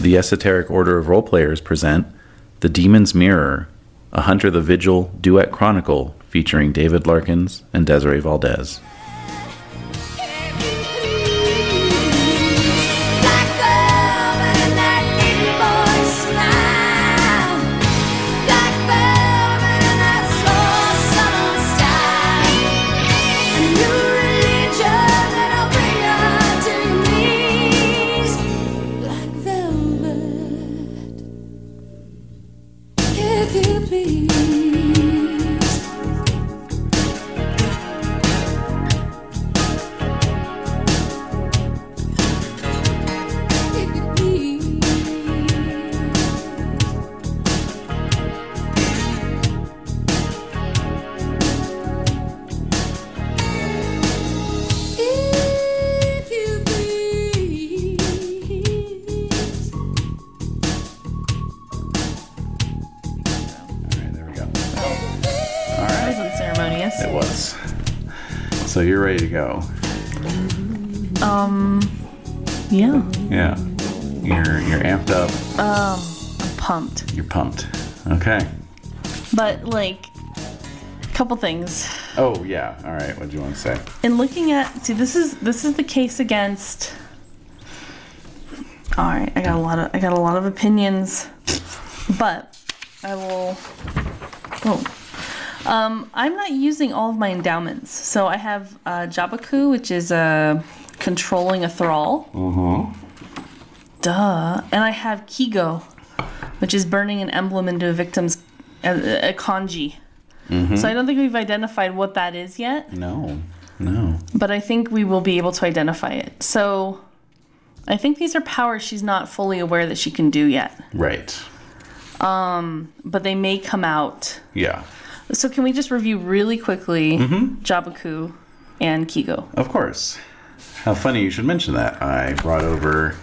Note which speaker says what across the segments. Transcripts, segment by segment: Speaker 1: the Esoteric Order of Role Players present The Demon's Mirror, A Hunter the Vigil Duet Chronicle featuring David Larkins and Desiree Valdez.
Speaker 2: That was unceremonious.
Speaker 1: It was. So you're ready to go.
Speaker 2: Um, yeah,
Speaker 1: Yeah. You're you're amped up.
Speaker 2: I'm pumped.
Speaker 1: You're pumped. Okay.
Speaker 2: But like, couple things.
Speaker 1: Oh yeah. All right. What do you want to say?
Speaker 2: In looking at, see, this is this is the case against. All right, I got a lot of I got a lot of opinions, but I will. Oh. Um, I'm not using all of my endowments, so I have uh, Jabaku, which is uh, controlling a thrall. Duh. And I have Kigo, which is burning an emblem into a victim's uh, a, a kanji. So I don't think we've identified what that is yet,
Speaker 1: No. No.
Speaker 2: but I think we will be able to identify it. So I think these are powers she's not fully aware that she can do yet,
Speaker 1: Right.
Speaker 2: but they may come out.
Speaker 1: Yeah.
Speaker 2: So can we just review really quickly
Speaker 1: Mm-hmm.
Speaker 2: Jabaku and Kigo?
Speaker 1: Of course. How funny you should mention that. I brought over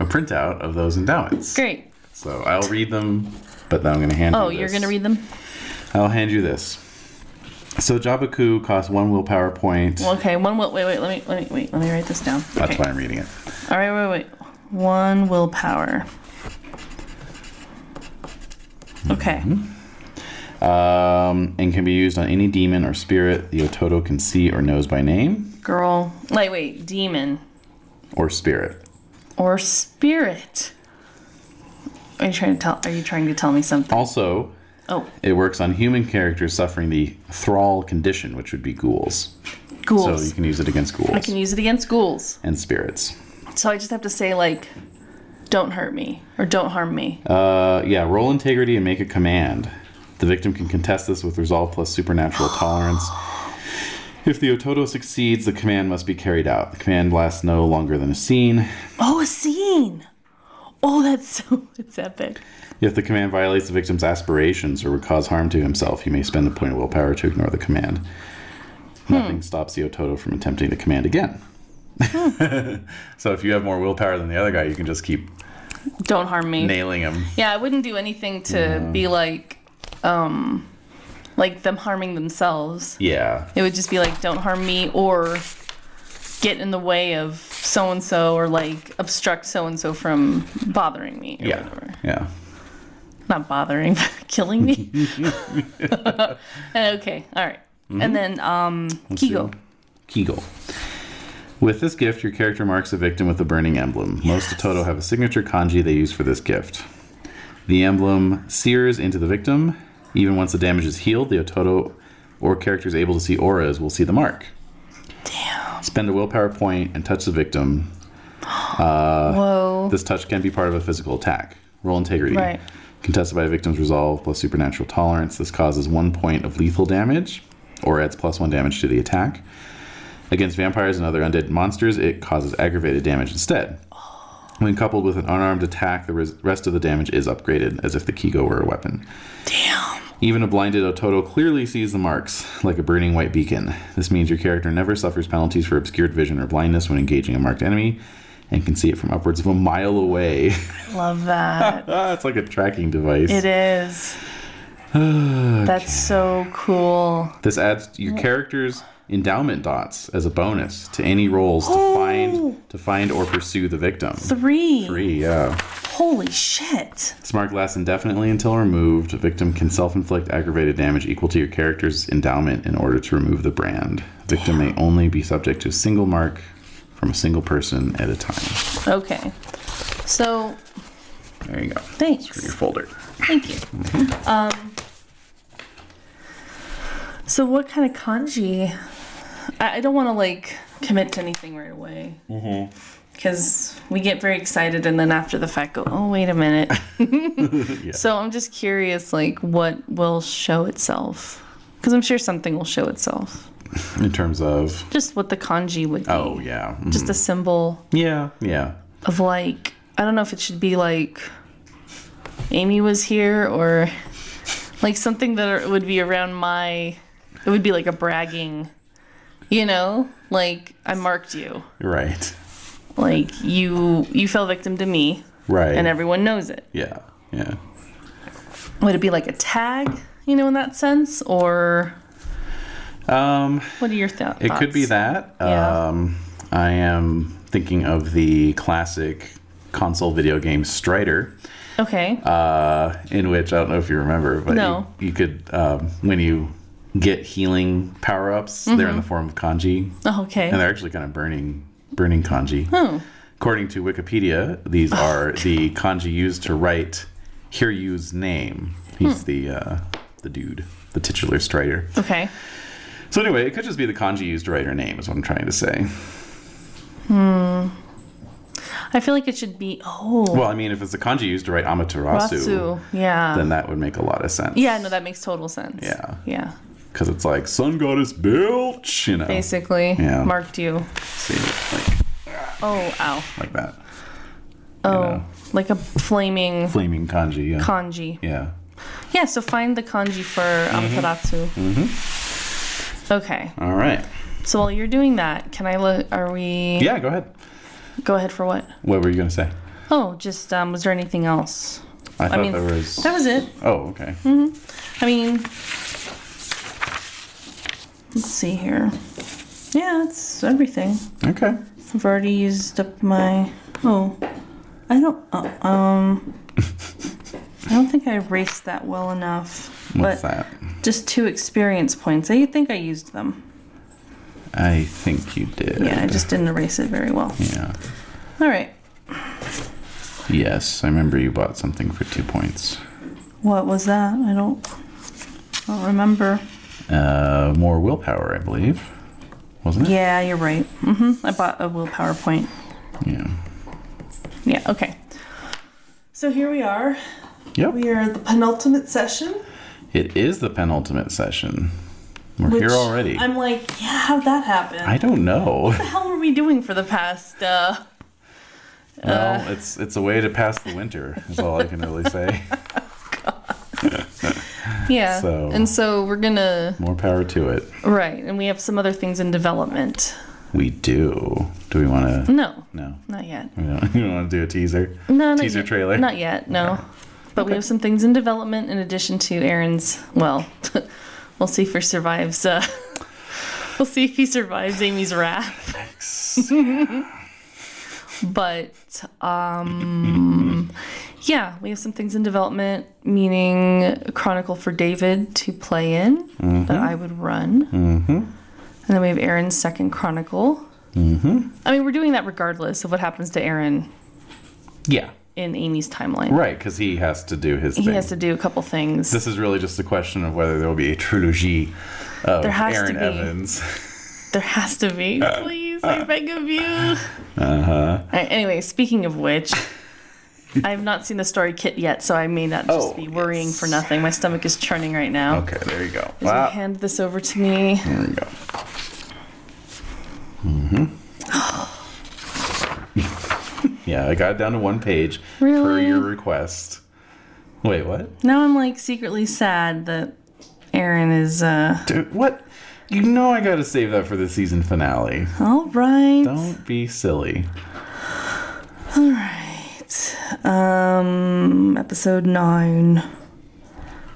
Speaker 1: a printout of those endowments.
Speaker 2: Great.
Speaker 1: So I'll read them, but then I'm going to hand
Speaker 2: Oh,
Speaker 1: you
Speaker 2: you're
Speaker 1: this.
Speaker 2: going to read them?
Speaker 1: I'll hand you this. So Jabaku costs one willpower point.
Speaker 2: Okay, one will. Wait, wait, let me, let me, wait, let me write this down.
Speaker 1: That's
Speaker 2: okay.
Speaker 1: why I'm reading it.
Speaker 2: All right, wait, wait. One willpower. Okay.
Speaker 1: Mm-hmm. Um, and can be used on any demon or spirit the Ototo can see or knows by name,
Speaker 2: Girl. Like, wait, demon
Speaker 1: or spirit.
Speaker 2: or spirit. Are you trying to tell? Are you trying to tell me something?
Speaker 1: Also,
Speaker 2: Oh,
Speaker 1: it works on human characters suffering the thrall condition, which would be ghouls. So
Speaker 2: ghouls.
Speaker 1: you can use it against ghouls
Speaker 2: I can use it against ghouls.
Speaker 1: and spirits.
Speaker 2: So I just have to say like, don't hurt me or don't harm me.
Speaker 1: Uh, yeah, roll integrity and make a command. The victim can contest this with resolve plus supernatural tolerance. If the Ototo succeeds, the command must be carried out. The command lasts no longer than a scene.
Speaker 2: Oh, a scene. Oh, that's so. It's epic.
Speaker 1: If the command violates the victim's aspirations or would cause harm to himself, he may spend a point of willpower to ignore the command. Nothing stops the Ototo from attempting the command again. so if you have more willpower than the other guy, you can just keep
Speaker 2: Don't harm me.
Speaker 1: nailing him.
Speaker 2: Yeah, I wouldn't do anything to be like, um, like them harming themselves.
Speaker 1: Yeah.
Speaker 2: It would just be like, don't harm me or get in the way of so and so or like obstruct so and so from bothering me or
Speaker 1: Yeah.
Speaker 2: whatever.
Speaker 1: Yeah.
Speaker 2: Not bothering, but killing me. okay, all right. And then um, Kigo.
Speaker 1: Kegel. With this gift, your character marks a victim with a burning emblem. Most Toto have a signature kanji they use for this gift. The emblem sears into the victim. Even once the damage is healed, the Ototo or characters able to see auras will see the mark. Damn. Spend a willpower point and touch the victim.
Speaker 2: Whoa.
Speaker 1: This touch can be part of a physical attack. Roll integrity.
Speaker 2: Right.
Speaker 1: Contested by a victim's resolve plus supernatural tolerance. This causes one point of lethal damage, or adds plus one damage to the attack. Against vampires and other undead monsters, it causes aggravated damage instead. When coupled with an unarmed attack, the res- rest of the damage is upgraded, as if the Kigo were a weapon. Even a blinded Ototo clearly sees the marks, like a burning white beacon. This means your character never suffers penalties for obscured vision or blindness when engaging a marked enemy, and can see it from upwards of a mile away.
Speaker 2: Love that.
Speaker 1: ah, it's like a tracking device.
Speaker 2: it is. That's so cool.
Speaker 1: This adds your character's endowment dots as a bonus to any rolls to
Speaker 2: Oh.
Speaker 1: find to find or pursue the victim.
Speaker 2: Three.
Speaker 1: Three, yeah.
Speaker 2: Holy shit.
Speaker 1: Smart glass indefinitely until removed. A victim can self-inflict aggravated damage equal to your character's endowment in order to remove the brand. Victim may only be subject to a single mark from a single person at a time.
Speaker 2: Okay. So,
Speaker 1: There you go. For your
Speaker 2: thanks.
Speaker 1: folder.
Speaker 2: Thank you. Um, so, what kind of kanji? I, I don't want to like commit to anything right away.
Speaker 1: Mm-hmm.
Speaker 2: Because we get very excited and then after the fact go, oh, wait a minute. So, I'm just curious, like, what will show itself? Because I'm sure something will show itself.
Speaker 1: In terms of
Speaker 2: Just what the kanji would be.
Speaker 1: Oh yeah. Mhm.
Speaker 2: Just a symbol.
Speaker 1: Yeah. Yeah.
Speaker 2: of like I don't know if it should be like Amy was here or like something that would be around my it would be like a bragging you know like I marked you
Speaker 1: Right.
Speaker 2: like you you fell victim to me
Speaker 1: Right.
Speaker 2: and everyone knows it
Speaker 1: yeah. Yeah.
Speaker 2: would it be like a tag you know in that sense or
Speaker 1: Um,
Speaker 2: what are your thou- thoughts
Speaker 1: it could be that.
Speaker 2: Yeah.
Speaker 1: Um, I am thinking of the classic console video game Strider,
Speaker 2: okay
Speaker 1: uh, in which I don't know if you remember, but
Speaker 2: No.
Speaker 1: you, you could um, when you get healing power ups, they're in the form of kanji,
Speaker 2: oh, Mm-hmm. okay
Speaker 1: and they're actually kind of burning burning kanji. According to Wikipedia, these are the kanji used to write Hiryu's name. He's
Speaker 2: Hmm.
Speaker 1: the uh, the dude, the titular Strider.
Speaker 2: okay
Speaker 1: So anyway, it could just be the kanji used to write her name, is what I'm trying to say.
Speaker 2: I feel like it should be oh
Speaker 1: Well, I mean, if it's the kanji used to write Amaterasu,
Speaker 2: Ratsu yeah
Speaker 1: then that would make a lot of sense.
Speaker 2: yeah no that makes total sense
Speaker 1: Yeah.
Speaker 2: yeah
Speaker 1: Because it's like sun goddess bitch, you know,
Speaker 2: basically
Speaker 1: Yeah.
Speaker 2: marked you
Speaker 1: See, like,
Speaker 2: Oh, ow.
Speaker 1: like that.
Speaker 2: Oh,
Speaker 1: know.
Speaker 2: like a flaming
Speaker 1: Flaming kanji, yeah.
Speaker 2: kanji.
Speaker 1: yeah. Mm-hmm.
Speaker 2: Yeah, so find the kanji for Amaterasu. Okay,
Speaker 1: All right.
Speaker 2: so while you're doing that, can I look? Are we.
Speaker 1: Yeah, go ahead.
Speaker 2: Go ahead for what?
Speaker 1: What were you gonna say?
Speaker 2: Oh, just, um, was there anything else?
Speaker 1: I thought
Speaker 2: mean, Hmm.
Speaker 1: there was.
Speaker 2: That was it.
Speaker 1: Oh, okay.
Speaker 2: I mean, let's see here. Yeah, that's everything.
Speaker 1: Okay.
Speaker 2: I've already used up my. Oh, I don't. Uh, um, I don't think I erased that well enough.
Speaker 1: What's
Speaker 2: but
Speaker 1: that?
Speaker 2: Just two experience points. I think I used them.
Speaker 1: I think you did.
Speaker 2: Yeah, I just didn't erase it very well.
Speaker 1: Yeah.
Speaker 2: All right.
Speaker 1: Yes, I remember you bought something for two points.
Speaker 2: What was that? I don't. I don't remember.
Speaker 1: Uh, more willpower, I believe. Wasn't it?
Speaker 2: Yeah, you're right. hmm I bought a willpower point.
Speaker 1: Yeah.
Speaker 2: Yeah. Okay. So here we are.
Speaker 1: Yep.
Speaker 2: We are at the penultimate session.
Speaker 1: It is the penultimate session. We're
Speaker 2: which
Speaker 1: here already.
Speaker 2: I'm like, yeah, how'd that happen?
Speaker 1: I don't know.
Speaker 2: the hell were we doing for the past uh
Speaker 1: well, it's it's a way to pass the winter. Is all I can really say.
Speaker 2: yeah
Speaker 1: So-
Speaker 2: and so we're gonna
Speaker 1: More power to it.
Speaker 2: right and we have some other things in development
Speaker 1: We do. Do we want to?
Speaker 2: no
Speaker 1: No.
Speaker 2: not yet
Speaker 1: We don't, we don't want to do a teaser.
Speaker 2: Mm. no not
Speaker 1: Teaser
Speaker 2: yet.
Speaker 1: trailer.
Speaker 2: not yet no but we have some things in development in addition to aaron's well we'll see if he survives uh we'll see if he survives amy's wrath but um yeah we have some things in development meaning chronicle for david to play in that i would run mm-hmm. and then we have aaron's second chronicle mm-hmm. i mean we're doing that regardless of what happens to aaron
Speaker 1: yeah.
Speaker 2: in amy's timeline
Speaker 1: Right, because he has to do his
Speaker 2: he
Speaker 1: thing.
Speaker 2: has to do a couple things
Speaker 1: this is really just a question of whether there will be a trilogy of
Speaker 2: There has to
Speaker 1: Aaron
Speaker 2: be.
Speaker 1: Evans.
Speaker 2: there has to be
Speaker 1: Uh,
Speaker 2: please i beg of you uh-huh anyway speaking of which I've not seen the story kit yet, so I may not just
Speaker 1: Oh,
Speaker 2: be worrying for
Speaker 1: yes.
Speaker 2: nothing. My stomach is churning right now.
Speaker 1: Okay, there you go.
Speaker 2: So
Speaker 1: Wow.
Speaker 2: Hand this over to me.
Speaker 1: There we go. Mm-hmm. yeah, I got it down to one page per
Speaker 2: Really?
Speaker 1: your request. Wait, what?
Speaker 2: Now I'm like secretly sad that Aaron is uh
Speaker 1: Dude, what? You know I gotta save that for the season finale.
Speaker 2: all right.
Speaker 1: Don't be silly.
Speaker 2: Um episode 9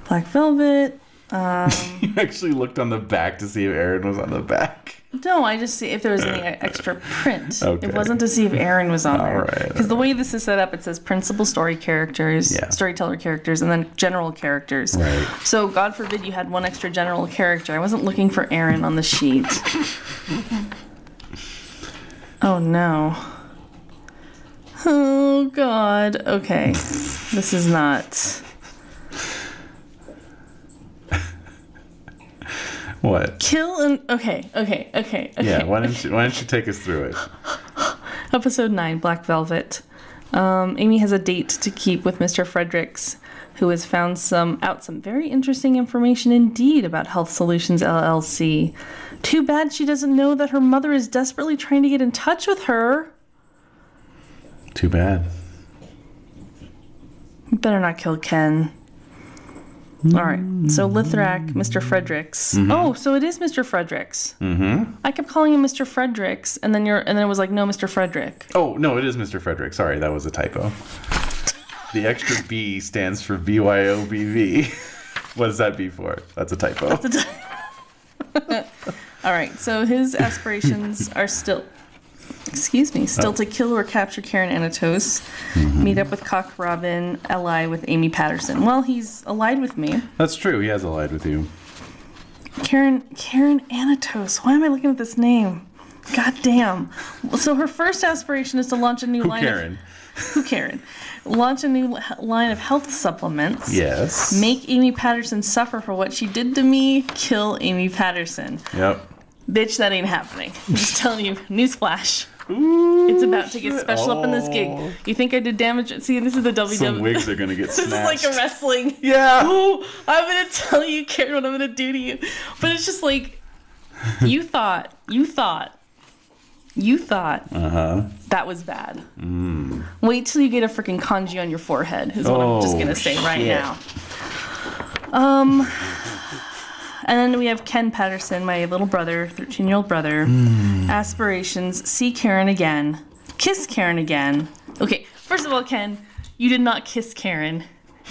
Speaker 2: Black Velvet
Speaker 1: you actually looked on the back to see if Aaron was on the back.
Speaker 2: No, I just see if there was any extra print.
Speaker 1: Okay.
Speaker 2: It wasn't to see if Aaron was on there.
Speaker 1: right,
Speaker 2: Because the way this is set up, it says principal story characters,
Speaker 1: Yeah.
Speaker 2: storyteller characters, and then general characters.
Speaker 1: Right.
Speaker 2: So, God forbid you had one extra general character. I wasn't looking for Aaron on the sheet. oh, no. Oh, God. Okay. this is not.
Speaker 1: What?
Speaker 2: Kill and. Okay, okay, okay, okay.
Speaker 1: Yeah. Why didn't you, Why didn't you take us through it?
Speaker 2: Episode 9 Black Velvet. Um, Amy has a date to keep with Mr. Fredericks, who has found some out some very interesting information indeed about Health Solutions LLC. Too bad she doesn't know that her mother is desperately trying to get in touch with her.
Speaker 1: Too bad.
Speaker 2: Better not kill Ken. All right. So Lithrak, Mr. Fredericks. Oh, so it is Mr. Fredericks. Mm-hmm. I kept calling him Mr. Fredericks, and then you're, and then it was like, no, Mr. Frederick.
Speaker 1: Oh no, it is Mr. Frederick. Sorry, that was a typo. The extra B stands for BYOBV. what does that be for? That's a typo.
Speaker 2: All right, so his aspirations are still, excuse me,
Speaker 1: Oh.
Speaker 2: still to kill or capture Karen Anatos,
Speaker 1: Mm-hmm.
Speaker 2: meet up with Cock Robin, ally with Amy Patterson. Well, he's allied with me.
Speaker 1: That's true. He has allied with you.
Speaker 2: Karen, Karen Anatos. Why am I looking at this name? God damn. Well, So her first aspiration is to launch a new
Speaker 1: Who,
Speaker 2: line.
Speaker 1: Karen?
Speaker 2: Of, who Karen? Launch a new h- line of health supplements.
Speaker 1: Yes.
Speaker 2: Make Amy Patterson suffer for what she did to me. Kill Amy Patterson.
Speaker 1: Yep.
Speaker 2: Bitch, that ain't happening. I'm just telling you. Newsflash. It's about to get special up in this
Speaker 1: Oh.
Speaker 2: gig. You think I did damage? See, this is the WWE.
Speaker 1: Some wigs are gonna get
Speaker 2: this is
Speaker 1: snatched.
Speaker 2: like a wrestling.
Speaker 1: yeah.
Speaker 2: Oh, I'm gonna tell you, Karen, what I'm gonna do to you. But it's just like you thought, you thought, you thought
Speaker 1: Uh-huh.
Speaker 2: that was bad. Wait till you get a freaking kanji on your forehead. Is what I'm just
Speaker 1: Mm. Oh,
Speaker 2: gonna say right
Speaker 1: shit.
Speaker 2: now. Um, and then we have Ken Patterson, my little brother, 13 year old brother.
Speaker 1: Mm.
Speaker 2: Aspirations: see Karen again, kiss Karen again. Okay, first of all, Ken, you did not kiss Karen.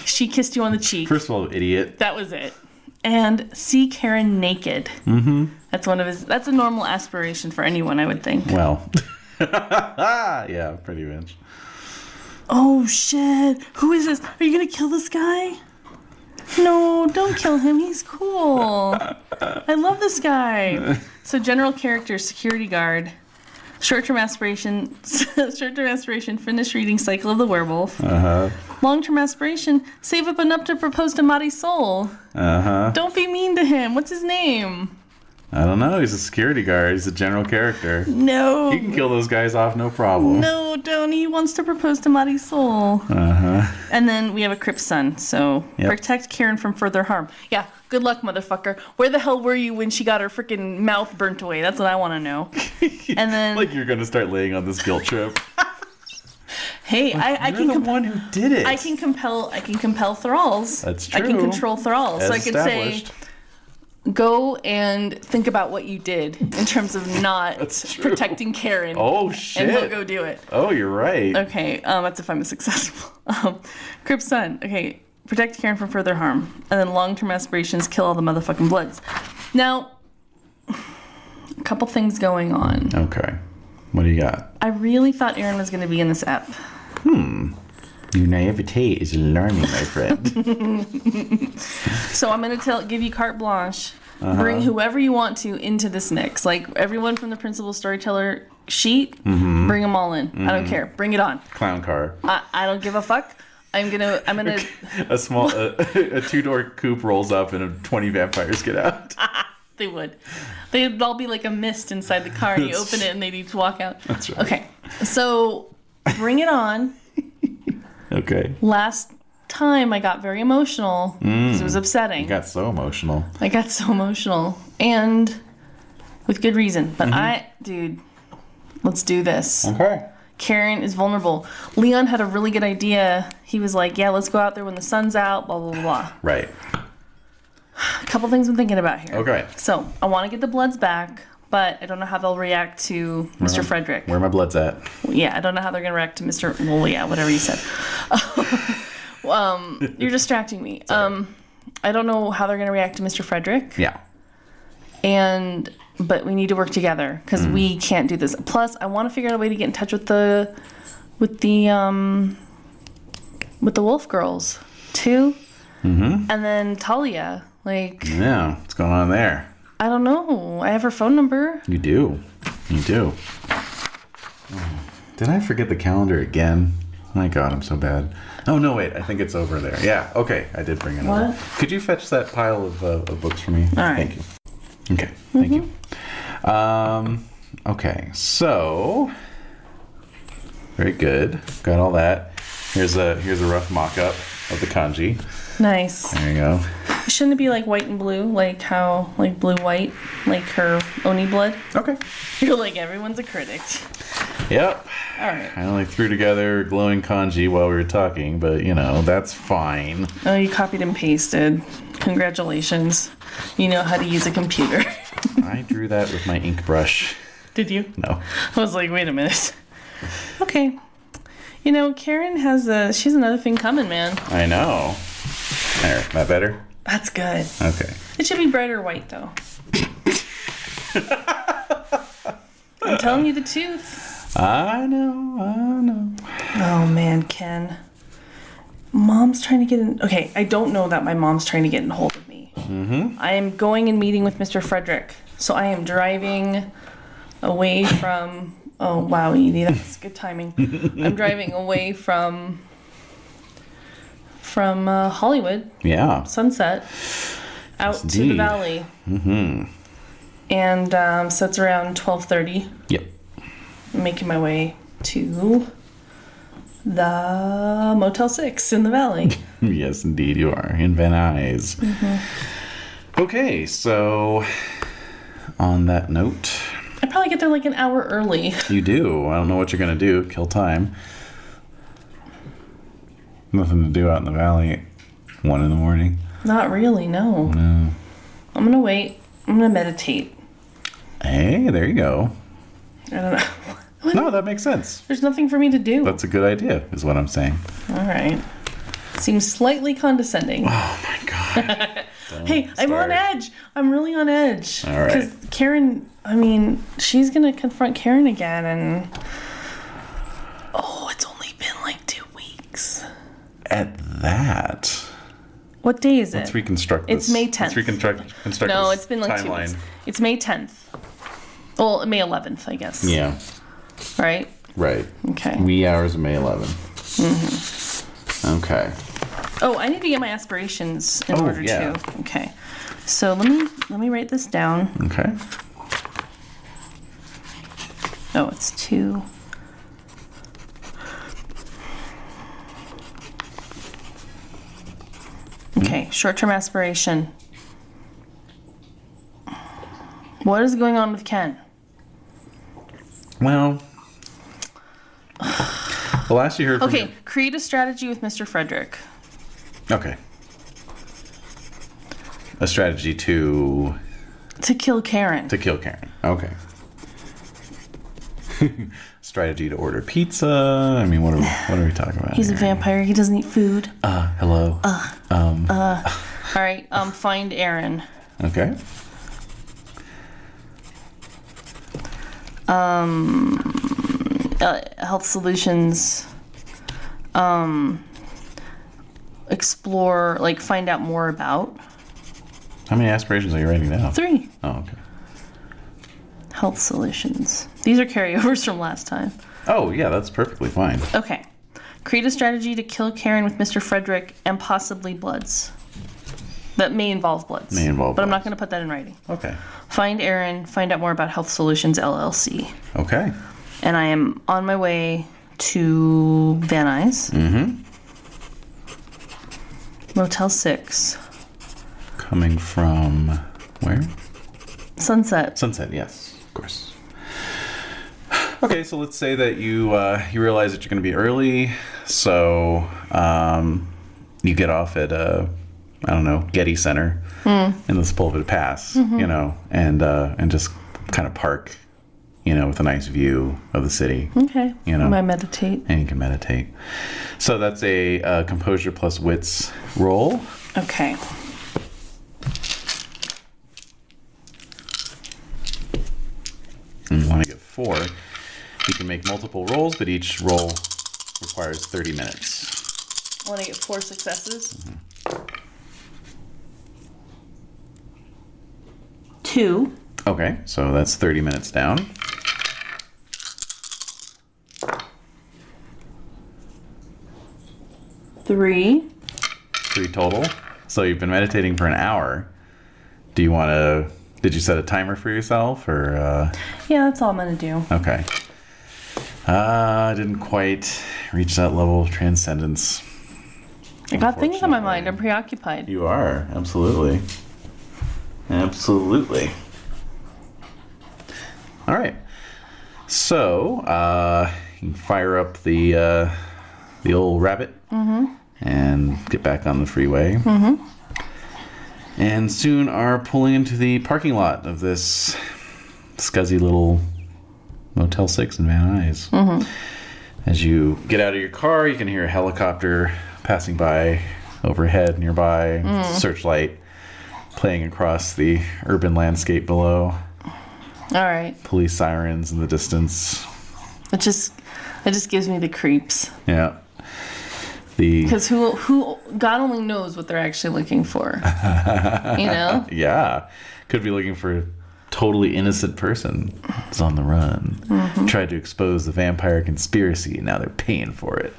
Speaker 2: She kissed you on the cheek.
Speaker 1: First of all, idiot.
Speaker 2: That was it. And see Karen naked. Mm-hmm. That's one of his. That's a normal aspiration for anyone, I would think.
Speaker 1: Well. yeah, pretty much.
Speaker 2: Oh shit! Who is this? Are you gonna kill this guy? No, don't kill him. He's cool. I love this guy. So general character, security guard. Short-term aspiration, short-term aspiration, finish reading Cycle of the Werewolf. Uh-huh. Long-term aspiration, save up enough to propose to Mari Soul. Uh-huh. Don't be mean to him. What's his name?
Speaker 1: I don't know. He's a security guard. He's a general character.
Speaker 2: No.
Speaker 1: You can kill those guys off, no problem.
Speaker 2: No, don't. He wants to propose to Marisol. Uh-huh. And then we have a Crip son, so
Speaker 1: Yep.
Speaker 2: protect Karen from further harm. Yeah, good luck, motherfucker. Where the hell were you when she got her freaking mouth burnt away? That's what I want to know. and then,
Speaker 1: Like you're gonna start laying on this guilt trip.
Speaker 2: hey, I, I
Speaker 1: you're
Speaker 2: can
Speaker 1: the
Speaker 2: comp-
Speaker 1: one who did it.
Speaker 2: I can compel I can compel thralls.
Speaker 1: That's
Speaker 2: I can
Speaker 1: true.
Speaker 2: control thralls.
Speaker 1: As
Speaker 2: so I could say
Speaker 1: established.
Speaker 2: go and think about what you did in terms of not
Speaker 1: That's true.
Speaker 2: protecting Karen.
Speaker 1: Oh
Speaker 2: and he'll
Speaker 1: shit.
Speaker 2: go do it.
Speaker 1: oh, you're right.
Speaker 2: Okay, um, that's if I'm successful. Um, Crip Sun. Okay, protect Karen from further harm, and then long-term aspirations kill all the motherfucking bloods. Now, a couple things going on.
Speaker 1: Okay. What do you got?
Speaker 2: I really thought Aaron was going to be in this app.
Speaker 1: Your naivete is alarming, my friend.
Speaker 2: So I'm gonna tell, give you carte blanche. Bring whoever you want to into this mix. Like everyone from the principal storyteller sheet, bring them all in. I don't care. Bring it on.
Speaker 1: Clown car.
Speaker 2: I, I don't give a fuck. I'm gonna. I'm gonna.
Speaker 1: A small, a, a two door coupe rolls up and 20 vampires get out.
Speaker 2: They would. They'd all be like a mist inside the car, and you
Speaker 1: That's-
Speaker 2: open it, and they'd each walk out.
Speaker 1: That's right.
Speaker 2: Okay, so bring it on.
Speaker 1: Okay.
Speaker 2: Last time I got very emotional because it was upsetting.
Speaker 1: Mm. Got so emotional.
Speaker 2: I got so emotional, and with good reason. But
Speaker 1: Mm-hmm.
Speaker 2: I, dude, let's do this.
Speaker 1: Okay.
Speaker 2: Karen is vulnerable. Leon had a really good idea. He was like, "Yeah, let's go out there when the sun's out." Blah blah blah. blah.
Speaker 1: Right.
Speaker 2: A couple things I'm thinking about here.
Speaker 1: Okay.
Speaker 2: So I want to get the Bloods back, but I don't know how they'll react to mister
Speaker 1: Uh-huh.
Speaker 2: Frederick.
Speaker 1: Where my blood's at.
Speaker 2: Yeah, I don't know how they're gonna react to Mr. Well, yeah, whatever you said. um, you're distracting me. Um, I don't know how they're going to react to Mr. Frederick.
Speaker 1: Yeah.
Speaker 2: and but we need to work together because we can't do this plus i want to figure out a way to get in touch with the with the um with the wolf girls too mm-hmm. and then talia like
Speaker 1: Yeah. What's going on there?
Speaker 2: i don't know i have her phone number
Speaker 1: You do. You do. Did I forget the calendar again? My God, I'm so bad. Oh no, wait. I think it's over there. Yeah. Okay, I did bring it over.
Speaker 2: What?
Speaker 1: Could you fetch that pile of, uh, of books for me?
Speaker 2: All right.
Speaker 1: Thank you. Okay. Thank you. Um. Okay. So. Very good. Got all that. Here's a here's a rough mock-up of the kanji.
Speaker 2: nice
Speaker 1: There you go.
Speaker 2: shouldn't it be like white and blue like how like blue white like her oni blood
Speaker 1: Okay.
Speaker 2: you're like everyone's a critic
Speaker 1: Yep.
Speaker 2: all right
Speaker 1: I only threw together glowing kanji while we were talking, but you know, that's fine.
Speaker 2: oh you copied and pasted congratulations you know how to use a computer
Speaker 1: I drew that with my ink brush.
Speaker 2: did you
Speaker 1: No.
Speaker 2: I was like, wait a minute. Okay. You know, Karen has a she's another thing coming, man.
Speaker 1: I know. There, that better?
Speaker 2: That's good.
Speaker 1: Okay.
Speaker 2: It should be brighter white though. I'm telling you the truth.
Speaker 1: I know, I know.
Speaker 2: Oh man, Ken. Mom's trying to get in okay, I don't know that my mom's trying to get in hold of me. Mm-hmm. I am going and meeting with Mr. Frederick. So I am driving away from oh wow, Edie, that's good timing. I'm driving away from from uh, Hollywood,
Speaker 1: Yeah.
Speaker 2: sunset, out to the
Speaker 1: indeed.
Speaker 2: valley. Mm-hmm. And um, so it's around twelve thirty
Speaker 1: Yep.
Speaker 2: making my way to the Motel 6 in the valley.
Speaker 1: Yes, indeed, you are in Van Nuys. Okay, so on that note,
Speaker 2: I probably get there like an hour early.
Speaker 1: you do. I don't know what you're gonna do. Kill time. Nothing to do out in the valley. at One in the morning.
Speaker 2: Not really, no. I'm gonna wait. I'm gonna meditate.
Speaker 1: Hey, there you go.
Speaker 2: I don't know.
Speaker 1: No, that makes sense.
Speaker 2: There's nothing for me to do.
Speaker 1: That's a good idea, is what I'm saying.
Speaker 2: All right. Seems slightly condescending.
Speaker 1: Oh my god.
Speaker 2: hey, I'm on
Speaker 1: start.
Speaker 2: edge. I'm really on edge.
Speaker 1: All right.
Speaker 2: Karen, I mean, she's gonna confront Karen again, and oh, it's only been like two weeks.
Speaker 1: At that,
Speaker 2: What day is it?
Speaker 1: let's reconstruct
Speaker 2: It's
Speaker 1: this.
Speaker 2: May
Speaker 1: Let's
Speaker 2: 10th.
Speaker 1: reconstruct construct
Speaker 2: No,
Speaker 1: this
Speaker 2: it's been like two
Speaker 1: timeline.
Speaker 2: weeks. It's May 10th. Well, May 11th, I guess.
Speaker 1: Yeah,
Speaker 2: Right?
Speaker 1: right.
Speaker 2: Okay.
Speaker 1: Wee hours of May 11. Mm-hmm.
Speaker 2: Mm-hmm.
Speaker 1: Okay.
Speaker 2: oh, I need to get my aspirations in
Speaker 1: Oh,
Speaker 2: order
Speaker 1: yeah.
Speaker 2: to. Okay. So let me let me write this down.
Speaker 1: Okay.
Speaker 2: Oh, it's two. Okay,
Speaker 1: Hmm?
Speaker 2: short-term aspiration. What is going on with Ken?
Speaker 1: Well, the last you heard from
Speaker 2: Okay, create a strategy with Mr. Frederick.
Speaker 1: Okay. A strategy to
Speaker 2: To kill Karen.
Speaker 1: to kill Karen. Okay. strategy to order pizza. I mean, what are we, what are we talking about?
Speaker 2: He's a
Speaker 1: here?
Speaker 2: vampire. He doesn't eat food.
Speaker 1: Uh, hello.
Speaker 2: All right. Um, find Aaron.
Speaker 1: Okay.
Speaker 2: Uh, health solutions. Um, explore. Like, find out more about
Speaker 1: How many aspirations are you writing now?
Speaker 2: three
Speaker 1: Oh, okay.
Speaker 2: health solutions. These are carryovers from last time.
Speaker 1: Oh, yeah, that's perfectly fine.
Speaker 2: Okay. Create a strategy to kill Karen with Mr. Frederick and possibly Bloods. That may involve Bloods.
Speaker 1: May involve
Speaker 2: But I'm not
Speaker 1: Bloods.
Speaker 2: going to put that in writing.
Speaker 1: Okay.
Speaker 2: Find Aaron. Find out more about Health Solutions LLC.
Speaker 1: Okay.
Speaker 2: and I am on my way to Van Nuys. Mm-hmm. Motel Six,
Speaker 1: Coming from where?
Speaker 2: Sunset.
Speaker 1: Sunset, yes, of course. Okay, so let's say that you uh, you realize that you're going to be early, so um, you get off at uh, I don't know Getty Center in the Sepulveda Pass, you know, and uh, and just kind of park, you know, with a nice view of the city,
Speaker 2: Okay.
Speaker 1: You know.
Speaker 2: I meditate.
Speaker 1: and you can meditate. So that's a uh, composure plus wits roll.
Speaker 2: Okay.
Speaker 1: and you want to get four, you can make multiple rolls, but each roll requires 30 minutes.
Speaker 2: I want to get four successes.
Speaker 1: Mm-hmm.
Speaker 2: Two.
Speaker 1: Okay, so that's 30 minutes down.
Speaker 2: Three.
Speaker 1: three total. So you've been meditating for an hour. Do you want to? Did you set a timer for yourself, or uh,
Speaker 2: Yeah, that's all I'm gonna do.
Speaker 1: okay? Uh, I didn't quite reach that level of transcendence.
Speaker 2: I got things on my
Speaker 1: Unfortunately.
Speaker 2: mind. I'm preoccupied.
Speaker 1: You are absolutely, absolutely. All right. So uh, you can fire up the uh, the old rabbit and get back on the freeway. Mm-hmm. And soon are pulling into the parking lot of this scuzzy little Motel Six in Van Nuys. As you get out of your car, you can hear a helicopter passing by overhead nearby, searchlight playing across the urban landscape below,
Speaker 2: All right.
Speaker 1: police sirens in the distance.
Speaker 2: It just, it just gives me the creeps.
Speaker 1: Yeah. The
Speaker 2: Because who, who, God only knows what they're actually looking for. you know.
Speaker 1: yeah, could be looking for a totally innocent person is on the run. Tried to expose the vampire conspiracy, now they're paying for it.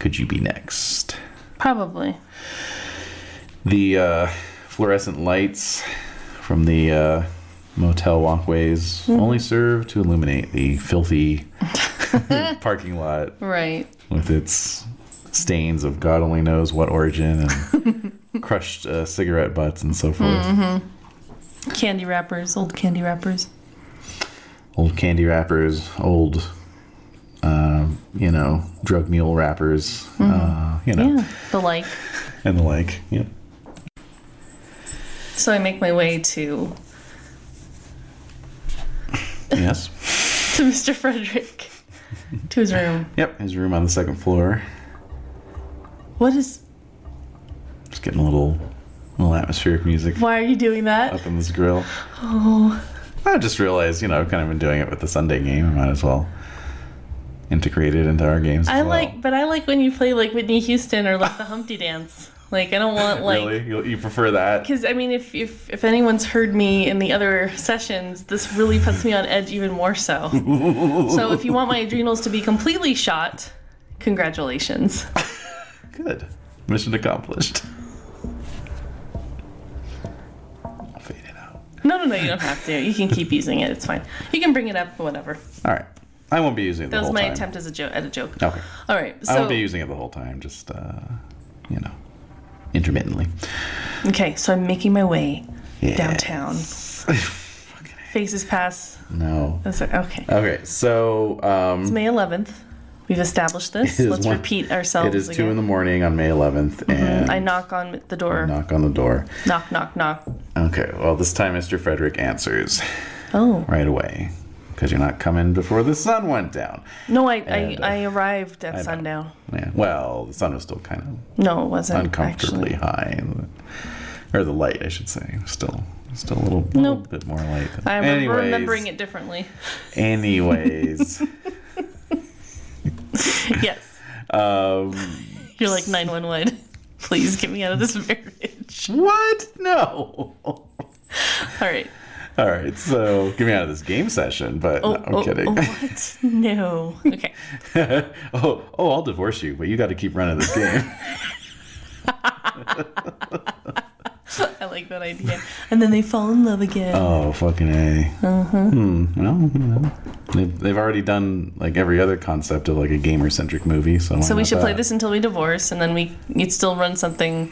Speaker 1: Could you be next?
Speaker 2: Probably.
Speaker 1: the uh, fluorescent lights from the uh, motel walkways only serve to illuminate the filthy parking lot
Speaker 2: Right.
Speaker 1: with its stains of God only knows what origin and crushed uh, cigarette butts and so forth.
Speaker 2: Candy wrappers, old candy wrappers.
Speaker 1: Old candy wrappers, old, uh, you know, drug mule wrappers, uh, you know,
Speaker 2: Yeah. The like.
Speaker 1: and the like. Yep.
Speaker 2: So I make my way to
Speaker 1: Yes.
Speaker 2: to Mr. Frederick, to his room.
Speaker 1: Yep. His room on the second floor.
Speaker 2: What is?
Speaker 1: Just getting a little, little atmospheric music
Speaker 2: Why are you doing that?
Speaker 1: up in this grill.
Speaker 2: Oh,
Speaker 1: I just realized, you know, I've kind of been doing it with the Sunday game. I might as well integrate it into our games. as
Speaker 2: I
Speaker 1: well.
Speaker 2: like, but I like when you play like Whitney Houston or like the Humpty Dance. Like I don't want like.
Speaker 1: really, you, you prefer that?
Speaker 2: Because I mean, if, if if anyone's heard me in the other sessions, this really puts me on edge even more so. so if you want my adrenals to be completely shot, congratulations.
Speaker 1: Good. Mission accomplished. I'll fade it out.
Speaker 2: No, no, no, you don't have to. You can keep using it. It's fine. You can bring it up, whatever.
Speaker 1: All right. I won't be using it the
Speaker 2: That was
Speaker 1: whole
Speaker 2: my
Speaker 1: time.
Speaker 2: attempt as a joke at a joke.
Speaker 1: Okay.
Speaker 2: All right. So
Speaker 1: I won't be using it the whole time. Just, uh, you know, intermittently.
Speaker 2: okay, so I'm making my way
Speaker 1: Yeah.
Speaker 2: downtown. Faces pass.
Speaker 1: No.
Speaker 2: That's it. Okay.
Speaker 1: Okay. So, um,
Speaker 2: May 11th. We've established this.
Speaker 1: It is
Speaker 2: Let's
Speaker 1: one-
Speaker 2: repeat ourselves.
Speaker 1: it is
Speaker 2: again. Mm-hmm.
Speaker 1: two in the morning on May 11th, and
Speaker 2: I knock on the door.
Speaker 1: knock on the door.
Speaker 2: Knock, knock, knock.
Speaker 1: Okay, well, this time Mr. Frederick answers
Speaker 2: Oh.
Speaker 1: right away because you're not coming before the sun went down.
Speaker 2: No, I,
Speaker 1: And, uh,
Speaker 2: I, I arrived at sundown.
Speaker 1: Yeah, well, the sun was still kind of
Speaker 2: No, it wasn't.
Speaker 1: uncomfortably
Speaker 2: Oh, Actually.
Speaker 1: high, and the- or the light, I should say, still, still a little, little
Speaker 2: Nope.
Speaker 1: bit more light. than-
Speaker 2: I remember
Speaker 1: Anyways-
Speaker 2: remembering it differently.
Speaker 1: Anyways,
Speaker 2: yes.
Speaker 1: um,
Speaker 2: You're like 911. Please get me out of this marriage.
Speaker 1: what? No. All
Speaker 2: All right.
Speaker 1: right, so get me out of this game session, but no, I'm
Speaker 2: oh,
Speaker 1: kidding.
Speaker 2: oh, what? No. Okay.
Speaker 1: oh, oh, I'll divorce you, but you got to keep running this game.
Speaker 2: I like that idea. And then they fall in love again.
Speaker 1: Oh, fucking A.
Speaker 2: Mm-hmm.
Speaker 1: Hmm. Well, you know, they've, they've already done like every other concept of like a gamer centric movie, so why
Speaker 2: so we
Speaker 1: not
Speaker 2: should play
Speaker 1: that?
Speaker 2: this until we divorce, and then we you'd still run something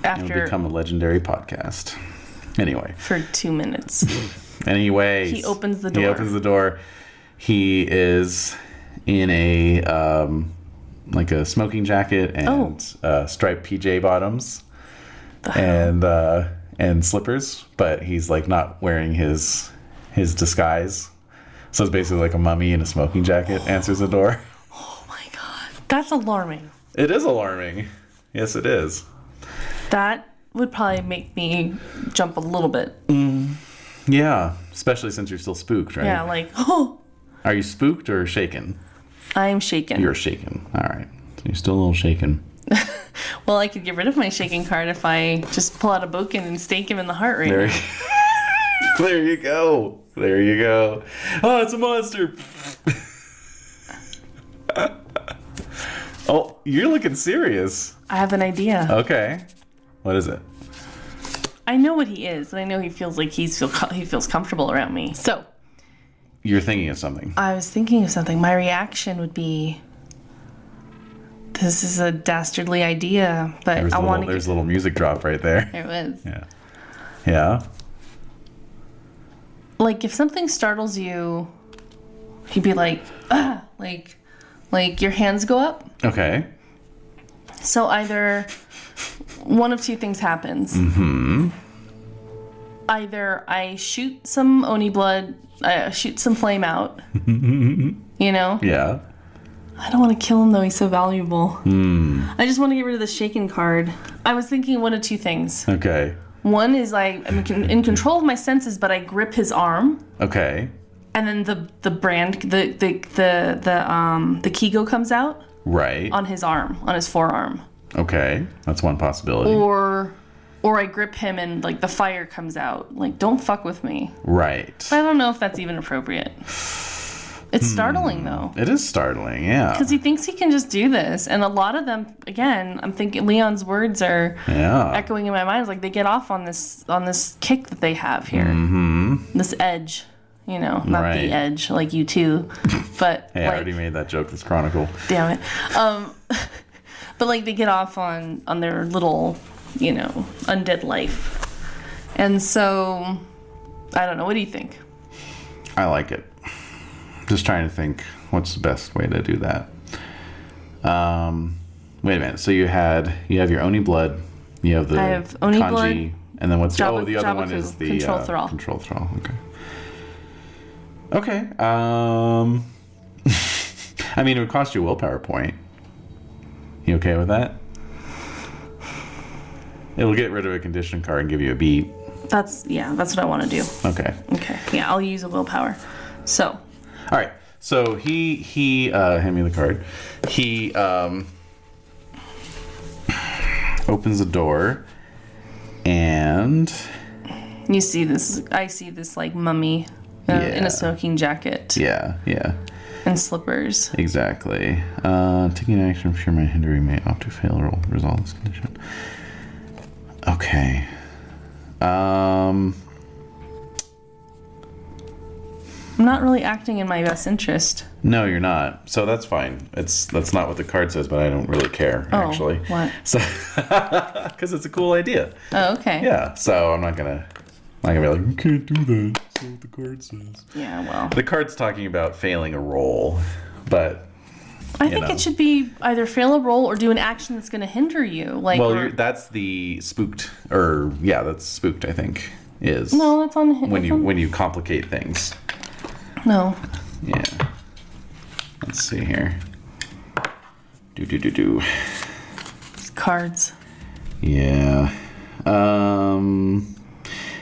Speaker 1: It'll
Speaker 2: after
Speaker 1: become a legendary podcast. Anyway,
Speaker 2: for two minutes.
Speaker 1: anyway,
Speaker 2: He opens the
Speaker 1: He
Speaker 2: door.
Speaker 1: opens the door. He is in a um, like a smoking jacket and
Speaker 2: Oh.
Speaker 1: uh, striped PJ bottoms and uh, and slippers, but he's like not wearing his his disguise. So it's basically like a mummy in a smoking jacket answers the door.
Speaker 2: oh my god, that's alarming.
Speaker 1: It is alarming. Yes, it is.
Speaker 2: That would probably make me jump a little bit.
Speaker 1: Yeah, especially since you're still spooked, right?
Speaker 2: Yeah, like, oh,
Speaker 1: Are you spooked or shaken?
Speaker 2: I'm shaken.
Speaker 1: You're shaken. All right. So you're still a little shaken.
Speaker 2: well, I could get rid of my shaking card if I just pull out a boken and stake him in the heart right
Speaker 1: There, there you go. There you go. Oh, it's a monster. oh, you're looking serious.
Speaker 2: I have an idea.
Speaker 1: Uh, Okay. What is it?
Speaker 2: I know what he is, and I know he feels like he's feel co- he feels comfortable around me. So
Speaker 1: You're thinking of something.
Speaker 2: I was thinking of something. My reaction would be, "This is a dastardly idea," but
Speaker 1: There's,
Speaker 2: I
Speaker 1: a
Speaker 2: want
Speaker 1: little,
Speaker 2: to.
Speaker 1: there's a little music drop right there.
Speaker 2: There it was.
Speaker 1: Yeah. Yeah.
Speaker 2: Like if something startles you, he'd be like, ah, like, like your hands go up.
Speaker 1: Okay.
Speaker 2: So either one of two things happens.
Speaker 1: Mm-hmm.
Speaker 2: Either I shoot some oni blood, I shoot some flame out. you know,
Speaker 1: Yeah.
Speaker 2: I don't want to kill him though. He's so valuable. I just want to get rid of the shaken card. I was thinking one of two things.
Speaker 1: Okay.
Speaker 2: One is I am con- in control of my senses, but I grip his arm,
Speaker 1: Okay.
Speaker 2: and then the the brand the the the the um the kigo comes out
Speaker 1: Right.
Speaker 2: on his arm, on his forearm.
Speaker 1: Okay. That's one possibility.
Speaker 2: or or I grip him and like the fire comes out. Like, don't fuck with me.
Speaker 1: Right.
Speaker 2: I don't know if that's even appropriate. It's startling though.
Speaker 1: It is startling. Yeah.
Speaker 2: Because he thinks he can just do this. And a lot of them again, I'm thinking Leon's words are
Speaker 1: Yeah.
Speaker 2: echoing in my mind. It's like they get off on this on this kick that they have here. Mm-hmm. This edge. You know, not
Speaker 1: Right.
Speaker 2: the edge like you too. But
Speaker 1: Hey, I
Speaker 2: like,
Speaker 1: already made that joke this chronicle.
Speaker 2: damn it. Um, but like they get off on on their little, you know, undead life, and so I don't know. What do you think?
Speaker 1: I like it. Just trying to think what's the best way to do that. Um, wait a minute. So you had you have your Oni blood, you have the
Speaker 2: I have Oni
Speaker 1: kanji,
Speaker 2: blood,
Speaker 1: and then what's
Speaker 2: Java-
Speaker 1: oh the other one
Speaker 2: Javaku,
Speaker 1: is the
Speaker 2: Control
Speaker 1: uh,
Speaker 2: Thrall.
Speaker 1: Control thrall. Okay. Okay. Um, I mean, it would cost you a willpower point. You okay with that? It'll get rid of a condition card and give you a beat.
Speaker 2: That's yeah. That's what I want to do.
Speaker 1: Okay.
Speaker 2: Okay. Yeah, I'll use a willpower. So
Speaker 1: All right. So he he uh, hand me the card. He um, opens the door, and
Speaker 2: you see this. I see this like mummy. uh, In
Speaker 1: Yeah.
Speaker 2: a smoking jacket
Speaker 1: yeah, yeah,
Speaker 2: and slippers.
Speaker 1: exactly. Uh, taking an action, sure my hindering may opt to fail roll to resolve this condition. Okay. Um.
Speaker 2: I'm not really acting in my best interest.
Speaker 1: No, you're not. So that's fine. It's that's not what the card says, but I don't really care
Speaker 2: Oh,
Speaker 1: actually.
Speaker 2: what?
Speaker 1: So, because it's a cool idea.
Speaker 2: Oh, okay.
Speaker 1: Yeah, so I'm not gonna, I'm not gonna be like, you can't do that. That's what the card says.
Speaker 2: Yeah. Well,
Speaker 1: The card's talking about failing a roll, but
Speaker 2: I think
Speaker 1: know.
Speaker 2: it should be either fail a roll or do an action that's going to hinder you. Like,
Speaker 1: well,
Speaker 2: or-
Speaker 1: you're, that's the spooked, or yeah, that's spooked. I think is
Speaker 2: no, that's on him.
Speaker 1: when you when you complicate things.
Speaker 2: No.
Speaker 1: Yeah. Let's see here. Do do do do.
Speaker 2: Cards.
Speaker 1: Yeah. Um,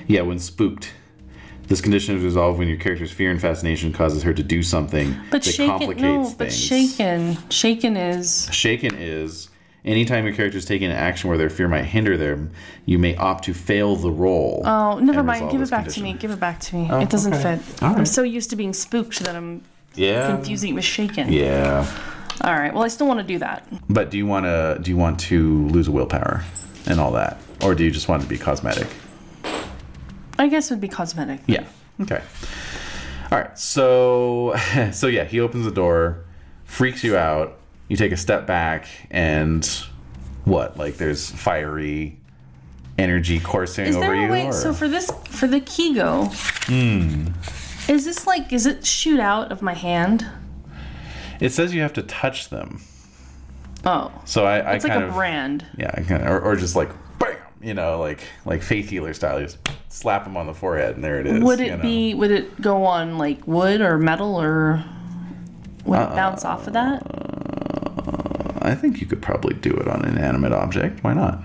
Speaker 1: yeah, when spooked. This condition is resolved when your character's fear and fascination causes her to do something
Speaker 2: But
Speaker 1: that
Speaker 2: shaken.
Speaker 1: complicates
Speaker 2: No,
Speaker 1: things.
Speaker 2: but shaken. Shaken is.
Speaker 1: Shaken is anytime your character is taking an action where their fear might hinder them, you may opt to fail the roll.
Speaker 2: Oh, never
Speaker 1: and
Speaker 2: mind.
Speaker 1: resolve
Speaker 2: Give
Speaker 1: this
Speaker 2: it back
Speaker 1: condition.
Speaker 2: to me. Give it back to me. it doesn't
Speaker 1: okay.
Speaker 2: fit.
Speaker 1: All right.
Speaker 2: I'm so used to being spooked that I'm
Speaker 1: Yeah.
Speaker 2: confusing it with shaken.
Speaker 1: Yeah.
Speaker 2: All right. Well, I still want to do that.
Speaker 1: But do you want to do you want to lose a willpower and all that, or do you just want it to be cosmetic?
Speaker 2: I guess it would be cosmetic.
Speaker 1: Yeah. Okay. All right. So so yeah, he opens the door, freaks you out. You take a step back and what? Like there's fiery energy coursing
Speaker 2: Is
Speaker 1: over
Speaker 2: there
Speaker 1: you.
Speaker 2: a way?
Speaker 1: or- Hmm.
Speaker 2: So for this, for the Kigo, is this like, is it shoot out of my hand?
Speaker 1: it says you have to touch them.
Speaker 2: Oh,
Speaker 1: So I, I
Speaker 2: it's
Speaker 1: kind
Speaker 2: like a
Speaker 1: of
Speaker 2: brand.
Speaker 1: yeah, I kind of, or, or just like bam, you know, like like faith healer style, you just slap him on the forehead and there it is.
Speaker 2: Would
Speaker 1: you
Speaker 2: it
Speaker 1: know.
Speaker 2: be? Would it go on like wood or metal or? Would
Speaker 1: Uh,
Speaker 2: it bounce off of that?
Speaker 1: I think you could probably do it on an inanimate object. Why not?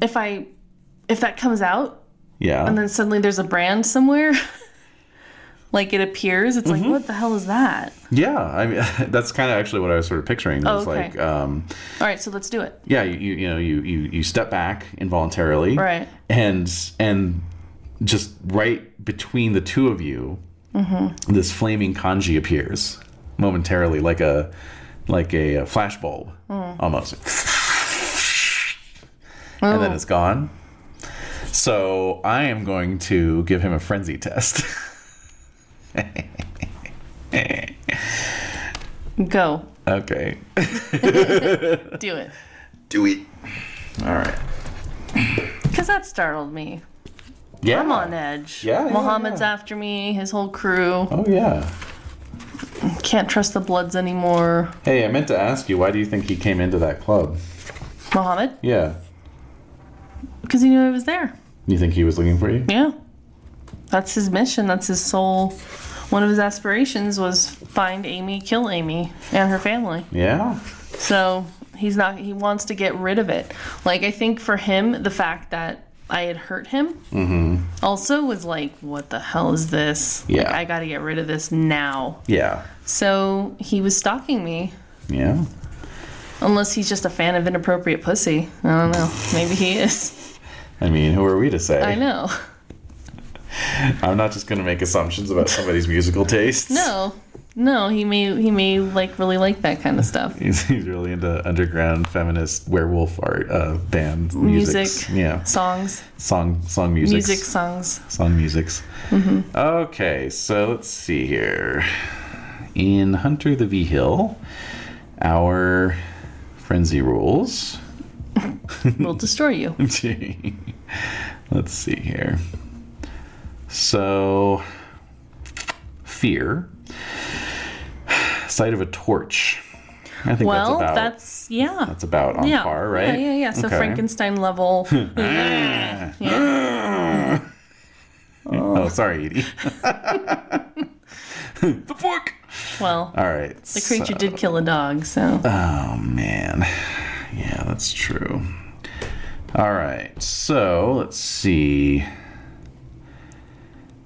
Speaker 2: If I, if that comes out,
Speaker 1: Yeah.
Speaker 2: and then suddenly there's a brand somewhere. like it appears. It's
Speaker 1: Mm-hmm.
Speaker 2: like, what the hell is that?
Speaker 1: yeah. I mean, that's kind of actually what I was sort of picturing. was
Speaker 2: Oh, okay.
Speaker 1: like, um,
Speaker 2: All right, so let's do it.
Speaker 1: yeah, you, you you know, you you you step back involuntarily,
Speaker 2: Right.
Speaker 1: And and just right between the two of you,
Speaker 2: Mm-hmm.
Speaker 1: this flaming kanji appears momentarily, like a like a, uh, flash bulb,
Speaker 2: Mm.
Speaker 1: almost, and
Speaker 2: Oh.
Speaker 1: then it's gone. So I am going to give him a frenzy test.
Speaker 2: Go.
Speaker 1: okay,
Speaker 2: Do it.
Speaker 1: do it. All right.
Speaker 2: Because that startled me.
Speaker 1: Yeah.
Speaker 2: I'm on edge.
Speaker 1: Yeah, yeah,
Speaker 2: Muhammad's
Speaker 1: yeah.
Speaker 2: after me, his whole crew.
Speaker 1: Oh yeah.
Speaker 2: Can't trust the Bloods anymore.
Speaker 1: Hey, I meant to ask you, why do you think he came into that club?
Speaker 2: Muhammad?
Speaker 1: Yeah.
Speaker 2: Because he knew I was there.
Speaker 1: You think he was looking for you?
Speaker 2: Yeah. That's his mission. That's his sole. One of his aspirations was find Amy, kill Amy and her family.
Speaker 1: Yeah.
Speaker 2: So he's not. He wants to get rid of it. Like I think for him, the fact that I had hurt him also was like, what the hell is this? Like,
Speaker 1: Yeah.
Speaker 2: I got to get rid of this now.
Speaker 1: Yeah.
Speaker 2: So he was stalking me.
Speaker 1: Yeah.
Speaker 2: Unless he's just a fan of inappropriate pussy. I don't know. Maybe he is.
Speaker 1: I mean, who are we to say?
Speaker 2: I know.
Speaker 1: I'm not just going to make assumptions about somebody's musical tastes.
Speaker 2: No, no. He may he may like really like that kind of stuff.
Speaker 1: He's, he's really into underground feminist werewolf art uh, band musics.
Speaker 2: Music.
Speaker 1: Yeah.
Speaker 2: Songs,
Speaker 1: Song song musics.
Speaker 2: music, songs.
Speaker 1: Song musics.
Speaker 2: Mm-hmm.
Speaker 1: Okay, so let's see here. In Hunter the V Hill, our frenzy rules.
Speaker 2: will destroy you.
Speaker 1: Gee. Let's see here. So, fear. Sight of a torch. I think
Speaker 2: Well,
Speaker 1: that's about
Speaker 2: that's, yeah.
Speaker 1: that's about on
Speaker 2: yeah.
Speaker 1: par, right?
Speaker 2: Yeah, yeah, yeah. So
Speaker 1: Okay.
Speaker 2: Frankenstein level. yeah. Yeah.
Speaker 1: Oh, sorry, Edie. the fork.
Speaker 2: Well,
Speaker 1: All right.
Speaker 2: the creature did kill a dog, so
Speaker 1: Oh man. Yeah, that's true. All right. So, let's see.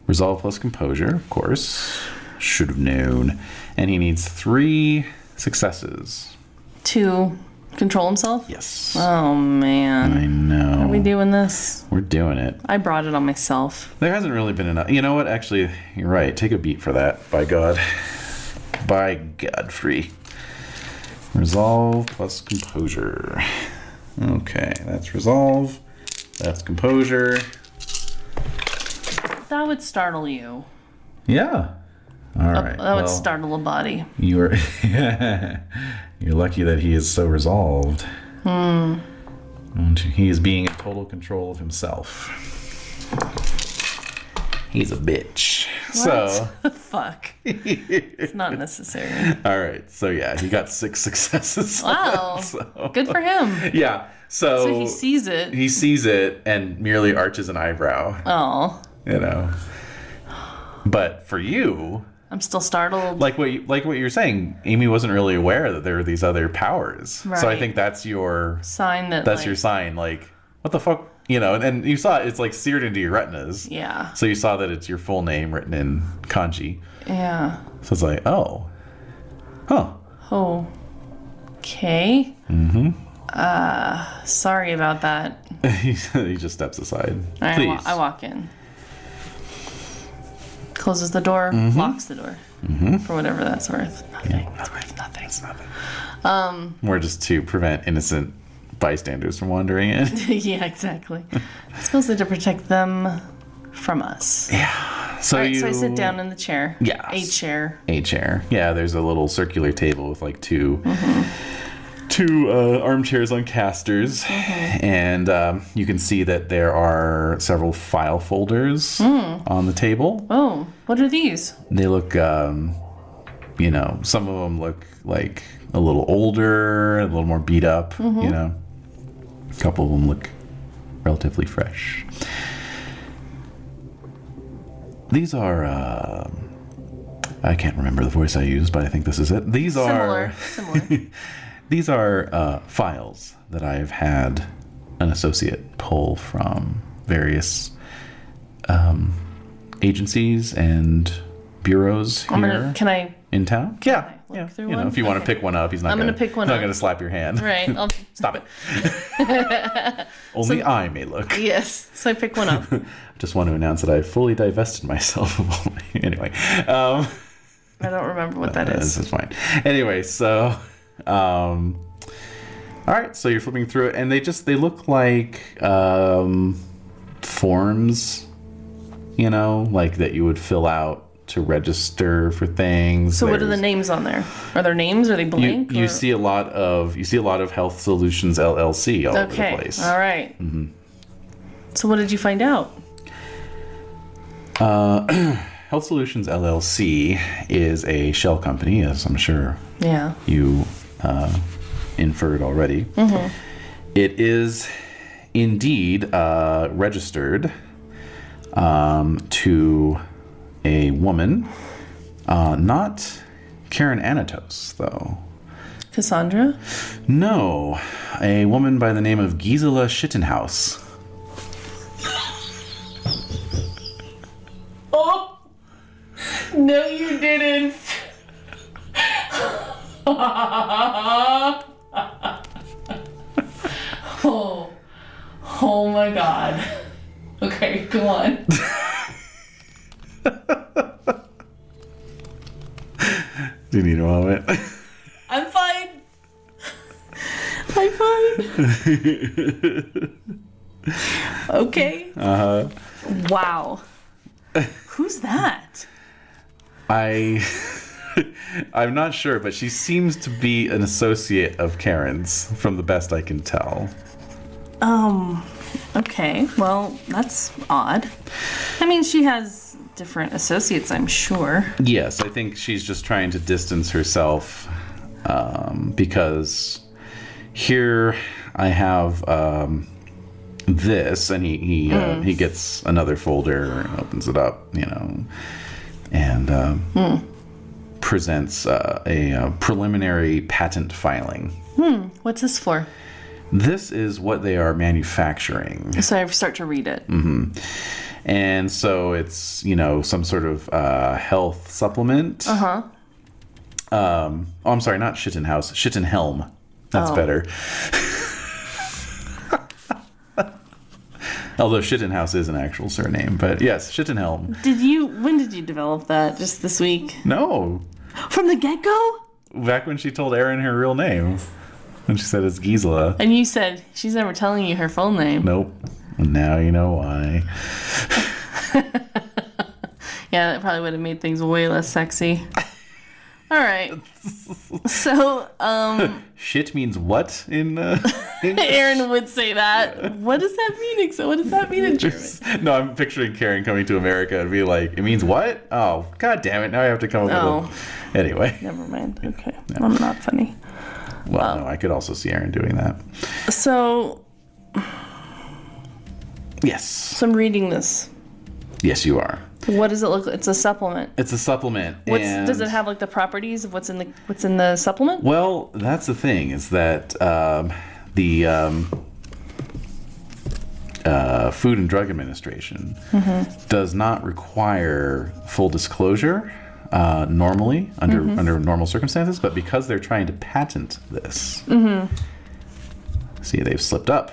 Speaker 1: Resolve plus composure, of course. Should have known. And he needs 3 successes.
Speaker 2: to control himself.
Speaker 1: Yes.
Speaker 2: Oh man,
Speaker 1: I know.
Speaker 2: we doing this?
Speaker 1: We're doing it.
Speaker 2: I brought it on myself.
Speaker 1: There hasn't really been enough. You know what? Actually, you're right. Take a beat for that. By God. By Godfrey. Resolve plus composure. Okay, that's resolve. That's composure.
Speaker 2: That would startle you.
Speaker 1: Yeah. All right.
Speaker 2: Oh, That would startle a body.
Speaker 1: You're you're lucky that he is so resolved.
Speaker 2: Hmm.
Speaker 1: And he is being in total control of himself. He's a bitch. So.
Speaker 2: What? fuck. it's not necessary.
Speaker 1: All right. So yeah, he got six successes.
Speaker 2: Wow.
Speaker 1: So-
Speaker 2: Good for him.
Speaker 1: Yeah. So,
Speaker 2: So he sees it.
Speaker 1: he sees it and merely arches an eyebrow,
Speaker 2: Oh,
Speaker 1: you know. But for you,
Speaker 2: I'm still startled.
Speaker 1: like what you, like what you're saying, Amy wasn't really aware that there were these other powers. So I
Speaker 2: Right.
Speaker 1: think that's your
Speaker 2: Sign that.
Speaker 1: that's
Speaker 2: like,
Speaker 1: your sign. Like what the fuck, you know? And, and you saw it, it's like seared into your retinas.
Speaker 2: Yeah.
Speaker 1: So you saw that it's your full name written in kanji.
Speaker 2: Yeah.
Speaker 1: So it's like, oh, huh.
Speaker 2: Oh. Okay. Mm-hmm. Uh, sorry about that.
Speaker 1: he just steps aside.
Speaker 2: All right, I, wa-
Speaker 1: Please.
Speaker 2: I walk in. Closes the door,
Speaker 1: Mm-hmm.
Speaker 2: locks the door. For whatever that's worth. Nothing. It's worth nothing. Um,
Speaker 1: More just to prevent innocent bystanders from wandering in.
Speaker 2: yeah, exactly. It's mostly to protect them from us.
Speaker 1: So,
Speaker 2: All right,
Speaker 1: you,
Speaker 2: so I sit down in the chair.
Speaker 1: Yes.
Speaker 2: A chair.
Speaker 1: A chair. Yeah, there's a little circular table with like 2
Speaker 2: Mm-hmm.
Speaker 1: two uh, armchairs on casters, and um, you can see that there are several file folders
Speaker 2: Hmm.
Speaker 1: on the table.
Speaker 2: Oh, what are these?
Speaker 1: They look, um, you know, some of them look like a little older, a little more beat up. You know, a couple of them look relatively fresh. These are. Uh, I can't remember the voice I used, but I think this is it. These
Speaker 2: Similar.
Speaker 1: are
Speaker 2: Similar.
Speaker 1: these are uh, files that I've had an associate pull from various um, agencies and bureaus
Speaker 2: I'm
Speaker 1: here
Speaker 2: gonna. Can I?
Speaker 1: in town. Yeah,
Speaker 2: I look
Speaker 1: yeah.
Speaker 2: through
Speaker 1: You know,
Speaker 2: one?
Speaker 1: if you want to pick one up, he's not.
Speaker 2: I'm
Speaker 1: gonna,
Speaker 2: gonna pick one
Speaker 1: he's Not
Speaker 2: up.
Speaker 1: gonna slap your hand.
Speaker 2: Right. I'll,
Speaker 1: Stop it. Only I may look.
Speaker 2: yes. So I pick one up.
Speaker 1: Just want to announce that I fully divested myself of all my. Anyway, um,
Speaker 2: I don't remember what that
Speaker 1: this
Speaker 2: is.
Speaker 1: is fine. Anyway, so, um, all right. So you're flipping through it, and they just they look like um, forms, you know, like that you would fill out to register for things.
Speaker 2: So what are the
Speaker 1: There's-
Speaker 2: names on there? Are there names? Are they
Speaker 1: You,
Speaker 2: blank?
Speaker 1: you
Speaker 2: or-
Speaker 1: see a lot of you see a lot of Health Solutions LLC all over
Speaker 2: Okay.
Speaker 1: the place. Mm-hmm.
Speaker 2: All right. So what did you find out?
Speaker 1: Health Solutions LLC is a shell company, as I'm sure
Speaker 2: Yeah.
Speaker 1: you uh, inferred already. It is indeed uh, registered um, to a woman, uh, not Karen Anatos, though.
Speaker 2: Cassandra.
Speaker 1: No, a woman by the name of Gisela Schittenhaus.
Speaker 2: Oh. No, you didn't. oh. Oh my god. Okay, go on.
Speaker 1: Do you need a moment?
Speaker 2: I'm fine. I'm fine. okay. Uh-huh. Wow. Who's that?
Speaker 1: I. I'm not sure, but she seems to be an associate of Karen's, from the best I can tell.
Speaker 2: Um okay. Well, that's odd. I mean, she has different associates, I'm sure.
Speaker 1: Yes, I think she's just trying to distance herself um, because here I have um, this, and he he, uh, he gets another folder and opens it up, you know, and um, presents uh, a, uh preliminary patent filing.
Speaker 2: What's this for?
Speaker 1: This is what they are manufacturing.
Speaker 2: So I start to read it.
Speaker 1: And so it's, you know, some sort of uh, health supplement. Uh huh. Um, oh, I'm sorry, not Schittenhaus, Schittenhelm. That's better. Although Schittenhaus is an actual surname, but yes, Schittenhelm.
Speaker 2: Did you when did you develop that? Just this week?
Speaker 1: No,
Speaker 2: From the get-go?
Speaker 1: back when she told Aaron her real name, when she said it's Gisela.
Speaker 2: And you said she's never telling you her full name.
Speaker 1: Nope. Now you know why.
Speaker 2: Yeah, that probably would have made things way less sexy. All right. So, um,
Speaker 1: Shit means what in uh, English?
Speaker 2: Aaron would say that. What does that mean? So, what does that mean in German?
Speaker 1: No, I'm picturing Karen coming to America and be like, it means what? Oh, god damn it. Now I have to come up
Speaker 2: No.
Speaker 1: with a. Anyway.
Speaker 2: Never mind. Okay, I'm not funny.
Speaker 1: Well, no, I could also see Aaron doing that.
Speaker 2: So,
Speaker 1: Yes.
Speaker 2: so I'm reading this.
Speaker 1: Yes, you are.
Speaker 2: What does it look? It's a supplement.
Speaker 1: It's a supplement.
Speaker 2: What's,
Speaker 1: and-
Speaker 2: does it have like the properties of what's in the what's in the supplement?
Speaker 1: Well, that's the thing is that um, the um, uh, Food and Drug Administration does not require full disclosure uh, normally under under normal circumstances, but because they're trying to patent this, see, they've slipped up,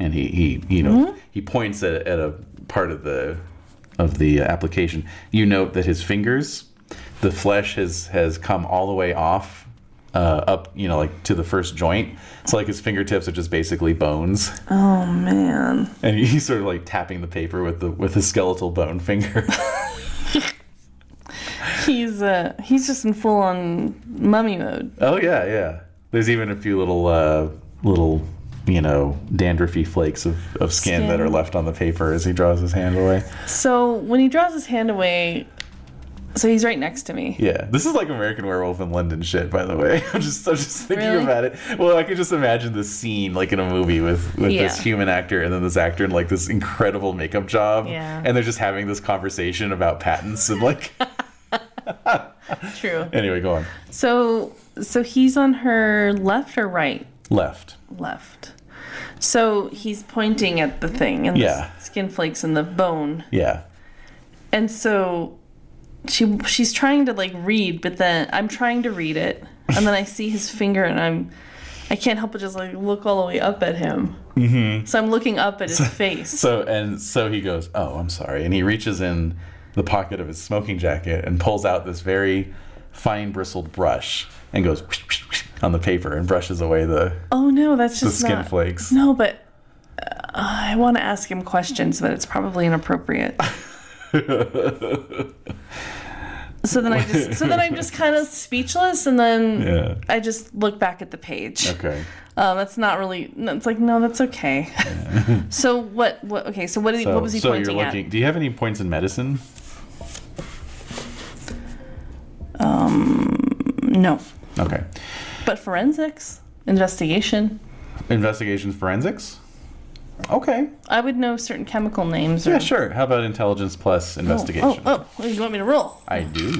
Speaker 1: and he he you know he points at, at a part of the of the application. You note that his fingers, the flesh has has come all the way off. Uh, up, you know, like to the first joint. So, like, his fingertips are just basically bones
Speaker 2: Oh man.
Speaker 1: and he's sort of like tapping the paper with the with his skeletal bone finger.
Speaker 2: He's uh he's just in full on mummy mode.
Speaker 1: oh yeah, yeah. There's even a few little uh, little you know dandruffy flakes of, of skin, that
Speaker 2: Skin.
Speaker 1: are left on the paper as he draws his hand away.
Speaker 2: So when he draws his hand away, so he's right next to me.
Speaker 1: Yeah, this is like American Werewolf in London shit, by the way. I'm just I'm just thinking
Speaker 2: Really?
Speaker 1: about it. Well, I could just imagine this scene like in a movie with with this
Speaker 2: Yeah.
Speaker 1: human actor and then this actor in like this incredible makeup job,
Speaker 2: Yeah.
Speaker 1: and they're just having this conversation about patents and like.
Speaker 2: True.
Speaker 1: anyway, go on.
Speaker 2: So so he's on her left or right?
Speaker 1: Left.
Speaker 2: Left. So he's pointing at the thing and
Speaker 1: Yeah.
Speaker 2: the skin flakes and the bone.
Speaker 1: Yeah.
Speaker 2: And so she she's trying to like read, but then I'm trying to read it. And then I see his finger and I'm I can't help but just like look all the way up at him. Mm-hmm. So I'm looking up at his face.
Speaker 1: So and so he goes, "Oh, I'm sorry." And he reaches in the pocket of his smoking jacket and pulls out this very fine bristled brush and goes on the paper and brushes away the
Speaker 2: Oh no, that's
Speaker 1: the
Speaker 2: just
Speaker 1: skin
Speaker 2: not.
Speaker 1: flakes.
Speaker 2: No, but uh, I want to ask him questions, but it's probably inappropriate. so then I just so then I'm just kind of speechless, and then
Speaker 1: Yeah.
Speaker 2: I just look back at the page.
Speaker 1: Okay.
Speaker 2: Um, that's not really. no, It's like no, that's okay. so what? What? Okay. So what? Did, he
Speaker 1: So,
Speaker 2: what was he
Speaker 1: so you're
Speaker 2: pointing
Speaker 1: looking.
Speaker 2: at?
Speaker 1: Do you have any points in medicine?
Speaker 2: No,
Speaker 1: Okay.
Speaker 2: but forensics investigation.
Speaker 1: Investigations, forensics. Okay.
Speaker 2: I would know certain chemical names. Or,
Speaker 1: Yeah, sure. How about intelligence plus
Speaker 2: Oh,
Speaker 1: investigation?
Speaker 2: Oh, oh, well, you want me to roll?
Speaker 1: I do.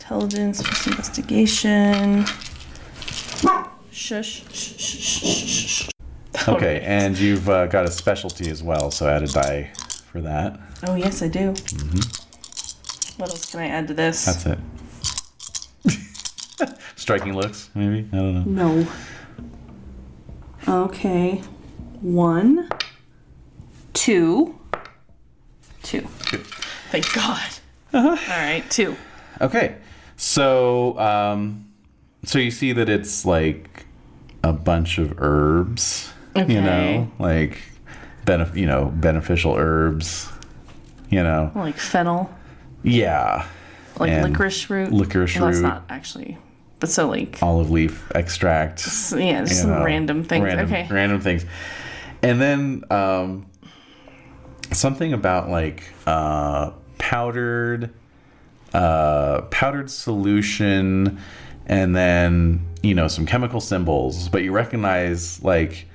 Speaker 2: Intelligence plus investigation. Shush. Shh, shh, shh, shh, shh.
Speaker 1: Okay, and you've uh, got a specialty as well, so add a die for that.
Speaker 2: Oh yes, I do. What else can I add to this?
Speaker 1: Mm-hmm. That's it. Striking looks, maybe? I don't know.
Speaker 2: no. Okay. One. Two. Two. Thank God.
Speaker 1: Uh-huh.
Speaker 2: All right, two.
Speaker 1: Okay, so um, so you see that it's like a bunch of herbs, you
Speaker 2: Okay.
Speaker 1: know, like benef- you know beneficial herbs, you know,
Speaker 2: Like fennel,
Speaker 1: yeah,
Speaker 2: like
Speaker 1: And
Speaker 2: licorice root.
Speaker 1: licorice
Speaker 2: well, That's
Speaker 1: root. Oh.
Speaker 2: not actually, but so like,
Speaker 1: olive leaf extract.
Speaker 2: s- yeah, just some
Speaker 1: know,
Speaker 2: random things.
Speaker 1: Random,
Speaker 2: okay.
Speaker 1: Random things. And then um, something about like uh, powdered uh, powdered solution and then you know some chemical symbols but you recognize like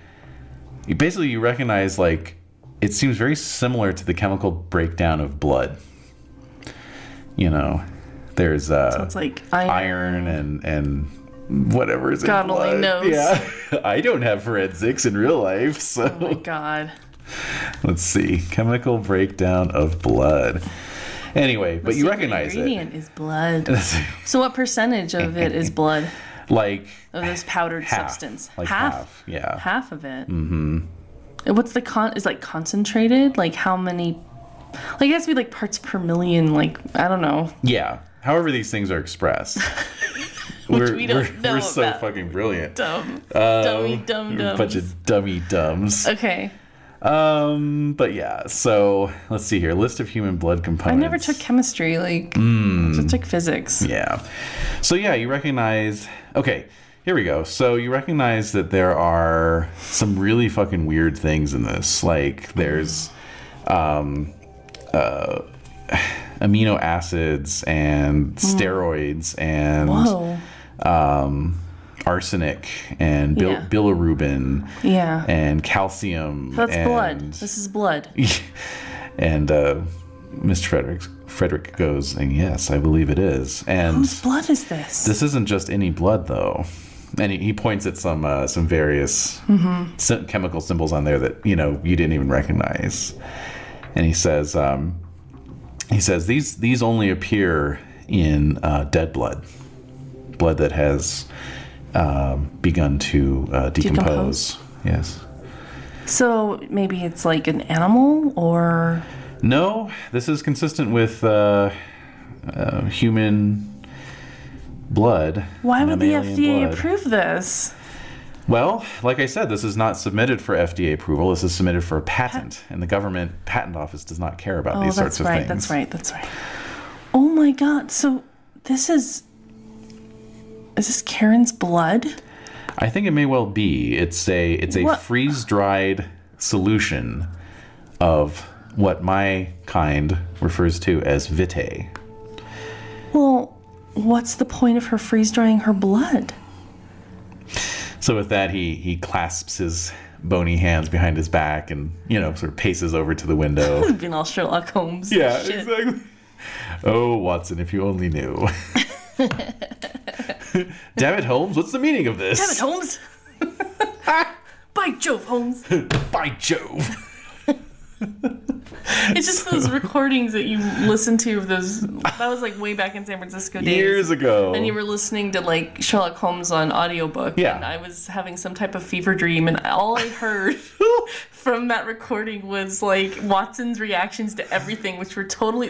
Speaker 1: you basically you recognize like it seems very similar to the chemical breakdown of blood you know there's uh
Speaker 2: It's like iron.
Speaker 1: iron and and whatever is
Speaker 2: God
Speaker 1: in
Speaker 2: only
Speaker 1: blood.
Speaker 2: knows.
Speaker 1: Yeah, I don't have forensics in real life, so
Speaker 2: Oh my God.
Speaker 1: let's see. Chemical breakdown of blood. Ingredient. Anyway, but you
Speaker 2: Secret
Speaker 1: recognize it.
Speaker 2: ingredient is blood. So what percentage of it is blood
Speaker 1: like
Speaker 2: of this powdered
Speaker 1: half,
Speaker 2: substance?
Speaker 1: Like half.
Speaker 2: half.
Speaker 1: Yeah.
Speaker 2: half of it. Mm-hmm. What's the con? Is like concentrated? Like how many? Like it has to be like parts per million. Like I don't know.
Speaker 1: Yeah. However, these things are expressed. we're,
Speaker 2: we don't
Speaker 1: we're,
Speaker 2: know
Speaker 1: we're so
Speaker 2: about.
Speaker 1: fucking brilliant.
Speaker 2: Dumb,
Speaker 1: Um,
Speaker 2: dummy, dumb,
Speaker 1: we're a
Speaker 2: dumb.
Speaker 1: Bunch of dummy dumbs.
Speaker 2: Okay,
Speaker 1: Um, but yeah. So let's see here. List of human blood
Speaker 2: I
Speaker 1: components.
Speaker 2: never took chemistry. Like I just took physics.
Speaker 1: Hmm. Yeah. So yeah, you recognize. Okay, here we go. So you recognize that there are some really fucking weird things in this. Like there's um, uh, amino acids and steroids and
Speaker 2: Hmm. Whoa.
Speaker 1: um, arsenic and bil-
Speaker 2: Yeah.
Speaker 1: bilirubin
Speaker 2: Yeah.
Speaker 1: and calcium.
Speaker 2: That's
Speaker 1: and,
Speaker 2: blood. This is blood.
Speaker 1: and uh, Mr. Frederick Frederick goes, and yes, I believe it is. And
Speaker 2: Whose blood is this?
Speaker 1: this isn't just any blood, though. And he, he points at some uh, some various sy- chemical symbols on there that you know you didn't even recognize. And he says, um, he says these these only appear in uh, dead blood, blood that has um, begun to uh, decompose.
Speaker 2: Decompose?
Speaker 1: Yes.
Speaker 2: So maybe it's like an animal or
Speaker 1: No, this is consistent with uh, uh, human blood.
Speaker 2: why
Speaker 1: and
Speaker 2: would the
Speaker 1: mammalian
Speaker 2: FDA
Speaker 1: blood.
Speaker 2: approve this?
Speaker 1: Well, like I said, this is not submitted for FDA approval. This is submitted for a patent, and the government patent office does not care about
Speaker 2: Oh,
Speaker 1: these
Speaker 2: that's
Speaker 1: sorts of
Speaker 2: right.
Speaker 1: things.
Speaker 2: That's right. That's right. Oh my God! So this is—is this Karen's blood?
Speaker 1: I think it may well be. It's a it's a
Speaker 2: What-
Speaker 1: freeze dried solution of what my kind refers to as vitae.
Speaker 2: Well, what's the point of her freeze drying her blood?
Speaker 1: So with that, he he clasps his bony hands behind his back and you know sort of paces over to the window.
Speaker 2: Being all Sherlock Holmes.
Speaker 1: Yeah,
Speaker 2: Shit.
Speaker 1: exactly. Oh, Watson, if you only knew. Damn it, Holmes, what's the meaning of this?
Speaker 2: Damn it, Holmes! By By Jove, Holmes!
Speaker 1: By Jove!
Speaker 2: It's just those recordings that you listen to of those. That was like way back in San Francisco days.
Speaker 1: Years ago.
Speaker 2: And you were listening to like Sherlock Holmes on audiobook.
Speaker 1: Yeah.
Speaker 2: And I was having some type of fever dream, and all I heard from that recording was like Watson's reactions to everything, which were totally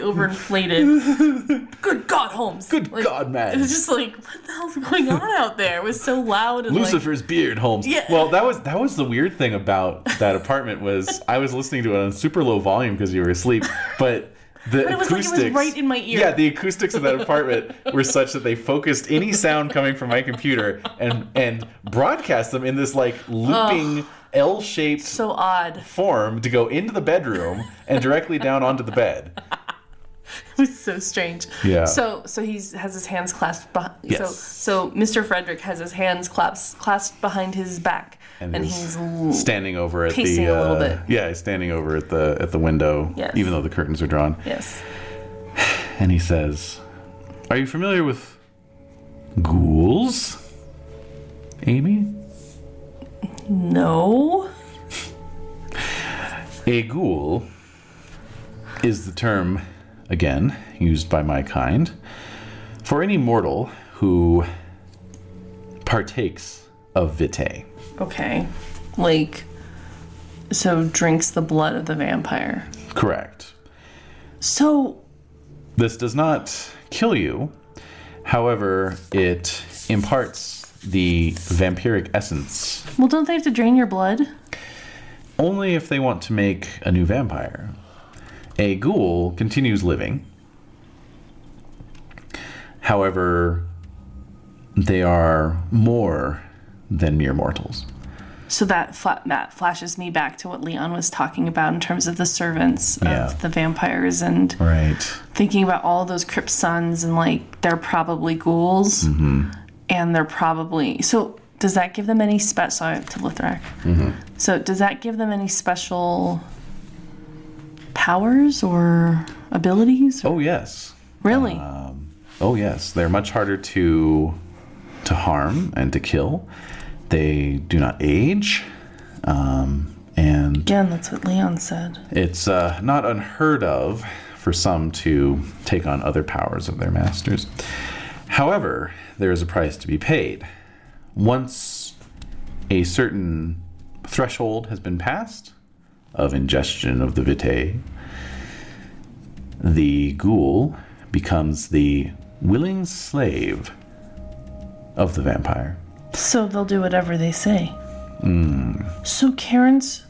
Speaker 2: overinflated. Good God, Holmes!
Speaker 1: Good
Speaker 2: Like,
Speaker 1: God,
Speaker 2: It was
Speaker 1: man.
Speaker 2: just like, what the hell's going on out there? It was so loud and like.
Speaker 1: Lucifer's beard, Holmes.
Speaker 2: Yeah.
Speaker 1: Well, that was that was the weird thing about that apartment was I was listening to it on super low volume because you were asleep, but the
Speaker 2: it was like it was
Speaker 1: acoustics
Speaker 2: right in my ear.
Speaker 1: Yeah, the acoustics of that apartment were such that they focused any sound coming from my computer and and broadcast them in this like looping L-shaped
Speaker 2: So odd.
Speaker 1: form to go into the bedroom and directly down onto the bed.
Speaker 2: It was so strange.
Speaker 1: Yeah.
Speaker 2: So so he's has his hands clasped behind. So
Speaker 1: Yes.
Speaker 2: so Mr. Frederick has his hands clasped clasped behind his back, and, he's l-
Speaker 1: standing over at
Speaker 2: pacing
Speaker 1: the
Speaker 2: a little
Speaker 1: uh,
Speaker 2: bit.
Speaker 1: yeah, he's standing over at the at the window,
Speaker 2: Yes.
Speaker 1: even though the curtains are drawn.
Speaker 2: yes.
Speaker 1: And he says, "Are you familiar with ghouls, Amy?
Speaker 2: No.
Speaker 1: A ghoul is the term again used by my kind for any mortal who partakes of vitae."
Speaker 2: Okay. Like. So drinks the blood of the vampire.
Speaker 1: Correct.
Speaker 2: So
Speaker 1: This does not kill you. However, it imparts the vampiric essence
Speaker 2: well, don't they have to drain your blood?
Speaker 1: only if they want to make a new vampire. A ghoul continues living. However, they are more than mere mortals.
Speaker 2: So that fla- that flashes me back to what Leon was talking about in terms of the servants
Speaker 1: Yeah.
Speaker 2: of the vampires and
Speaker 1: Right.
Speaker 2: thinking about all those Crip sons and like they're probably ghouls and they're probably so does that give them any special sorry to Lithrak. So does that give them any special powers or abilities?
Speaker 1: Oh yes.
Speaker 2: really?
Speaker 1: Oh yes, they're much harder to to harm and to kill. They do not age. Um, and
Speaker 2: Again, that's what Leon said.
Speaker 1: It's uh, not unheard of for some to take on other powers of their masters. However, there is a price to be paid. Once a certain threshold has been passed of ingestion of the vitae, the ghoul becomes the willing slave of the vampire.
Speaker 2: So they'll do whatever they say.
Speaker 1: Hmm.
Speaker 2: So Karen's.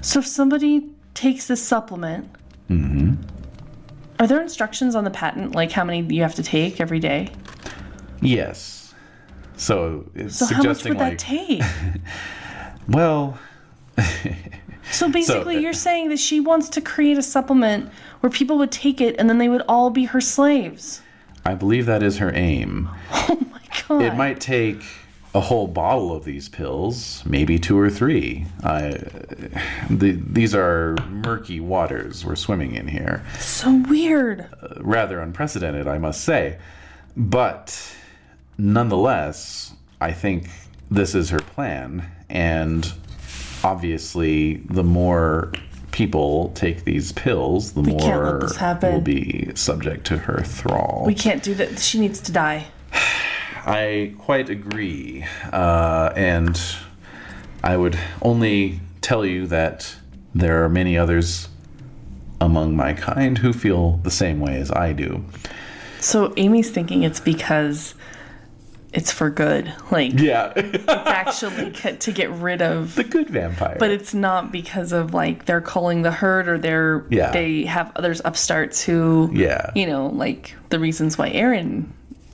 Speaker 2: So if somebody takes this supplement,
Speaker 1: Mm-hmm.
Speaker 2: are there instructions on the patent, like how many you have to take every day?
Speaker 1: Yes. So it's
Speaker 2: So how much
Speaker 1: suggesting
Speaker 2: would
Speaker 1: like
Speaker 2: that take?
Speaker 1: well,
Speaker 2: So basically,
Speaker 1: uh,
Speaker 2: you're saying that she wants to create a supplement where people would take it and then they would all be her slaves.
Speaker 1: I believe that is her aim.
Speaker 2: Oh my god!
Speaker 1: It might take a whole bottle of these pills, maybe two or three. I, the, these are murky waters we're swimming in here.
Speaker 2: so weird.
Speaker 1: Rather unprecedented, I must say. But nonetheless, I think this is her plan. And obviously, the more people take these pills, the
Speaker 2: can't let
Speaker 1: more
Speaker 2: this happen.
Speaker 1: will be subject to her thrall.
Speaker 2: We can't do that. She needs to die.
Speaker 1: I quite agree, uh, and I would only tell you that there are many others among my kind who feel the same way as I do.
Speaker 2: So Amy's thinking it's because it's for good. Like
Speaker 1: Yeah,
Speaker 2: it's actually ca- to get rid of
Speaker 1: the good vampire.
Speaker 2: but it's not because of like they're calling the herd or they're
Speaker 1: Yeah.
Speaker 2: they have others upstarts who
Speaker 1: yeah,
Speaker 2: you know like the reasons why aaron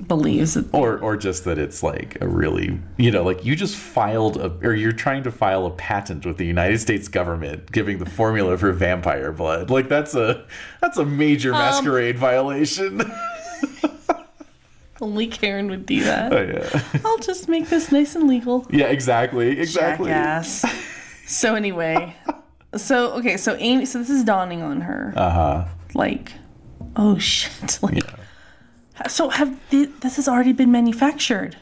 Speaker 2: believes that
Speaker 1: or or just that it's like a really you know like you just filed a or you're trying to file a patent with the United States government giving the formula for vampire blood. Like that's a that's a major
Speaker 2: Um,
Speaker 1: masquerade violation.
Speaker 2: only karen would do that
Speaker 1: Oh, yeah.
Speaker 2: i'll just make this nice and legal
Speaker 1: yeah, exactly, exactly.
Speaker 2: jackass so anyway so okay so amy so this is dawning on her uh-huh like oh shit like so have th- this has already been manufactured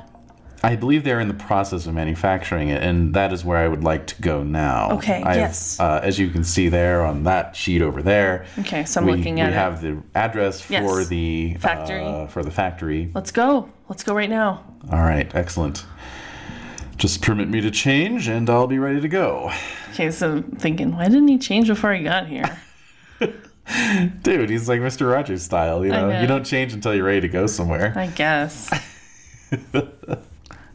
Speaker 1: I believe they're in the process of manufacturing it, and that is where I would like to go now.
Speaker 2: Okay,
Speaker 1: I've,
Speaker 2: yes.
Speaker 1: Uh, as you can see there on that sheet over there.
Speaker 2: Okay, so I'm
Speaker 1: we,
Speaker 2: looking at
Speaker 1: we
Speaker 2: it.
Speaker 1: have the address
Speaker 2: Yes.
Speaker 1: for the
Speaker 2: Factory.
Speaker 1: uh, for the factory.
Speaker 2: Let's go. Let's go right now.
Speaker 1: All right, excellent. Just permit me to change, and I'll be ready to go.
Speaker 2: Okay, so I'm thinking, why didn't he change before he got here?
Speaker 1: Dude, he's like Mr. Rogers style. You
Speaker 2: I
Speaker 1: know,
Speaker 2: know.
Speaker 1: you don't change until you're ready to go somewhere.
Speaker 2: I guess.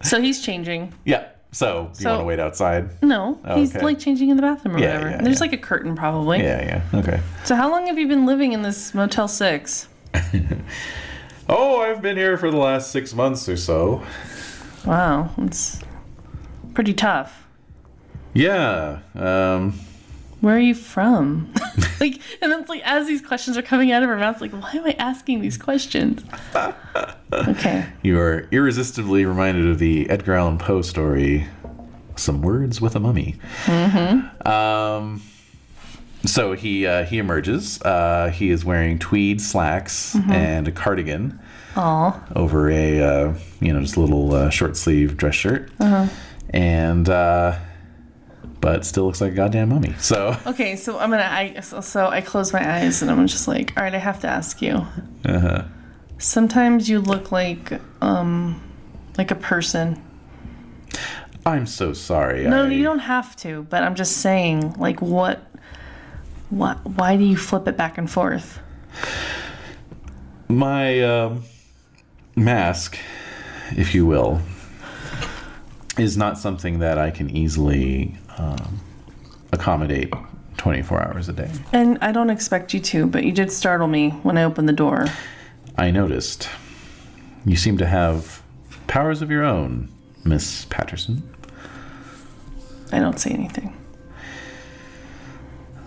Speaker 2: so he's changing.
Speaker 1: Yeah. So, you
Speaker 2: So-
Speaker 1: want to wait outside?
Speaker 2: No, he's
Speaker 1: Okay.
Speaker 2: like changing in the bathroom or
Speaker 1: Yeah,
Speaker 2: whatever.
Speaker 1: yeah,
Speaker 2: There's
Speaker 1: yeah.
Speaker 2: like a curtain probably.
Speaker 1: Yeah, yeah. Okay.
Speaker 2: So how long have you been living in this Motel Six?
Speaker 1: Oh, I've been here for the last six months or so.
Speaker 2: Wow, it's pretty tough.
Speaker 1: Yeah. Um,
Speaker 2: Where are you from? like, and it's like as these questions are coming out of her mouth, it's like, why am I asking these questions? okay.
Speaker 1: you are irresistibly reminded of the Edgar Allan Poe story, "Some Words with a Mummy."
Speaker 2: Mm-hmm.
Speaker 1: Um, so he uh, he emerges. Uh, he is wearing tweed slacks
Speaker 2: Mm-hmm.
Speaker 1: and a cardigan
Speaker 2: Aw.
Speaker 1: over a uh, you know just a little uh, short sleeve dress shirt,
Speaker 2: Uh-huh.
Speaker 1: and uh, but still looks like a goddamn mummy. So
Speaker 2: Okay, so I'm gonna. I so, so I close my eyes and I'm just like, all right, I have to ask you.
Speaker 1: uh
Speaker 2: Sometimes you look like um, like a person.
Speaker 1: I'm so sorry.
Speaker 2: No,
Speaker 1: I-
Speaker 2: you don't have to, but I'm just saying, like, what, what, why do you flip it back and forth?
Speaker 1: my um, mask, if you will, is not something that I can easily um, accommodate 24 hours a day.
Speaker 2: And I don't expect you to, but you did startle me when I opened the door.
Speaker 1: I noticed you seem to have powers of your own, Miss Patterson.
Speaker 2: I don't say anything.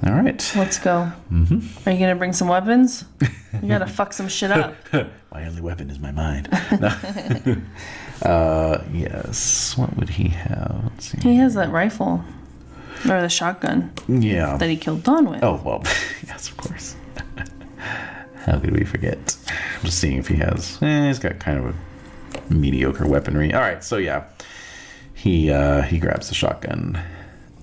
Speaker 1: All right.
Speaker 2: Let's go. Mm-hmm. Are you gonna bring some weapons? You gotta fuck some shit up.
Speaker 1: My only weapon is my mind. No. uh, yes. What would he have? Let's see.
Speaker 2: He has that rifle or the shotgun
Speaker 1: Yeah.
Speaker 2: that he killed Don with.
Speaker 1: Oh well, yes, of course. How could we forget? I'm just seeing if he has. Eh, he's got kind of a mediocre weaponry. All right, so yeah, he uh, he grabs the shotgun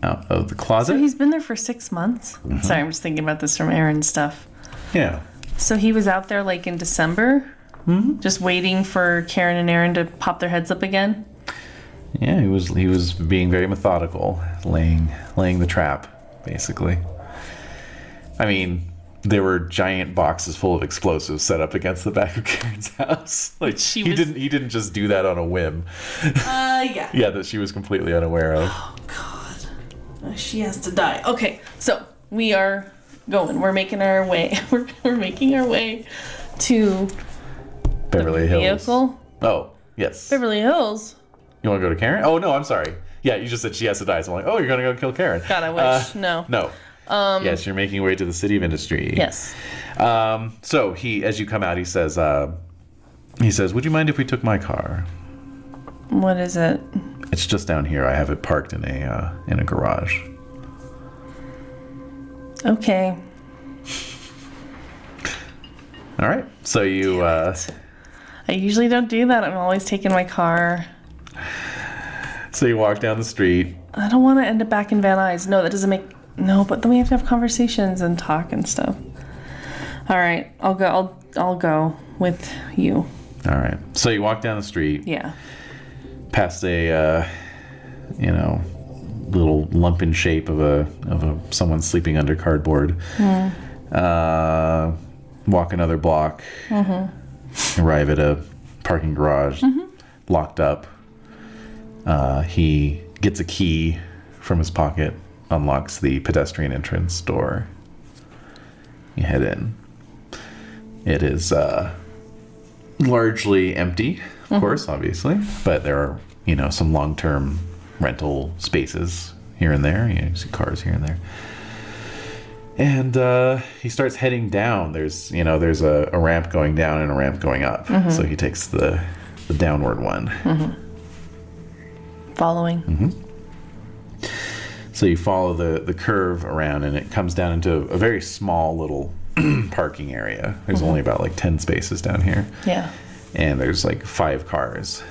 Speaker 1: out of the
Speaker 2: So
Speaker 1: closet.
Speaker 2: he's been there for six months. Sorry, I'm just thinking about this from Aaron's stuff.
Speaker 1: yeah,
Speaker 2: So he was out there like in December, just waiting for Karen and Aaron to pop their heads up again.
Speaker 1: yeah, he was he was being very methodical, laying laying the trap, basically. I mean. There were giant boxes full of explosives set up against the back of Karen's house. Like
Speaker 2: she
Speaker 1: he
Speaker 2: was-
Speaker 1: didn't he didn't just do that on a whim.
Speaker 2: Uh, yeah.
Speaker 1: Yeah, that she was completely unaware of.
Speaker 2: She has to die. Okay, so we are going. We're making our way. We're, we're making our way to
Speaker 1: Beverly Hills.
Speaker 2: vehicle.
Speaker 1: Oh, yes.
Speaker 2: Beverly Hills.
Speaker 1: You want to go to Karen? Oh, no, I'm sorry. Yeah, you just said she has to die. So I'm like, oh, you're going to go kill Karen. Uh,
Speaker 2: God, I wish. no.
Speaker 1: No. Um, yes, you're making your way to the city of industry.
Speaker 2: Yes.
Speaker 1: Um, so he, as you come out, he says, uh, he says, would you mind if we took my car?
Speaker 2: What is it?
Speaker 1: It's just down here. I have it parked in a uh, in a garage.
Speaker 2: Okay.
Speaker 1: All right. So you uh,
Speaker 2: I usually don't do that. I'm always taking my car.
Speaker 1: so you walk down the street.
Speaker 2: I don't want to end up back in Van Nuys. No, that doesn't make no. But then we have to have conversations and talk and stuff. All right, I'll go. I'll I'll go with you.
Speaker 1: All right. So you walk down the street.
Speaker 2: Yeah.
Speaker 1: past a uh, you know little lump in shape of a of a someone sleeping under cardboard. Uh, walk another block, arrive at a parking garage, locked up. Uh, he gets a key from his pocket, unlocks the pedestrian entrance door. You head in. It is uh, largely empty, of course, obviously, but there are you know some long-term rental spaces here and there. You, know, you see cars here and there, and uh, he starts heading down. There's you know there's a, a ramp going down and a ramp going up, so he takes the the downward one.
Speaker 2: Following.
Speaker 1: Mm-hmm. So you follow the the curve around, and it comes down into a very small little parking area. There's only about like ten spaces down here.
Speaker 2: Yeah.
Speaker 1: and there's like five cars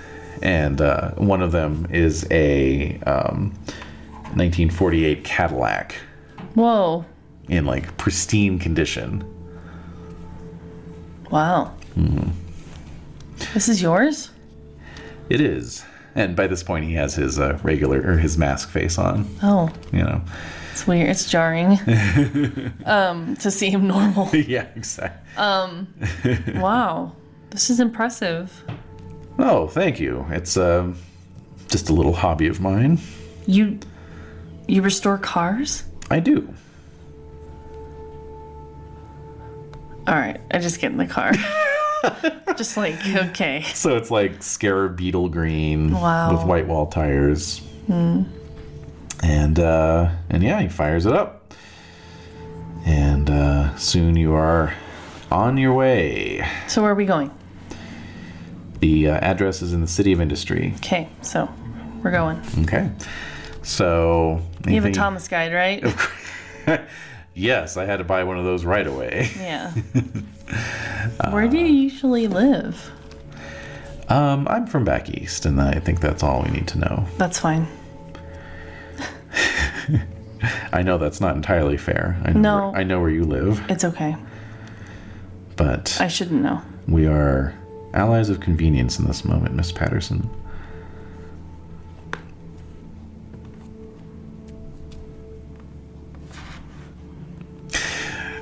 Speaker 1: and uh, one of them is a um, 1948 Cadillac
Speaker 2: Whoa.
Speaker 1: in like pristine condition.
Speaker 2: Wow. This is yours?
Speaker 1: It is, and by this point he has his uh, regular or his mask face on.
Speaker 2: Oh,
Speaker 1: You know,
Speaker 2: it's weird. It's jarring um, to see him normal.
Speaker 1: yeah, exactly.
Speaker 2: Wow. This is impressive.
Speaker 1: Oh, thank you. It's um, just a little hobby of mine.
Speaker 2: You you restore cars?
Speaker 1: I do.
Speaker 2: All right, I just get in the car. just like, okay.
Speaker 1: So it's like scarab beetle green
Speaker 2: Wow. Hmm.
Speaker 1: with white wall tires. And uh, and yeah, he fires it up. And uh, soon you are on your way.
Speaker 2: So where are we going?
Speaker 1: The uh, address is in the city of industry.
Speaker 2: Okay, so we're going.
Speaker 1: Okay. So
Speaker 2: You have a
Speaker 1: anything-
Speaker 2: Thomas guide, right?
Speaker 1: Yes, I had to buy one of those right away.
Speaker 2: Yeah. Where do you usually live?
Speaker 1: Um, I'm from back east, and I think that's all we need to know.
Speaker 2: That's fine.
Speaker 1: I know that's not entirely fair. I know
Speaker 2: No.
Speaker 1: where- I know where you live,
Speaker 2: It's okay.
Speaker 1: but
Speaker 2: I shouldn't know.
Speaker 1: We are allies of convenience in this moment, Miss Patterson.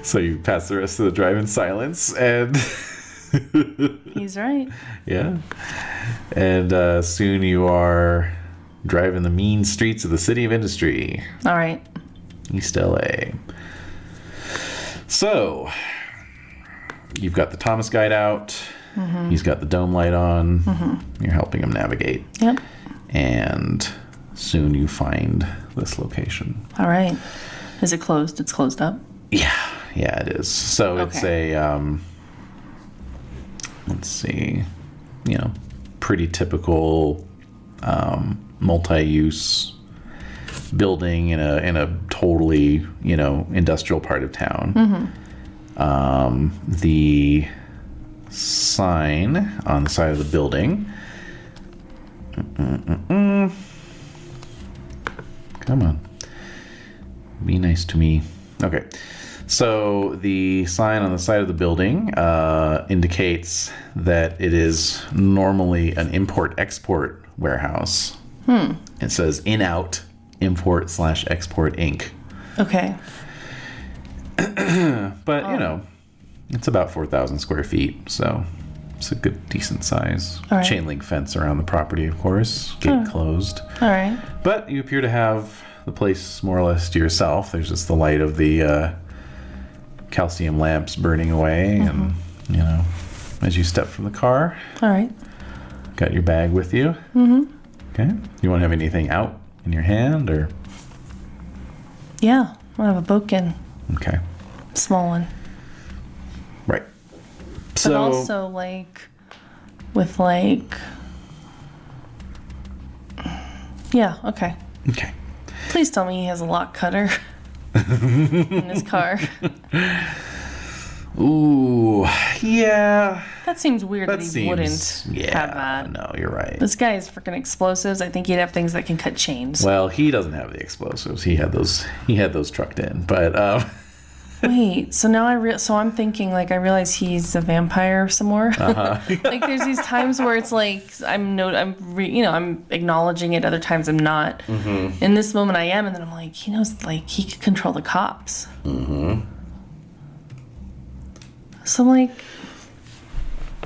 Speaker 1: So you pass the rest of the drive in silence, and
Speaker 2: He's right.
Speaker 1: yeah, and uh, soon you are driving the mean streets of the city of industry,
Speaker 2: All right.
Speaker 1: East LA. So, you've got the Thomas guide out. He's got the dome light on. You're helping him navigate.
Speaker 2: Yep.
Speaker 1: And soon you find this location.
Speaker 2: All right. Is it closed? It's closed up.
Speaker 1: Yeah, yeah, it is. So, it's
Speaker 2: Okay.
Speaker 1: a, um, let's see, you know, pretty typical um, multi use building in a in a totally you know industrial part of town. Um, the sign on the side of the building. Mm-mm-mm-mm. Come on, be nice to me. Okay, so the sign on the side of the building uh, indicates that it is normally an import-export warehouse.
Speaker 2: Hmm.
Speaker 1: It says in out import slash export ink.
Speaker 2: Okay.
Speaker 1: But
Speaker 2: Oh.
Speaker 1: you know, it's about four thousand square feet, so it's a good decent size.
Speaker 2: All right.
Speaker 1: Chain link fence around the property, of course. Gate closed.
Speaker 2: All right.
Speaker 1: But you appear to have the place more or less to yourself. There's just the light of the uh, calcium lamps burning away
Speaker 2: Mm-hmm.
Speaker 1: and you know, as you step from the car,
Speaker 2: All right.
Speaker 1: got your bag with you. Mm-hmm. Okay. You won't have anything out in your hand or
Speaker 2: Yeah. I have a boken,
Speaker 1: okay.
Speaker 2: small one,
Speaker 1: Right.
Speaker 2: but
Speaker 1: So
Speaker 2: also like with like. Yeah. Okay.
Speaker 1: okay.
Speaker 2: Please tell me he has a lock cutter in his car.
Speaker 1: Ooh, yeah.
Speaker 2: That seems weird that,
Speaker 1: That
Speaker 2: he
Speaker 1: seems.
Speaker 2: wouldn't
Speaker 1: yeah,
Speaker 2: have that.
Speaker 1: No, you're right.
Speaker 2: This guy is freaking explosives. I think he'd have things that can cut chains.
Speaker 1: Well, he doesn't have the explosives. He had those. He had those trucked in. But um,
Speaker 2: Wait, so now I re- so I'm thinking like I realize he's a vampire some more. like there's these times where it's like I'm no I'm re- you know I'm acknowledging it. Other times I'm not. In this moment I am, and then I'm like he knows like he could control the cops. So I'm like,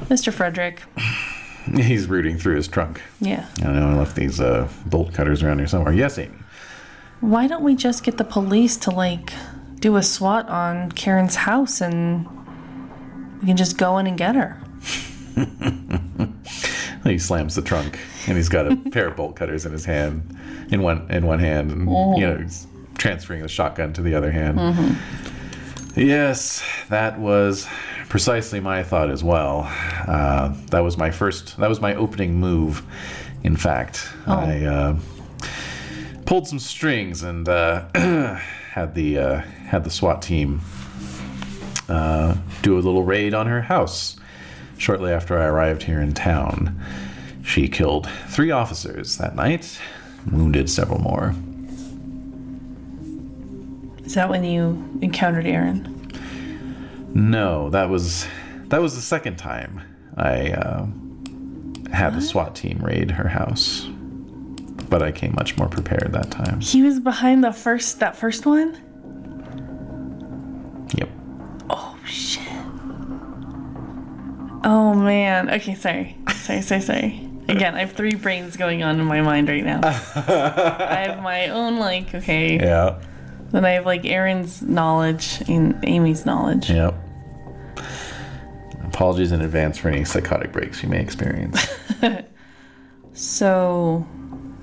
Speaker 2: Mr. Frederick,
Speaker 1: he's rooting through his trunk.
Speaker 2: yeah.
Speaker 1: I don't know. I left these uh, bolt cutters around here somewhere. Yes, Amy.
Speaker 2: Why don't we just get the police to like do a SWAT on Karen's house and we can just go in and get her?
Speaker 1: He slams the trunk, and he's got a pair of bolt cutters in his hand, in one in one hand, and you know, he's transferring the shotgun to the other hand. Yes, that was precisely my thought as well. Uh, that was my first. That was my opening move. In fact, I uh, pulled some strings and uh, had the uh, had the SWAT team uh, do a little raid on her house shortly after I arrived here in town. She killed three officers that night, wounded several more.
Speaker 2: Is that when you encountered Aaron?
Speaker 1: No, that was that was the second time I uh, had the SWAT team raid her house, but I came much more prepared that time.
Speaker 2: He was behind the first that first one?
Speaker 1: Yep.
Speaker 2: Oh shit. Oh man. Okay, sorry. Sorry, sorry, sorry. Again, I have three brains going on in my mind right now. I have my own like, okay.
Speaker 1: Yeah.
Speaker 2: Then I have like Aaron's knowledge and Amy's knowledge.
Speaker 1: Yep. Apologies in advance for any psychotic breaks you may experience.
Speaker 2: So,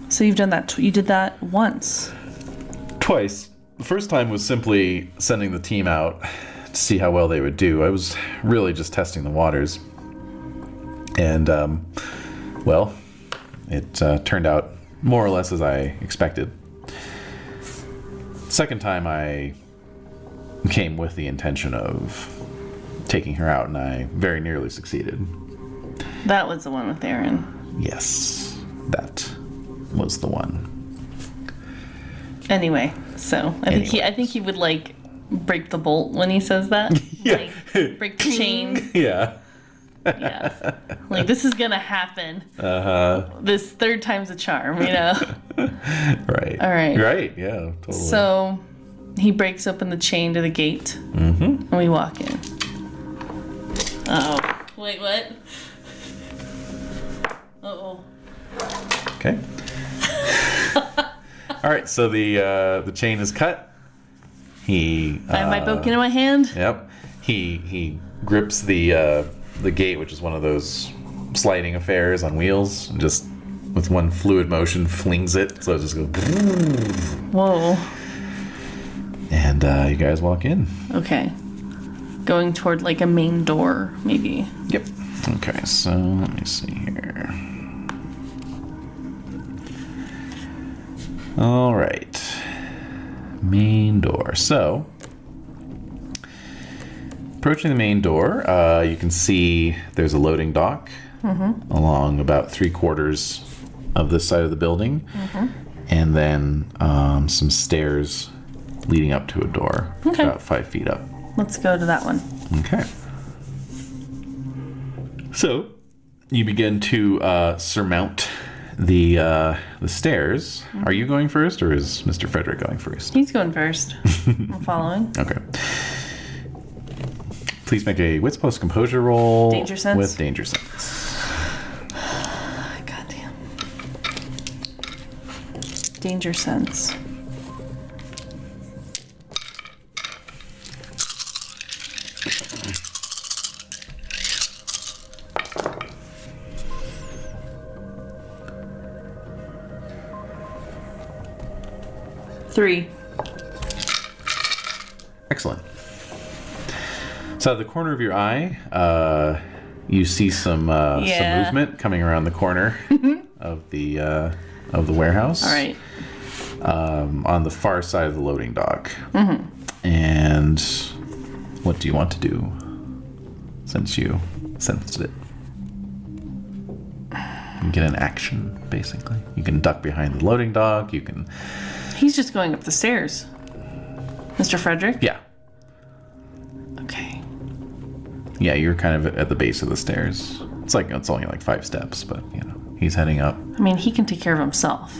Speaker 2: so you've done that. Tw- you did that once.
Speaker 1: Twice. The first time was simply sending the team out to see how well they would do. I was really just testing the waters. And, um, well, it uh, turned out more or less as I expected. Second time, I came with the intention of taking her out, and I very nearly succeeded.
Speaker 2: That was the one with Aaron.
Speaker 1: Yes, that was the one.
Speaker 2: Anyway, so I think he. I think he would like break the bolt when he says that.
Speaker 1: Yeah.
Speaker 2: Like, break the chain.
Speaker 1: Yeah.
Speaker 2: Yeah. Like this is gonna happen. Uh huh. This third time's a charm, you know.
Speaker 1: Right.
Speaker 2: All right.
Speaker 1: Right. Yeah. Totally.
Speaker 2: So he breaks open the chain to the gate, mm-hmm. and we walk in. Oh, wait, what? Oh,
Speaker 1: Okay. All right. So the uh, the chain is cut. He.
Speaker 2: I have my
Speaker 1: uh,
Speaker 2: boken in my hand.
Speaker 1: Yep. He he grips the uh, the gate, which is one of those sliding affairs on wheels, and just with one fluid motion flings it. So it just goes.
Speaker 2: Whoa.
Speaker 1: And uh, you guys walk in.
Speaker 2: Okay. Going toward like a main door, maybe.
Speaker 1: Yep. Okay. So let me see here. All right. Main door. So, approaching the main door, uh, you can see there's a loading dock along about three quarters of this side of the building, and then um, some stairs leading up to a door
Speaker 2: Okay.
Speaker 1: about five feet up.
Speaker 2: Let's go to that one.
Speaker 1: Okay. So you begin to uh, surmount the uh, the stairs. Are you going first, or is Mr. Frederick going first?
Speaker 2: He's going first. I'm following.
Speaker 1: Okay. Please make a wits plus composure roll
Speaker 2: Danger sense?
Speaker 1: with danger sense.
Speaker 2: Goddamn. Danger sense. Three.
Speaker 1: Excellent. So, out of the corner of your eye, uh, you see some uh, some
Speaker 2: Yeah.
Speaker 1: movement coming around the corner of the uh, of the warehouse.
Speaker 2: All right.
Speaker 1: um, on the far side of the loading dock. And what do you want to do since you sensed it? You can get an action, basically. You can duck behind the loading dock. You can,
Speaker 2: He's just going up the stairs. Mr. Frederick?
Speaker 1: yeah,
Speaker 2: Okay.
Speaker 1: yeah. You're kind of at the base of the stairs. It's like it's only like five steps, but you know he's heading up.
Speaker 2: I mean, he can take care of himself,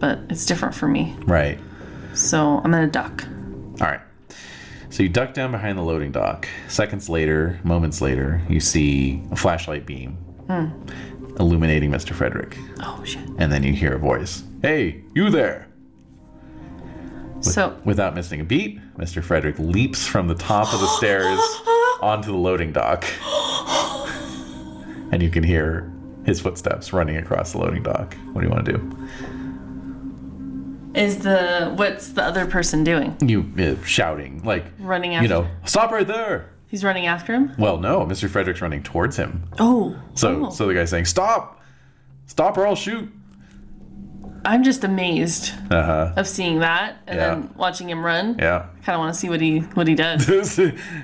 Speaker 2: but it's different for me.
Speaker 1: Right.
Speaker 2: So I'm gonna duck.
Speaker 1: All right. So you duck down behind the loading dock. Seconds later, moments later, you see a flashlight beam illuminating Mr. Frederick.
Speaker 2: Oh shit.
Speaker 1: and then you hear a voice hey you there
Speaker 2: So
Speaker 1: without missing a beat mr frederick leaps from the top of the stairs onto the loading dock and you can hear his footsteps running across the loading dock what do you want to do
Speaker 2: is the what's the other person doing?
Speaker 1: you uh, shouting like
Speaker 2: Running after
Speaker 1: you know stop right there
Speaker 2: He's running after him?
Speaker 1: well no mr frederick's running towards him
Speaker 2: Oh.
Speaker 1: so
Speaker 2: Oh.
Speaker 1: so the guy's saying stop stop or i'll shoot
Speaker 2: I'm just amazed
Speaker 1: uh-huh
Speaker 2: of seeing that and
Speaker 1: Yeah.
Speaker 2: then watching him run.
Speaker 1: yeah
Speaker 2: Kinda wanna see what he what he does.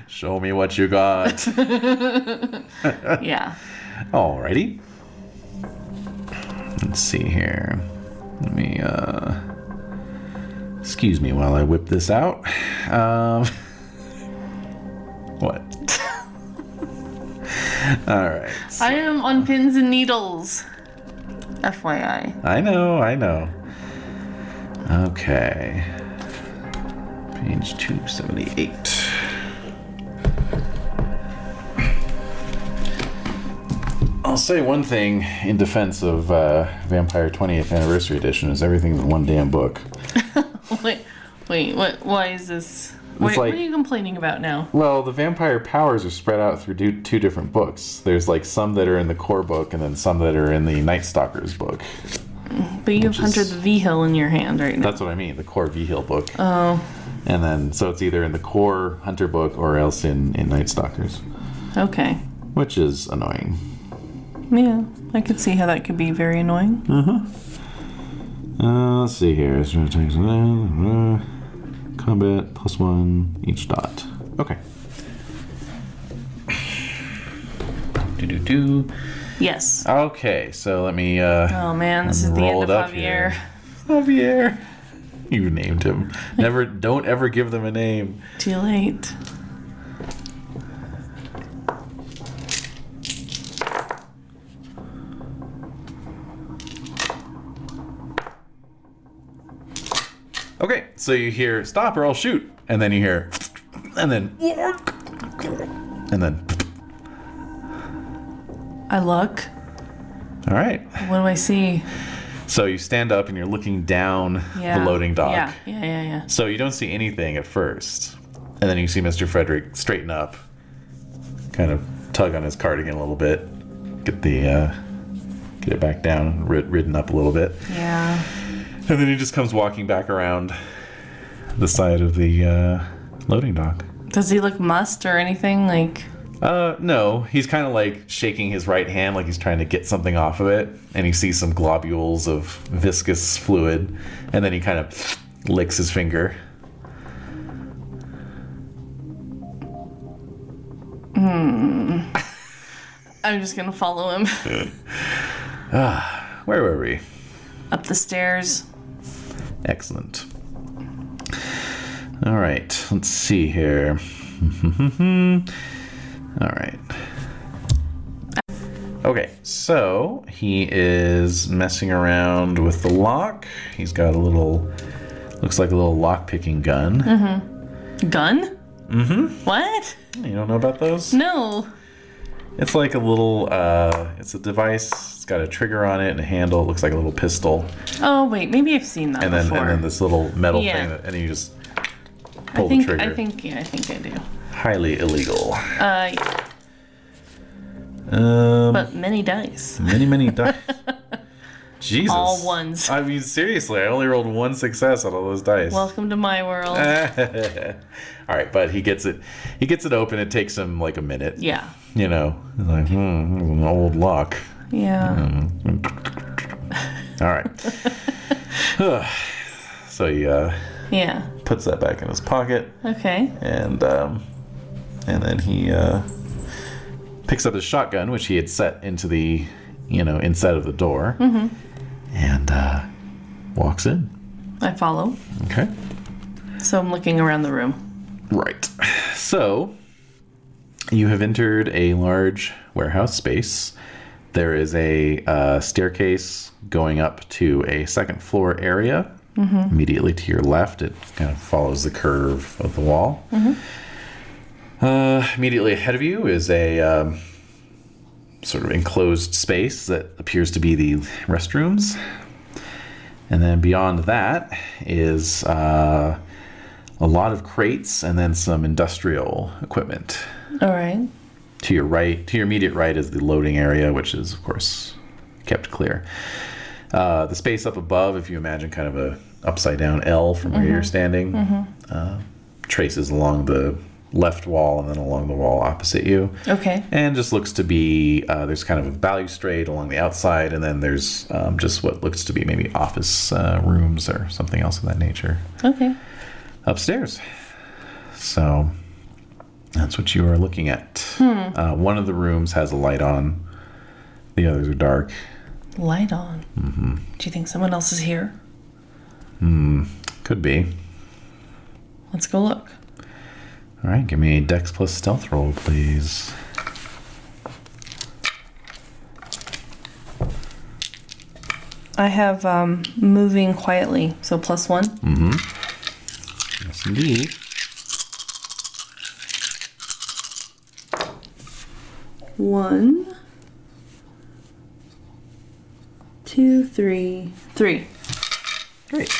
Speaker 1: show me what you got
Speaker 2: yeah.
Speaker 1: Alrighty. Let's see here. Let me, uh. Excuse me while I whip this out. Um. What? All right.
Speaker 2: I am on pins and needles. FYI.
Speaker 1: I know, I know. Okay. Page 278. I'll say one thing in defense of uh, Vampire 20th Anniversary Edition is everything's in one damn book.
Speaker 2: Wait, wait, what? Why is this? Wait,
Speaker 1: like-
Speaker 2: what are you complaining about now?
Speaker 1: Well, the vampire powers are spread out through do- two different books. There's like some that are in the core book and then some that are in the Night Stalkers book.
Speaker 2: But you have
Speaker 1: is-
Speaker 2: Hunter the V Hill in your hand right now.
Speaker 1: That's what I mean, the core V Hill book.
Speaker 2: Oh,
Speaker 1: And then, so it's either in the core Hunter book or else in, in Night Stalkers,
Speaker 2: okay.
Speaker 1: which is annoying.
Speaker 2: Yeah, I could see how that could be very annoying.
Speaker 1: Hmm. Uh, let's see here. It's gonna take- uh, Combat plus one each dot. Okay. Do do do.
Speaker 2: Yes.
Speaker 1: Okay, so let me. Uh,
Speaker 2: Oh man, this is the end
Speaker 1: Rolled
Speaker 2: of
Speaker 1: up
Speaker 2: Javier.
Speaker 1: here. Javier. You named him. Never, don't ever give them a name.
Speaker 2: Too late.
Speaker 1: Okay, so you hear stop or I'll shoot, and then you hear, and then, and then.
Speaker 2: I look.
Speaker 1: All right.
Speaker 2: What do I see?
Speaker 1: So you stand up and you're looking down
Speaker 2: Yeah.
Speaker 1: the loading dock.
Speaker 2: Yeah, yeah, yeah, yeah.
Speaker 1: So you don't see anything at first, and then you see Mr. Frederick straighten up, kind of tug on his cardigan a little bit, get the uh, get it back down, rid- ridden up a little bit.
Speaker 2: Yeah.
Speaker 1: And then he just comes walking back around the side of the uh, loading dock.
Speaker 2: Does he look must or anything? Like,
Speaker 1: Uh, no, he's kind of like shaking his right hand like he's trying to get something off of it, and he sees some globules of viscous fluid, and then he kind of licks his finger.
Speaker 2: I'm just gonna follow him
Speaker 1: Where were we?
Speaker 2: up the stairs.
Speaker 1: Excellent. All right, let's see here. All right. Okay, so he is messing around with the lock. He's got a little, looks like a little lock picking gun.
Speaker 2: Gun? Mm-hmm. What?
Speaker 1: You don't know about those?
Speaker 2: No.
Speaker 1: It's like a little, uh, it's a device. It's got a trigger on it and a handle. It looks like a little pistol,
Speaker 2: Oh wait, maybe I've seen that
Speaker 1: and then
Speaker 2: before.
Speaker 1: and then this little metal
Speaker 2: Yeah.
Speaker 1: thing, that, and you just pull
Speaker 2: I
Speaker 1: the
Speaker 2: think
Speaker 1: trigger.
Speaker 2: I think yeah, I think I do.
Speaker 1: Highly illegal.
Speaker 2: Uh, yeah,
Speaker 1: Um,
Speaker 2: but many dice.
Speaker 1: many, many dice. Jesus.
Speaker 2: All ones.
Speaker 1: I mean, seriously, I only rolled one success on all those dice.
Speaker 2: Welcome to my world.
Speaker 1: Uh. all right, but he gets it. He gets it open. It takes him like a minute.
Speaker 2: yeah.
Speaker 1: You know, He's like hmm, this is an old lock. Mm.
Speaker 2: Yeah.
Speaker 1: All right. so he uh,
Speaker 2: Yeah.
Speaker 1: puts that back in his pocket,
Speaker 2: Okay.
Speaker 1: and um, and then he uh, picks up his shotgun, which he had set into the, you know, inside of the door, and uh, walks in.
Speaker 2: I follow.
Speaker 1: Okay.
Speaker 2: So I'm looking around the room.
Speaker 1: Right. So, you have entered a large warehouse space. There is a uh, staircase going up to a second floor area. Immediately to your left, it kind of follows the curve of the wall. Uh, immediately ahead of you is a um, sort of enclosed space that appears to be the restrooms. And then beyond that is. Uh, a lot of crates and then some industrial equipment.
Speaker 2: All right.
Speaker 1: To your right, to your immediate right is the loading area, which is of course kept clear. Uh, the space up above, if you imagine kind of a upside down L from where you're standing, uh, traces along the left wall and then along the wall opposite you,
Speaker 2: Okay.
Speaker 1: and just looks to be uh, there's kind of a balustrade along the outside, and then there's um, just what looks to be maybe office uh, rooms or something else of that nature
Speaker 2: Okay.
Speaker 1: upstairs. So that's what you are looking at. Uh, one of the rooms has a light on, the others are dark.
Speaker 2: Light on. Mm-hmm. Do you think someone else is here?
Speaker 1: Could be.
Speaker 2: Let's go look.
Speaker 1: All right, give me a dex plus stealth roll, please.
Speaker 2: I have um, moving quietly, so plus one.
Speaker 1: Yes, indeed.
Speaker 2: One, two, three, three.
Speaker 1: Great.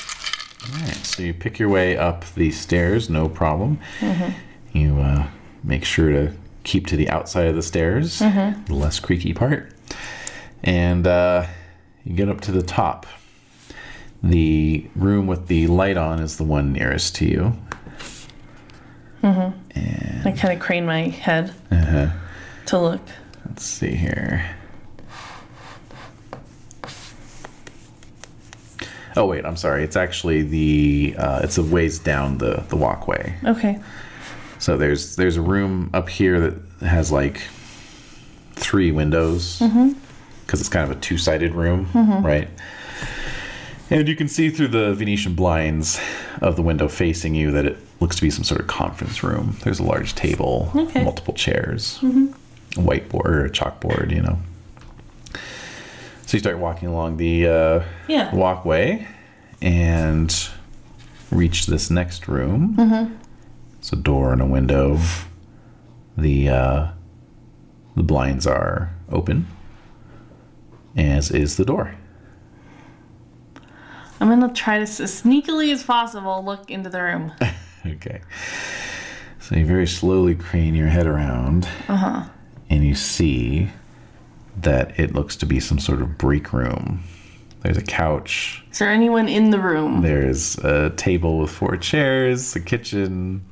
Speaker 1: All right, so you pick your way up the stairs, no problem. You uh, make sure to keep to the outside of the stairs, the less creaky part. And uh, you get up to the top. The room with the light on is the one nearest to you.
Speaker 2: I kind of crane my head to look.
Speaker 1: Let's see here. Oh wait, I'm sorry. It's actually the uh, it's a ways down the the walkway.
Speaker 2: Okay.
Speaker 1: So there's there's a room up here that has like three windows because it's kind of a two sided room, right? And you can see through the Venetian blinds of the window facing you that it looks to be some sort of conference room. There's a large table,
Speaker 2: Okay.
Speaker 1: multiple chairs, a whiteboard or a chalkboard, you know. So you start walking along the uh,
Speaker 2: Yeah.
Speaker 1: walkway and reach this next room. It's a door and a window. The uh, the blinds are open, as is the door.
Speaker 2: I'm gonna try to s- as sneakily as possible look into the room.
Speaker 1: Okay. So you very slowly crane your head around, and you see that it looks to be some sort of break room. There's a couch.
Speaker 2: Is there anyone in the room?
Speaker 1: There's a table with four chairs, a kitchen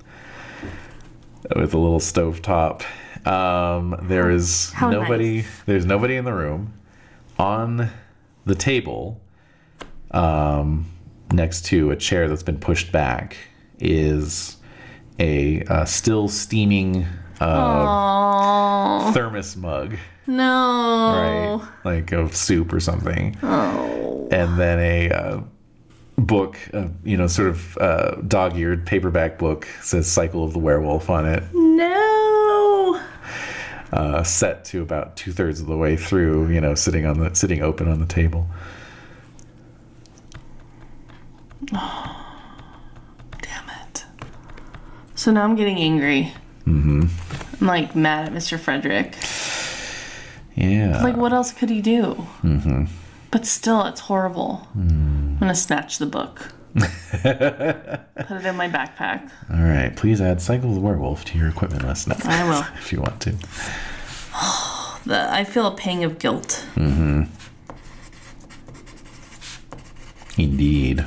Speaker 1: with a little stove top. Um, there is
Speaker 2: How nice.
Speaker 1: nobody. There's nobody in the room. On the table, um, next to a chair that's been pushed back, is a uh, still steaming uh,
Speaker 2: Oh
Speaker 1: thermos mug,
Speaker 2: no!
Speaker 1: right? Like of soup or something
Speaker 2: Oh,
Speaker 1: and then a uh, book, uh, you know, sort of uh, dog-eared paperback book says "Cycle of the Werewolf" on it,
Speaker 2: no!
Speaker 1: uh, set to about two thirds of the way through, you know, sitting on the sitting open on the table.
Speaker 2: Damn it! So now I'm getting angry. Mm-hmm. I'm like mad at Mr. Frederick.
Speaker 1: Yeah,
Speaker 2: Like, what else could he do? Mm-hmm. But still, it's horrible. I'm gonna snatch the book, put it in my backpack.
Speaker 1: All right, please add "Cycle of the Werewolf" to your equipment list now,
Speaker 2: I will.
Speaker 1: if you want to.
Speaker 2: The, I feel a pang of guilt.
Speaker 1: Indeed.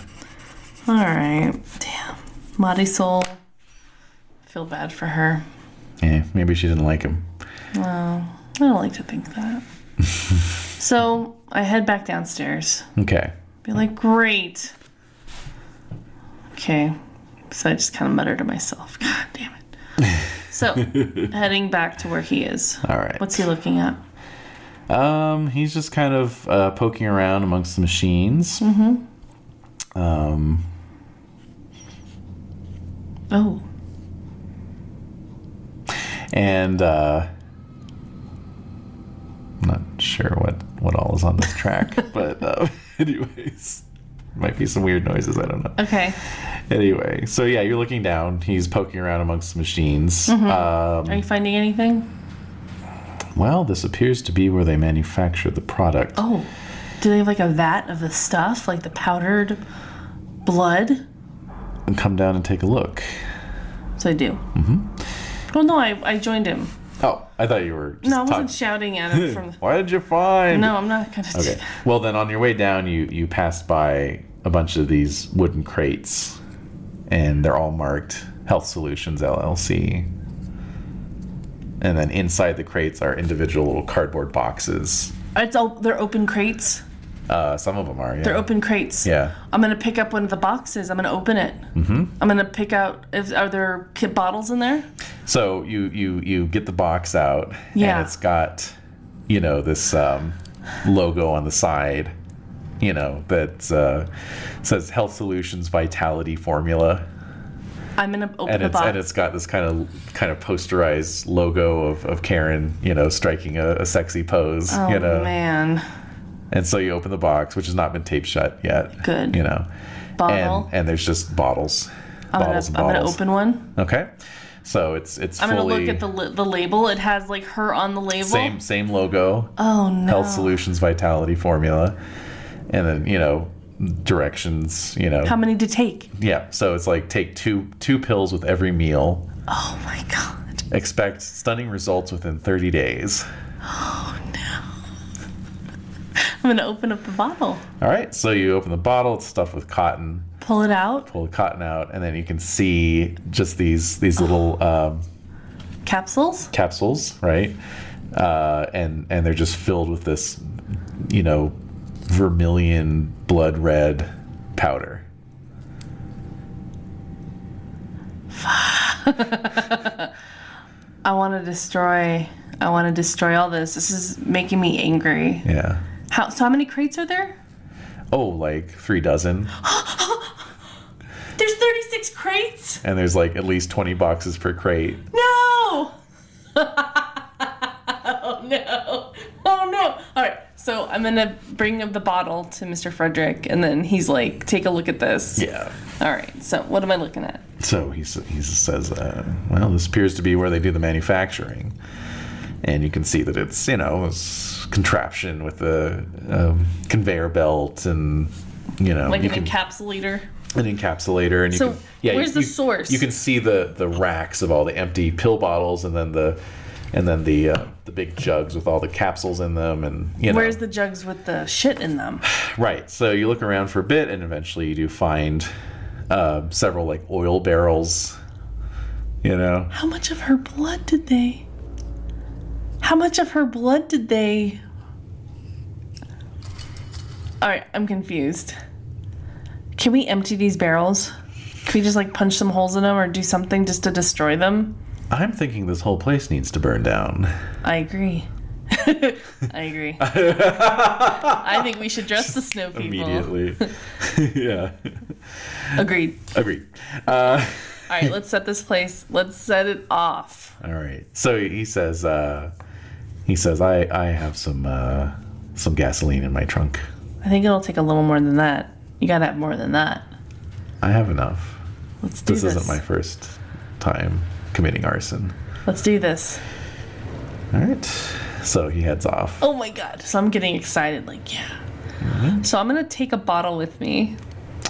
Speaker 2: All right, damn, Marisol. I feel bad for her.
Speaker 1: Yeah, Eh, maybe she didn't like him.
Speaker 2: I don't like to think that. so I head back downstairs.
Speaker 1: Okay.
Speaker 2: Be like, great. Okay. So I just kind of mutter to myself, God damn it. So heading back to where he is.
Speaker 1: All right.
Speaker 2: What's he looking at?
Speaker 1: Um, he's just kind of uh, poking around amongst the machines. Mm-hmm. Um,
Speaker 2: Oh,
Speaker 1: and uh I'm not sure what what all is on this track but uh, anyways might be some weird noises i don't know
Speaker 2: okay.
Speaker 1: anyway so yeah you're looking down he's poking around amongst the machines
Speaker 2: Mm-hmm.
Speaker 1: Uh,
Speaker 2: Are you finding anything?
Speaker 1: um, well this appears to be where they manufacture the product
Speaker 2: Oh, do they have like a vat of the stuff, like the powdered blood?
Speaker 1: come down and take a look
Speaker 2: So I do. Mm-hmm. Well, no, I, I joined him.
Speaker 1: oh i thought you were just
Speaker 2: No, I wasn't
Speaker 1: talk-
Speaker 2: shouting at him from the.
Speaker 1: why did you find
Speaker 2: No, I'm not gonna do
Speaker 1: okay
Speaker 2: that.
Speaker 1: well then on your way down you you passed by a bunch of these wooden crates and they're all marked health solutions llc and then inside the crates are individual little cardboard boxes
Speaker 2: It's all they're open crates.
Speaker 1: uh, some of them are yeah
Speaker 2: They're open crates.
Speaker 1: yeah
Speaker 2: I'm gonna pick up one of the boxes. I'm gonna open it. Mm-hmm. I'm gonna pick out. If, are there kit bottles in there?
Speaker 1: so you you you get the box out
Speaker 2: Yeah.
Speaker 1: and it's got you know this um logo on the side, you know, that uh, says Health Solutions Vitality Formula.
Speaker 2: I'm gonna open
Speaker 1: And
Speaker 2: the
Speaker 1: it's,
Speaker 2: box.
Speaker 1: and it's got this kind of kind of posterized logo of, of Karen, you know, striking a, a sexy pose,
Speaker 2: oh
Speaker 1: you know.
Speaker 2: man,
Speaker 1: And so you open the box, which has not been taped shut yet.
Speaker 2: Good.
Speaker 1: You know.
Speaker 2: bottle.
Speaker 1: And and there's just bottles.
Speaker 2: I'm gonna,
Speaker 1: bottles
Speaker 2: I'm
Speaker 1: and
Speaker 2: gonna
Speaker 1: bottles.
Speaker 2: open one.
Speaker 1: Okay. So it's it's
Speaker 2: I'm
Speaker 1: fully
Speaker 2: gonna look at the li- the label. It has like her on the label.
Speaker 1: same same logo.
Speaker 2: Oh no.
Speaker 1: Health Solutions Vitality Formula, and then you know directions. You know,
Speaker 2: How many to take?
Speaker 1: yeah. So it's like take two two pills with every meal.
Speaker 2: Oh my god.
Speaker 1: Expect stunning results within 30 days.
Speaker 2: I'm gonna open up the bottle,
Speaker 1: All right. So you open the bottle. It's stuffed with cotton.
Speaker 2: pull it out,
Speaker 1: Pull the cotton out, and then you can see just these these little um,
Speaker 2: capsules.
Speaker 1: capsules, right? Uh, and and they're just filled with this, you know, vermilion blood red powder.
Speaker 2: I want to destroy. I want to destroy all this. This is making me angry.
Speaker 1: Yeah.
Speaker 2: How? So how many crates are there?
Speaker 1: Oh, like three dozen.
Speaker 2: There's 36 crates.
Speaker 1: and there's like at least 20 boxes per crate.
Speaker 2: No. oh no. Oh no. All right. So I'm gonna bring the bottle to Mr. Frederick, and then he's like, "Take a look at this."
Speaker 1: Yeah.
Speaker 2: All right. So what am I looking at?
Speaker 1: So he, s- he says, uh, well, this appears to be where they do the manufacturing. And you can see that it's, you know, it's contraption with a um, conveyor belt and, you know,
Speaker 2: Like
Speaker 1: Oh, you can,
Speaker 2: an encapsulator.
Speaker 1: an encapsulator. And you
Speaker 2: So
Speaker 1: can, yeah, you-
Speaker 2: where's the
Speaker 1: you-
Speaker 2: source?
Speaker 1: You can see the, the racks of all the empty pill bottles and then the. And then the uh, the big jugs with all the capsules in them, and you know.
Speaker 2: Where's the jugs with the shit in them?
Speaker 1: Right. So you look around for a bit, and eventually you do find uh, several like oil barrels. You know,
Speaker 2: How much of her blood did they? How much of her blood did they? All right, I'm confused. Can we empty these barrels? Can we just like punch some holes in them or do something just to destroy them?
Speaker 1: I'm thinking this whole place needs to burn down.
Speaker 2: I agree. I agree. I think we should dress the snow people.
Speaker 1: Immediately. yeah.
Speaker 2: Agreed.
Speaker 1: Agreed. Uh,
Speaker 2: All right, let's set this place. Let's set it off.
Speaker 1: all right. So he says, uh, he says, I I have some uh, some gasoline in my trunk.
Speaker 2: I think it'll take a little more than that. You gotta have more than that.
Speaker 1: I have enough.
Speaker 2: Let's do
Speaker 1: This,
Speaker 2: this.
Speaker 1: isn't my first time committing arson.
Speaker 2: Let's do this.
Speaker 1: All right. So he heads off.
Speaker 2: Oh my god. So I'm getting excited, like, yeah.
Speaker 1: Mm-hmm.
Speaker 2: So I'm gonna take a bottle with me.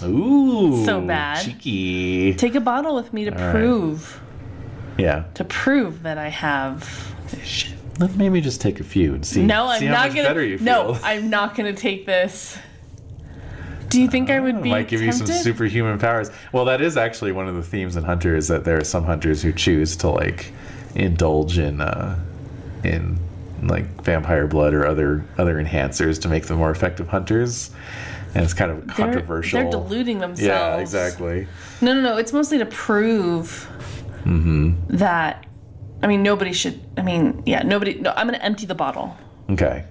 Speaker 1: Ooh.
Speaker 2: So bad.
Speaker 1: Cheeky.
Speaker 2: Take a bottle with me to
Speaker 1: right.
Speaker 2: prove
Speaker 1: Yeah.
Speaker 2: to prove that I have this shit.
Speaker 1: Let maybe just take a few and see.
Speaker 2: No,
Speaker 1: see
Speaker 2: I'm
Speaker 1: how
Speaker 2: not
Speaker 1: much
Speaker 2: gonna
Speaker 1: Better you
Speaker 2: No,
Speaker 1: feel.
Speaker 2: I'm not gonna take this. Do you think I would be
Speaker 1: Uh, might give you some
Speaker 2: tempted?
Speaker 1: superhuman powers. Well, that is actually one of the themes in Hunter is that there are some hunters who choose to like indulge in uh, in like vampire blood or other other enhancers to make them more effective hunters, and it's kind of
Speaker 2: They're-
Speaker 1: controversial.
Speaker 2: They're deluding themselves.
Speaker 1: yeah, exactly.
Speaker 2: No, no, no. It's mostly to prove
Speaker 1: Mm-hmm.
Speaker 2: that. I mean, nobody should. I mean, yeah, nobody. No, I'm gonna empty the bottle.
Speaker 1: Okay.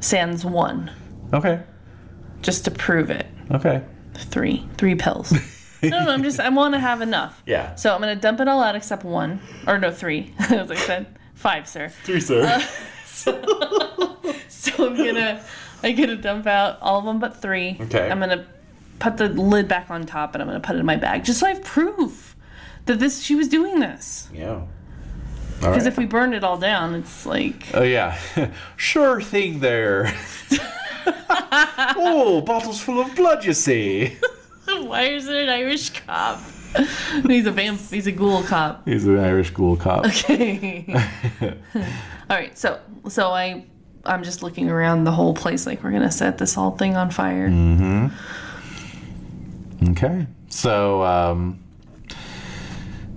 Speaker 2: Sans one,
Speaker 1: Okay.
Speaker 2: just to prove it.
Speaker 1: Okay.
Speaker 2: Three, three pills. no, no. I'm just. I want to have enough.
Speaker 1: Yeah.
Speaker 2: So I'm gonna dump it all out except one, or no, three, as I said, five, sir.
Speaker 1: Three, sir.
Speaker 2: uh, So I'm gonna, I'm gonna dump out all of them but three.
Speaker 1: Okay.
Speaker 2: I'm gonna put the lid back on top, and I'm gonna put it in my bag, just so I have proof that this she was doing this.
Speaker 1: yeah.
Speaker 2: Because if we burn it all down, it's like
Speaker 1: Oh yeah, sure thing there. oh, bottles full of blood, you see.
Speaker 2: why is it an Irish cop? he's a vamp. He's a ghoul cop.
Speaker 1: He's an Irish ghoul cop.
Speaker 2: all right. So so I I'm just looking around the whole place like we're gonna set this whole thing on fire.
Speaker 1: Okay, so um,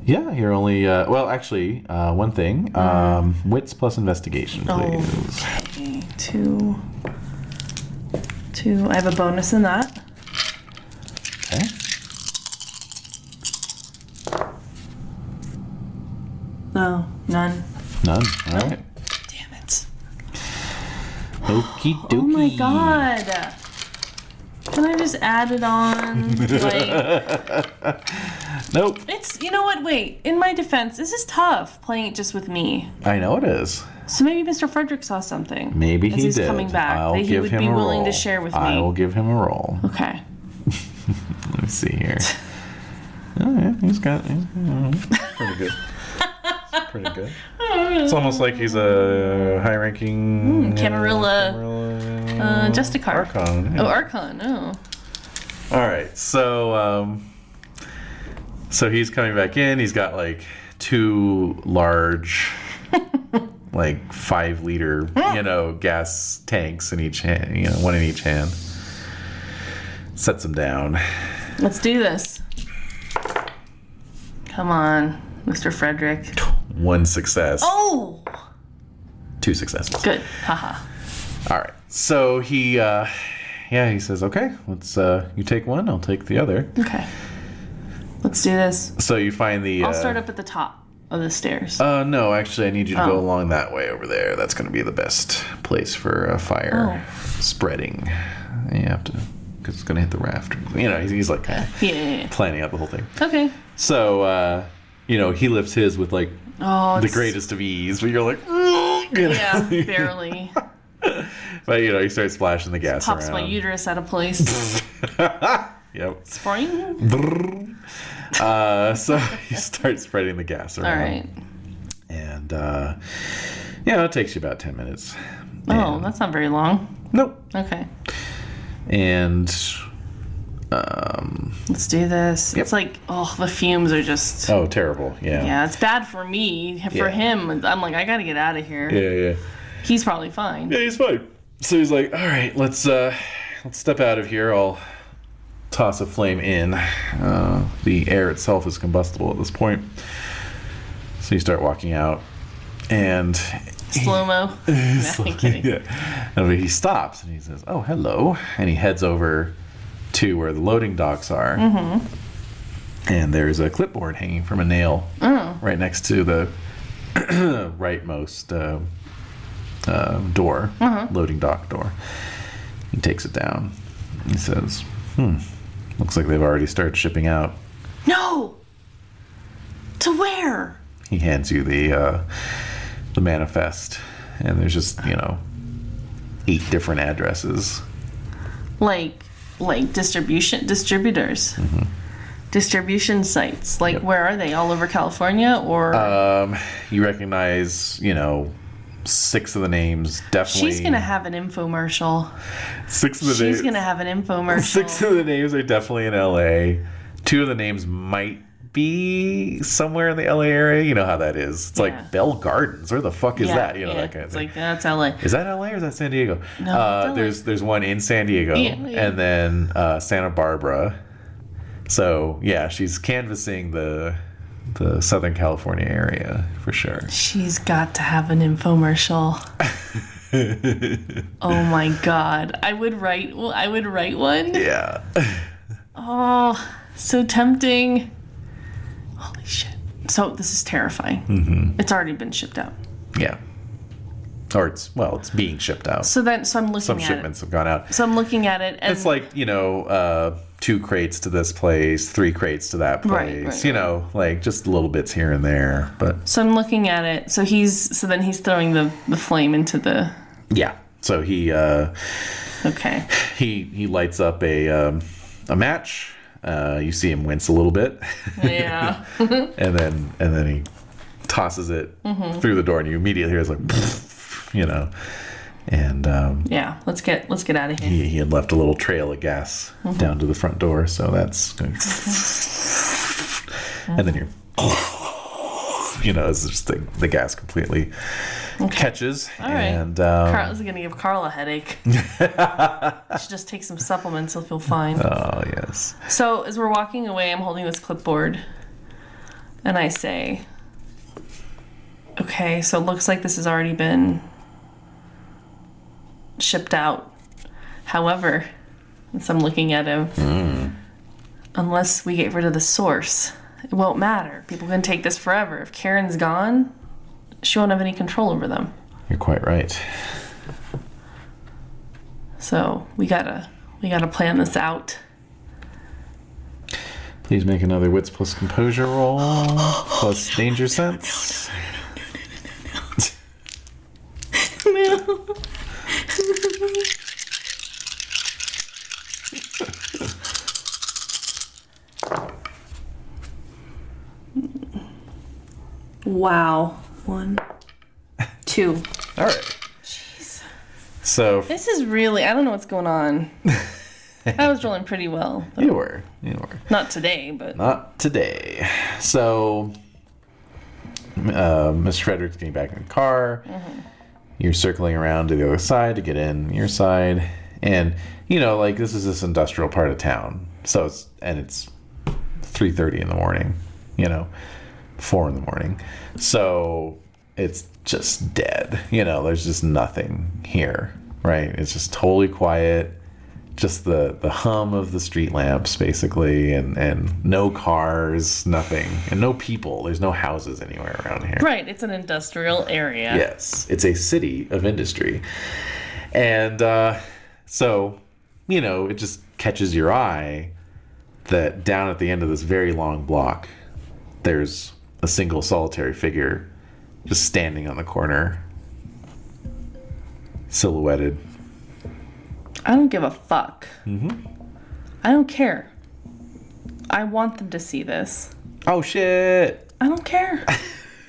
Speaker 1: yeah, you're only uh, well, actually, uh, one thing: um, wits plus investigation,
Speaker 2: Mm-hmm. Oh.
Speaker 1: please.
Speaker 2: Okay, Two. Two. I have a bonus in that.
Speaker 1: Okay.
Speaker 2: No, none.
Speaker 1: None. All right.
Speaker 2: Damn it.
Speaker 1: Okie dokie.
Speaker 2: Oh my god. Can I just add it on? Like,
Speaker 1: Nope.
Speaker 2: it's, you know what? Wait, in my defense, this is tough playing it just with me.
Speaker 1: I know it is.
Speaker 2: So maybe Mr. Frederick saw something.
Speaker 1: Maybe
Speaker 2: as
Speaker 1: he
Speaker 2: he's
Speaker 1: did.
Speaker 2: coming back
Speaker 1: I'll
Speaker 2: that he
Speaker 1: give
Speaker 2: would
Speaker 1: him
Speaker 2: be
Speaker 1: a
Speaker 2: willing
Speaker 1: roll.
Speaker 2: to share with
Speaker 1: I
Speaker 2: me.
Speaker 1: will give him a roll.
Speaker 2: Okay.
Speaker 1: Let me see here. Oh yeah, he's got he's, all right. pretty good. It's pretty good. It's almost like he's a
Speaker 2: Hmm,
Speaker 1: high-ranking
Speaker 2: Camarilla,
Speaker 1: Camarilla,
Speaker 2: uh, Justicar.
Speaker 1: Archon. yeah.
Speaker 2: Oh, Archon. Oh.
Speaker 1: All right, so um, so he's coming back in. He's got like two large, like five liter, you know, gas tanks in each hand. You know, one in each hand. Sets him down.
Speaker 2: Let's do this. Come on, Mr. Frederick.
Speaker 1: One success,
Speaker 2: Oh!
Speaker 1: two successes.
Speaker 2: Good. Haha.
Speaker 1: All right. So he, uh, yeah, he says, okay, let's. Uh, you take one, I'll take the other.
Speaker 2: Okay. Let's do this.
Speaker 1: So you find the.
Speaker 2: I'll
Speaker 1: uh,
Speaker 2: start up at the top of the stairs.
Speaker 1: Uh, no, actually, I need you to go
Speaker 2: Oh.
Speaker 1: along that way over there. That's going to be the best place for a fire
Speaker 2: Oh.
Speaker 1: spreading. You have to, because it's going to hit the raft. You know, he's, he's like kind of
Speaker 2: yeah, yeah, yeah.
Speaker 1: planning out the whole thing.
Speaker 2: Okay.
Speaker 1: So, uh, you know, he lifts his with like
Speaker 2: Oh,
Speaker 1: the
Speaker 2: it's-
Speaker 1: greatest of ease, but you're like, you know?
Speaker 2: Yeah, barely.
Speaker 1: but you know, he starts splashing the gas
Speaker 2: Pops my
Speaker 1: around.
Speaker 2: uterus out of place.
Speaker 1: yep.
Speaker 2: Spring?
Speaker 1: Uh, so you start spreading the gas
Speaker 2: All
Speaker 1: around.
Speaker 2: right.
Speaker 1: And, uh, you know, it takes you about 10 minutes.
Speaker 2: Oh,
Speaker 1: And-
Speaker 2: that's not very long.
Speaker 1: Nope.
Speaker 2: Okay.
Speaker 1: and um
Speaker 2: Let's do this. It's like, oh, the fumes are just.
Speaker 1: oh terrible yeah
Speaker 2: Yeah, it's bad for me. For
Speaker 1: Yeah.
Speaker 2: him, I'm like, I gotta get out of here.
Speaker 1: yeah yeah
Speaker 2: He's probably fine.
Speaker 1: yeah he's fine so he's like all right let's uh let's step out of here i'll toss a flame in uh, the air itself is combustible at this point so you start walking out and
Speaker 2: Slow mo. no, I'm kidding.
Speaker 1: yeah. And he stops and he says, "Oh, hello," and he heads over to where the loading docks are. Mm-hmm. And there's a clipboard hanging from a nail
Speaker 2: Oh.
Speaker 1: right next to the rightmost uh, uh, door,
Speaker 2: Uh-huh.
Speaker 1: loading dock door. He takes it down. He says, "Hmm, looks like they've already started shipping out."
Speaker 2: No! To where?
Speaker 1: he hands you the uh, the manifest, and there's just you know eight different addresses.
Speaker 2: Like, like distribution distributors, distribution sites. Like,
Speaker 1: Mm-hmm. Yep.
Speaker 2: where are they? All over California, or
Speaker 1: Um, you recognize you know six of the names definitely.
Speaker 2: she's gonna have an infomercial.
Speaker 1: six of the
Speaker 2: She's
Speaker 1: names.
Speaker 2: gonna have an infomercial.
Speaker 1: six of the names are definitely in L.A. Two of the names might be somewhere in the L.A. area. You know how that is. It's
Speaker 2: Yeah.
Speaker 1: like Bell Gardens. Where the fuck is that? You know that kind of
Speaker 2: it's
Speaker 1: thing.
Speaker 2: like that's LA.
Speaker 1: Is that LA or is that San Diego?
Speaker 2: No, it's
Speaker 1: uh,
Speaker 2: LA.
Speaker 1: there's there's one in San Diego
Speaker 2: Yeah, yeah.
Speaker 1: and then uh, Santa Barbara. So yeah, she's canvassing the the Southern California area for sure.
Speaker 2: She's got to have an infomercial. oh my god. I would write well, I would write one.
Speaker 1: Yeah.
Speaker 2: Oh, so tempting. Holy shit. So this is terrifying.
Speaker 1: Mm-hmm.
Speaker 2: It's already been shipped out.
Speaker 1: Yeah. Or it's well, it's being shipped out.
Speaker 2: So then so I'm looking
Speaker 1: Some
Speaker 2: at
Speaker 1: shipments have gone out.
Speaker 2: it. So I'm looking at it and
Speaker 1: It's like, you know, uh, two crates to this place, three crates to that place.
Speaker 2: Right, right,
Speaker 1: you know, like just little bits here and there. But
Speaker 2: so I'm looking at it. So he's so then he's throwing the, the flame into the
Speaker 1: yeah. So he uh
Speaker 2: okay.
Speaker 1: he he lights up a um, a match. Uh, you see him wince a little bit,
Speaker 2: Yeah.
Speaker 1: and then and then he tosses it
Speaker 2: Mm-hmm.
Speaker 1: through the door, and you immediately hear it's like, you know, and um,
Speaker 2: yeah. Let's get let's get out of here.
Speaker 1: he, he had left a little trail of gas
Speaker 2: Mm-hmm.
Speaker 1: down to the front door, so that's going, and then you're, you know, it's just the, the gas completely catches,
Speaker 2: right.
Speaker 1: and um,
Speaker 2: Carl this is gonna give Carl a headache. should just take some supplements. He'll feel fine.
Speaker 1: oh yes,
Speaker 2: So as we're walking away, I'm holding this clipboard, and I say, "Okay, so it looks like this has already been shipped out. However, as I'm looking at him, unless we get rid of the source, it won't matter. People can take this forever. If Karen's gone, she won't have any control over them."
Speaker 1: you're quite right.
Speaker 2: So we gotta we gotta plan this out.
Speaker 1: Please make another wits plus composure roll plus danger sense.
Speaker 2: No. wow. One, two.
Speaker 1: All right. So f-
Speaker 2: This is really, I don't know what's going on. I was rolling pretty well. but
Speaker 1: you were, you were
Speaker 2: Not today, but
Speaker 1: not today. So, uh, Miss Frederick's getting back in the car. You're circling around to the other side to get in your side, and you know, like this is this industrial part of town. So it's and it's three thirty in the morning. You know, four in the morning. So it's just dead. You know, there's just nothing here. Right? It's just totally quiet. Just the the hum of the street lamps, basically, and and no cars, nothing, and no people. There's no houses anywhere around here.
Speaker 2: right, it's an industrial area.
Speaker 1: Yes, it's a city of industry, and uh, so you know it just catches your eye that down at the end of this very long block, there's a single solitary figure just standing on the corner, silhouetted.
Speaker 2: I don't give a fuck. Mm-hmm. I don't care. I want them to see this.
Speaker 1: Oh shit!
Speaker 2: I don't care.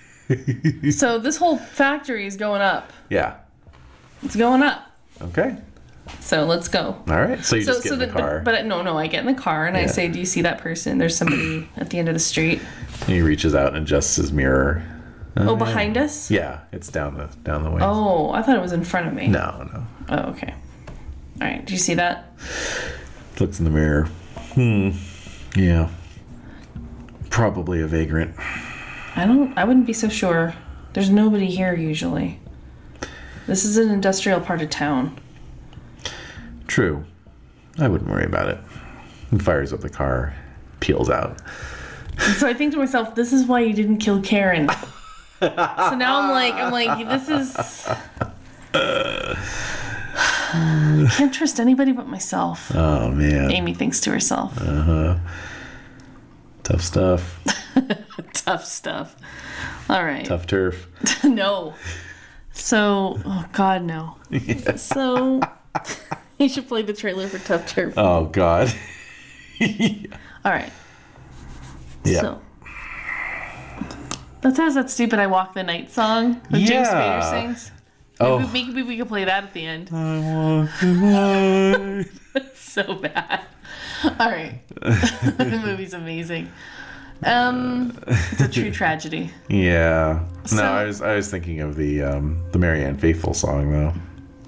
Speaker 2: so this whole factory is going up.
Speaker 1: Yeah.
Speaker 2: It's going up.
Speaker 1: Okay.
Speaker 2: So let's go.
Speaker 1: All right. So you
Speaker 2: So,
Speaker 1: just get
Speaker 2: so
Speaker 1: in the
Speaker 2: then-
Speaker 1: car.
Speaker 2: But, but I- no, no, I get in the car and I
Speaker 1: Yeah.
Speaker 2: say, "Do you see that person? There's somebody at the end of the street.
Speaker 1: and he reaches out and adjusts his mirror.
Speaker 2: Oh, behind us.
Speaker 1: Yeah, it's down the down the way.
Speaker 2: Oh, I thought it was in front of me.
Speaker 1: No, no.
Speaker 2: Oh, okay. All right. Do you see that?
Speaker 1: Looks in the mirror. Hmm. Yeah. Probably a vagrant.
Speaker 2: I don't. I wouldn't be so sure. There's nobody here usually. This is an industrial part of town.
Speaker 1: True. I wouldn't worry about it. He fires up the car, peels out.
Speaker 2: So I think to myself, this is why you didn't kill Karen. so now I'm like, I'm like, this is. I can't trust anybody but myself.
Speaker 1: Oh man.
Speaker 2: Amy thinks to herself.
Speaker 1: Tough stuff.
Speaker 2: Tough stuff. All right.
Speaker 1: Tough turf.
Speaker 2: no. So, oh God, no. So, you should play the trailer for Tough Turf.
Speaker 1: Oh god.
Speaker 2: All right.
Speaker 1: Yeah.
Speaker 2: So. That sounds that stupid "I Walk the Night" song that James
Speaker 1: Yeah.
Speaker 2: Spader sings.
Speaker 1: oh. Mm.
Speaker 2: Maybe, maybe we could play that at the end.
Speaker 1: I walk the line.
Speaker 2: so bad. All right. the movie's amazing. Um, it's a true tragedy.
Speaker 1: yeah.
Speaker 2: So-
Speaker 1: no, I was I was thinking of the um the Marianne Faithful song though.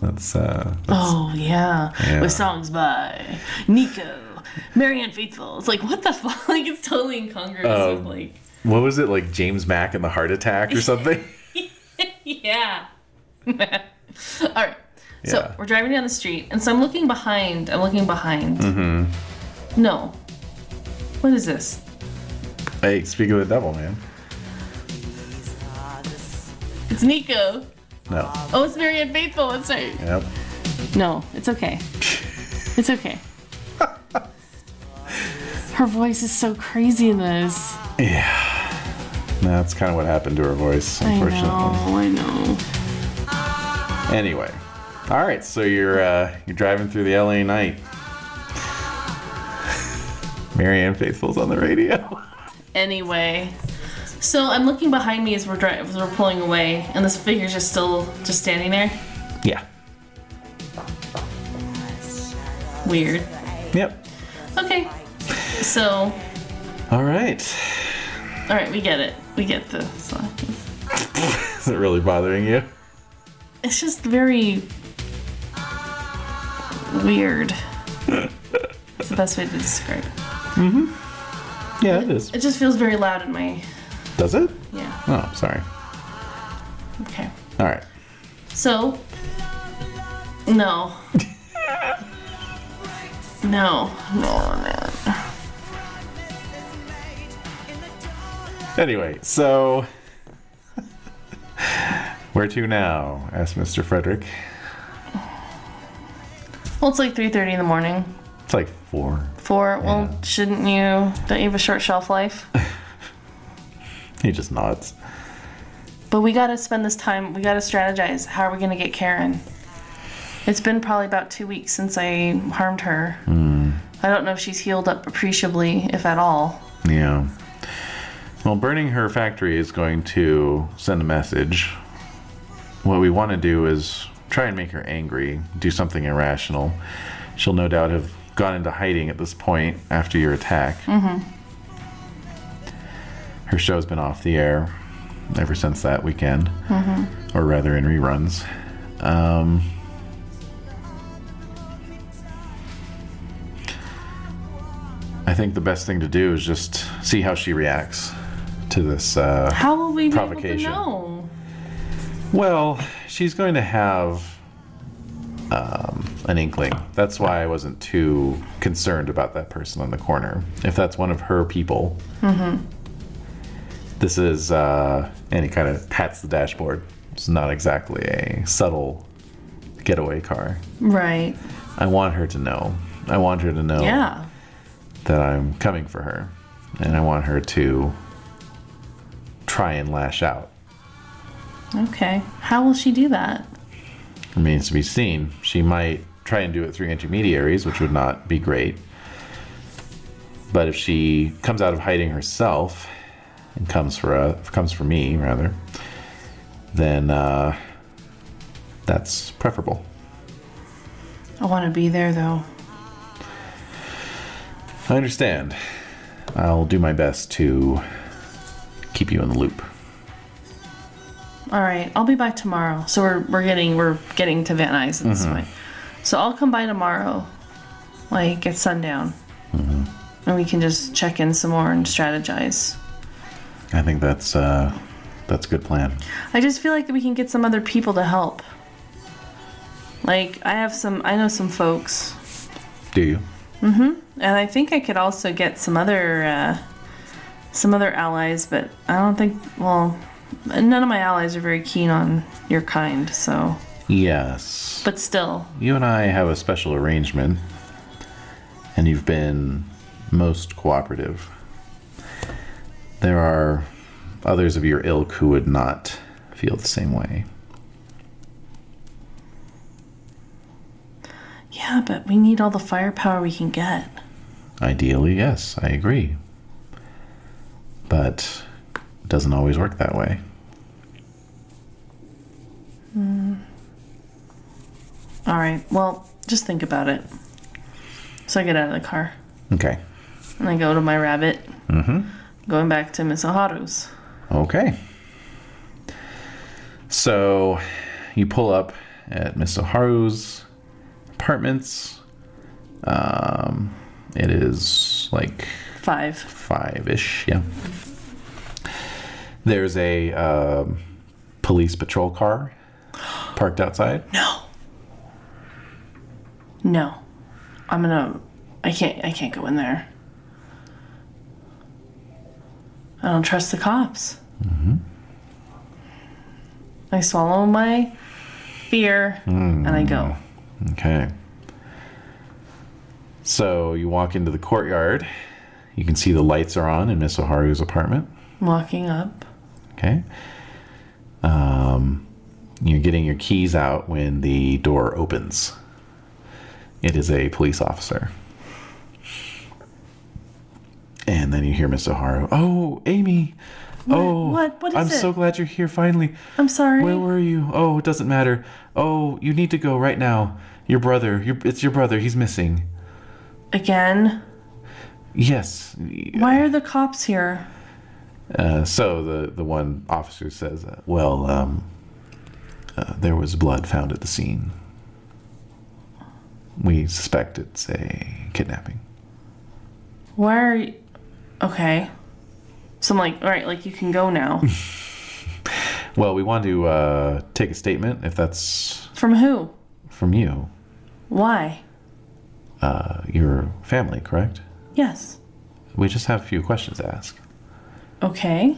Speaker 1: That's uh
Speaker 2: Oh, yeah.
Speaker 1: Yeah.
Speaker 2: With songs by Nico, Marianne Faithful. It's like, what the fuck? Like, it's totally incongruous
Speaker 1: Um,
Speaker 2: with, like,
Speaker 1: what was it like James Mack and the heart attack or something?
Speaker 2: yeah. All right. So
Speaker 1: Yeah.
Speaker 2: we're driving down the street, and so I'm looking behind. I'm looking behind. Mm-hmm. No. What is this?
Speaker 1: hey, speak of the devil, man.
Speaker 2: It's Nico.
Speaker 1: No.
Speaker 2: Oh, it's Marianne Faithful. That's right.
Speaker 1: Yep.
Speaker 2: No, it's okay. It's okay. Her voice is so crazy in this.
Speaker 1: Yeah. That's kind of what happened to her voice,
Speaker 2: I know,
Speaker 1: unfortunately.
Speaker 2: I know.
Speaker 1: Anyway. All right, so you're uh, you're driving through the LA night. Marianne Faithful's on the radio.
Speaker 2: Anyway, so I'm looking behind me as we're driving, as we're pulling away, and this figure's just still just standing there.
Speaker 1: Yeah.
Speaker 2: Weird.
Speaker 1: Yep.
Speaker 2: Okay. So,
Speaker 1: All right.
Speaker 2: all right, we get it. We get the song.
Speaker 1: Is it really bothering you?
Speaker 2: It's just very weird. It's the best way to describe it.
Speaker 1: Yeah, it is.
Speaker 2: It just feels very loud in my
Speaker 1: Does it?
Speaker 2: yeah.
Speaker 1: Oh, sorry.
Speaker 2: Okay.
Speaker 1: All right.
Speaker 2: So, no. no. No, no.
Speaker 1: Anyway, so where to now? asked Mr. Frederick.
Speaker 2: Well, it's like 3:30 in the morning.
Speaker 1: It's like four.
Speaker 2: Four. Well,
Speaker 1: Yeah.
Speaker 2: shouldn't you? Don't you have a short shelf life?
Speaker 1: He just nods.
Speaker 2: But we gotta spend this time. We gotta strategize. How are we gonna get Karen? It's been probably about two weeks since I harmed her. I don't know if she's healed up appreciably, if at all.
Speaker 1: Yeah. Well, burning her factory is going to send a message. What we want to do is try and make her angry, do something irrational. She'll no doubt have gone into hiding at this point after your attack. Mm-hmm. Her show's been off the air ever since that weekend, mm-hmm. or rather, in reruns. Um, I think the best thing to do is just see how she reacts to this. Uh,
Speaker 2: How will we be able to
Speaker 1: Provocation.
Speaker 2: know?
Speaker 1: Well, she's going to have um, an inkling. That's why I wasn't too concerned about that person on the corner. If that's one of her people, this is, uh, and he kind of pats the dashboard. It's not exactly a subtle getaway car.
Speaker 2: Right.
Speaker 1: I want her to know. I want her to know
Speaker 2: Yeah.
Speaker 1: that I'm coming for her, and I want her to try and lash out.
Speaker 2: Okay. How will she do that?
Speaker 1: remains to be seen. She might try and do it through intermediaries, which would not be great. But if she comes out of hiding herself and comes for uh, comes for me rather, then uh, that's preferable.
Speaker 2: I want to be there though.
Speaker 1: I understand. I'll do my best to keep you in the loop.
Speaker 2: All right, I'll be by tomorrow. So we're we're getting we're getting to Van Nuys at this point. So I'll come by tomorrow, like at sundown, and we can just check in some more and strategize.
Speaker 1: I think that's uh, that's a good plan.
Speaker 2: I just feel like we can get some other people to help. Like I have some, I know some folks,
Speaker 1: Do you?
Speaker 2: and I think I could also get some other uh, some other allies. But I don't think well, none of my allies are very keen on your kind. So,
Speaker 1: Yes.
Speaker 2: but still,
Speaker 1: You and I have a special arrangement, and you've been most cooperative. There are others of your ilk who would not feel the same way.
Speaker 2: Yeah, but we need all the firepower we can get.
Speaker 1: Ideally, yes, I agree. But it doesn't always work that way.
Speaker 2: All right, well, just think about it. So I get out of the car
Speaker 1: Okay.
Speaker 2: and I go to my rabbit. Mm-hmm. Going back to Miss Oharu's.
Speaker 1: Okay. So you pull up at Miss Oharu's apartments. Um, it is like
Speaker 2: Five.
Speaker 1: five ish, yeah. There's a um, police patrol car parked outside.
Speaker 2: No. No. I'm gonna. I can't. I can't go in there. I don't trust the cops. Mm-hmm. I swallow my fear and I go.
Speaker 1: Okay. So you walk into the courtyard. You can see the lights are on in Miss Oharu's apartment.
Speaker 2: Walking up.
Speaker 1: Okay. Um, you're getting your keys out when the door opens. It is a police officer. And then you hear Miss O'Hara, oh, Amy. Oh,
Speaker 2: what- what is
Speaker 1: I'm
Speaker 2: it?"
Speaker 1: so glad you're here finally.
Speaker 2: I'm sorry.
Speaker 1: Where were you? Oh, it doesn't matter. Oh, you need to go right now. Your brother, your, it's your brother. He's missing.
Speaker 2: Again?
Speaker 1: Yes.
Speaker 2: Why are the cops here?
Speaker 1: Uh, so the, the one officer says, uh, Well, um, uh, there was blood found at the scene. We suspect it's a kidnapping.
Speaker 2: Why are you. Okay. So I'm like, alright, like you can go now.
Speaker 1: Well, we want to uh, take a statement if that's
Speaker 2: From who?
Speaker 1: from you,
Speaker 2: Why?
Speaker 1: uh, your family, correct?
Speaker 2: Yes.
Speaker 1: We just have a few questions to ask.
Speaker 2: Okay.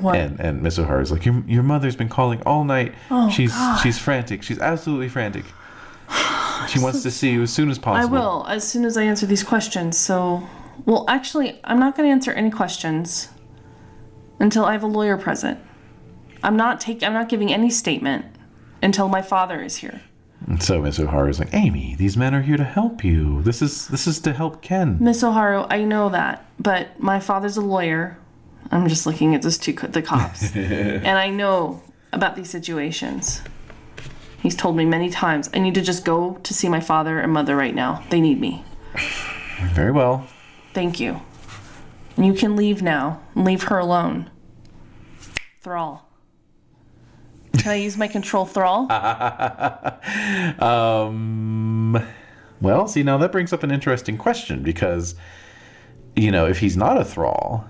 Speaker 2: What?
Speaker 1: And and Miss O'Hara is like, your, your mother's been calling all night.
Speaker 2: Oh,
Speaker 1: she's
Speaker 2: God.
Speaker 1: she's frantic. She's absolutely frantic. She She wants to see you as soon as
Speaker 2: I
Speaker 1: possible.
Speaker 2: will as soon as I answer these questions. So, well, actually, I'm not going to answer any questions until I have a lawyer present. I'm not taking. I'm not giving any statement until my father is here.
Speaker 1: And so Miss O'Hara is like, Amy, these men are here to help you. This is this is to help Ken.
Speaker 2: Miss O'Hara, I know that, but my father's a lawyer. I'm just looking at those two co- the cops, and I know about these situations. He's told me many times. I need to just go to see my father and mother right now. They need me.
Speaker 1: Very well.
Speaker 2: Thank you. And You can leave now. and Leave her alone. Thrall. Can I use my control thrall?
Speaker 1: Uh-huh. Well, see now that brings up an interesting question because you know, if he's not a thrall,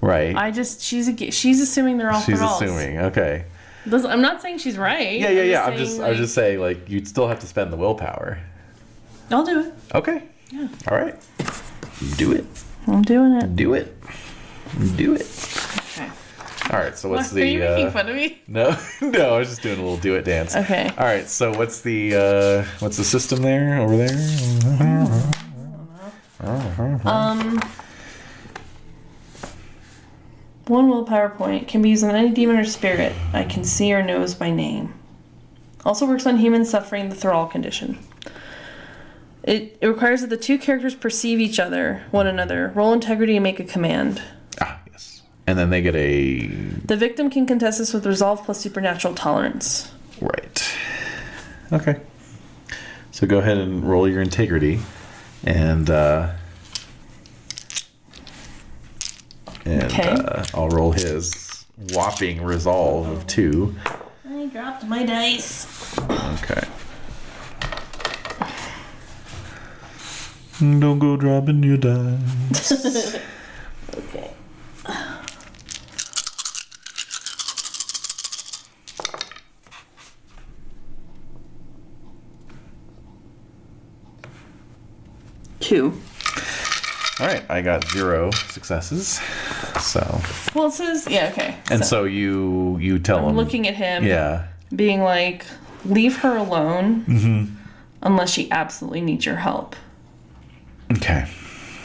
Speaker 1: right?
Speaker 2: I just she's a, she's assuming they're all
Speaker 1: she's
Speaker 2: thralls.
Speaker 1: assuming. Okay.
Speaker 2: Does- I'm not saying she's right.
Speaker 1: Yeah, yeah, yeah. I'm just
Speaker 2: saying,
Speaker 1: I'm just saying like you'd still have to spend the willpower.
Speaker 2: like, I'll do it.
Speaker 1: Okay. Yeah. All right. Do it.
Speaker 2: I'm doing it.
Speaker 1: Do it. Do it.
Speaker 2: Okay.
Speaker 1: All right. So what's
Speaker 2: Are you
Speaker 1: the
Speaker 2: making
Speaker 1: uh,
Speaker 2: fun of me?
Speaker 1: no? No, I was just doing a little do it dance.
Speaker 2: Okay.
Speaker 1: All right. So what's the uh, what's the system there over there?
Speaker 2: Um. One willpower point can be used on any demon or spirit I can see or knows by name. Also works on humans suffering the thrall condition. It, it requires that the two characters perceive each other, one another, roll integrity, and make a command.
Speaker 1: Ah, yes. And then they get a
Speaker 2: The victim can contest this with resolve plus supernatural tolerance.
Speaker 1: right. Okay. So go ahead and roll your integrity, and uh, and
Speaker 2: Okay.
Speaker 1: uh, I'll roll his whopping resolve of two.
Speaker 2: I dropped my dice.
Speaker 1: Okay. Don't go dropping your dime.
Speaker 2: Okay. Two.
Speaker 1: All right, I got zero successes. So,
Speaker 2: Well, it says yeah. Okay.
Speaker 1: and so, you you tell him.
Speaker 2: I'm looking at him,
Speaker 1: Yeah.
Speaker 2: being like, "Leave her alone,
Speaker 1: Mm-hmm.
Speaker 2: unless she absolutely needs your help."
Speaker 1: Okay.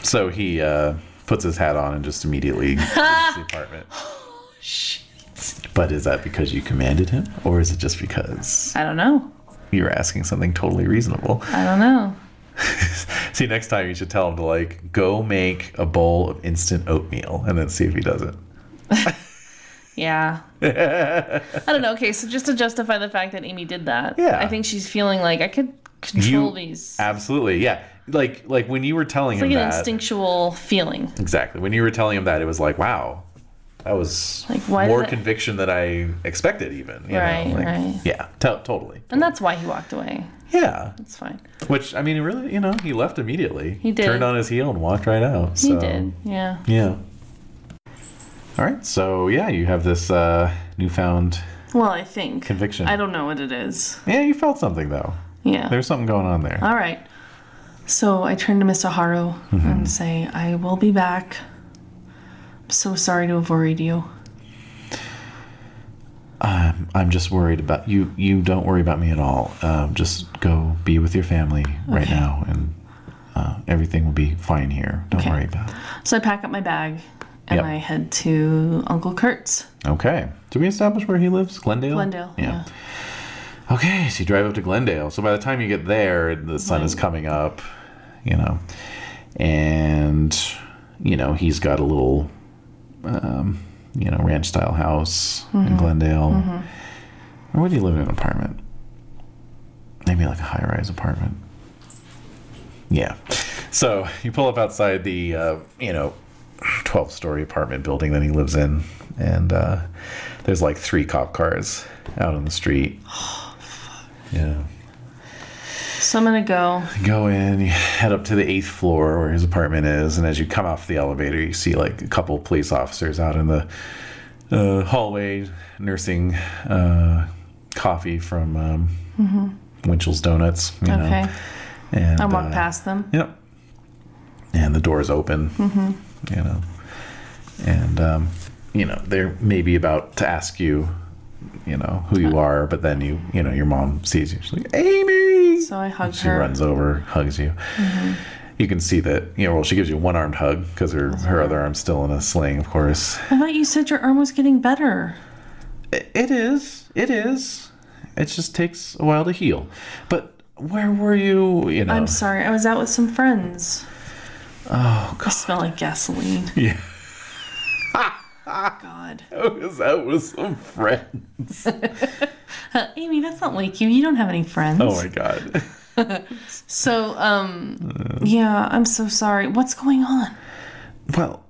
Speaker 1: So he uh, puts his hat on and just immediately leaves the apartment.
Speaker 2: Oh, Shh.
Speaker 1: But is that because you commanded him, or is it just because
Speaker 2: I don't know.
Speaker 1: you're asking something totally reasonable?
Speaker 2: I don't know.
Speaker 1: See, next time you should tell him to like go make a bowl of instant oatmeal and then see if he does it.
Speaker 2: Yeah. I don't know. Okay, so just to justify the fact that Amy did that,
Speaker 1: Yeah.
Speaker 2: I think she's feeling like I could control these.
Speaker 1: Absolutely, yeah. Like like when you were telling
Speaker 2: It's
Speaker 1: him
Speaker 2: like an
Speaker 1: that
Speaker 2: instinctual feeling.
Speaker 1: exactly when you were telling him that it was like wow, that was
Speaker 2: Like, why
Speaker 1: more
Speaker 2: did I-
Speaker 1: conviction than I expected even. You
Speaker 2: Right,
Speaker 1: know? like,
Speaker 2: right.
Speaker 1: Yeah, to- totally.
Speaker 2: And that's why he walked away.
Speaker 1: Yeah,
Speaker 2: It's fine.
Speaker 1: which I mean, really, you know, he left immediately. He
Speaker 2: did.
Speaker 1: Turned on his heel and walked right out.
Speaker 2: He
Speaker 1: so,
Speaker 2: did. Yeah.
Speaker 1: Yeah. All right, so yeah, you have this uh, newfound
Speaker 2: Well, I think.
Speaker 1: conviction.
Speaker 2: I don't know what it is.
Speaker 1: Yeah, you felt something though.
Speaker 2: Yeah.
Speaker 1: There's something going on there.
Speaker 2: All right. So I turn to Mr. Haro
Speaker 1: Mm-hmm.
Speaker 2: and say, I will be back. I'm so sorry to have worried you.
Speaker 1: I'm just worried about you. You don't worry about me at all. Um, just go be with your family right
Speaker 2: Okay.
Speaker 1: now, and uh, everything will be fine here. Don't
Speaker 2: Okay.
Speaker 1: worry about it.
Speaker 2: So I pack up my bag and
Speaker 1: Yep.
Speaker 2: I head to Uncle Kurt's,
Speaker 1: Okay. Did we establish where he lives? Glendale?
Speaker 2: Glendale.
Speaker 1: Yeah. Okay, so you drive up to Glendale. So by the time you get there, the sun is coming up, you know. And, you know, he's got a little, um, you know, ranch style house in Glendale. Or would he live in an apartment? Maybe like a high rise apartment. Yeah. So you pull up outside the, uh, you know, 12 story apartment building that he lives in. And uh, there's like three cop cars out on the street. Oh, Yeah.
Speaker 2: So I'm going to go.
Speaker 1: Go in, you head up to the eighth floor where his apartment is. And as you come off the elevator, you see like a couple police officers out in the uh, hallway nursing uh, coffee from um, Winchell's Donuts. You
Speaker 2: Mm-hmm. Okay.
Speaker 1: Know? And,
Speaker 2: I walk
Speaker 1: uh,
Speaker 2: past them.
Speaker 1: Yep. And the door's open. Mm-hmm. You know, and um, you know they're maybe about to ask you, you know, who you are, but then you, you know, your mom sees you. She's like, "Amy,
Speaker 2: so I hugged
Speaker 1: She
Speaker 2: her.
Speaker 1: runs over, hugs you. Mm-hmm. You can see that, you know, well, she gives you a one armed hug because her, her other arm's still in a sling, of course.
Speaker 2: I thought you said your arm was getting better.
Speaker 1: I- It is. It is. It just takes a while to heal. But where were you? You know.
Speaker 2: I'm sorry, I was out with some friends.
Speaker 1: oh,
Speaker 2: I smell like gasoline.
Speaker 1: Yeah.
Speaker 2: God.
Speaker 1: God. That was some friend.
Speaker 2: Uh, Amy, that's not like you. You don't have any friends.
Speaker 1: Oh, my God.
Speaker 2: So, um, yeah, I'm so sorry. What's going on?
Speaker 1: Well,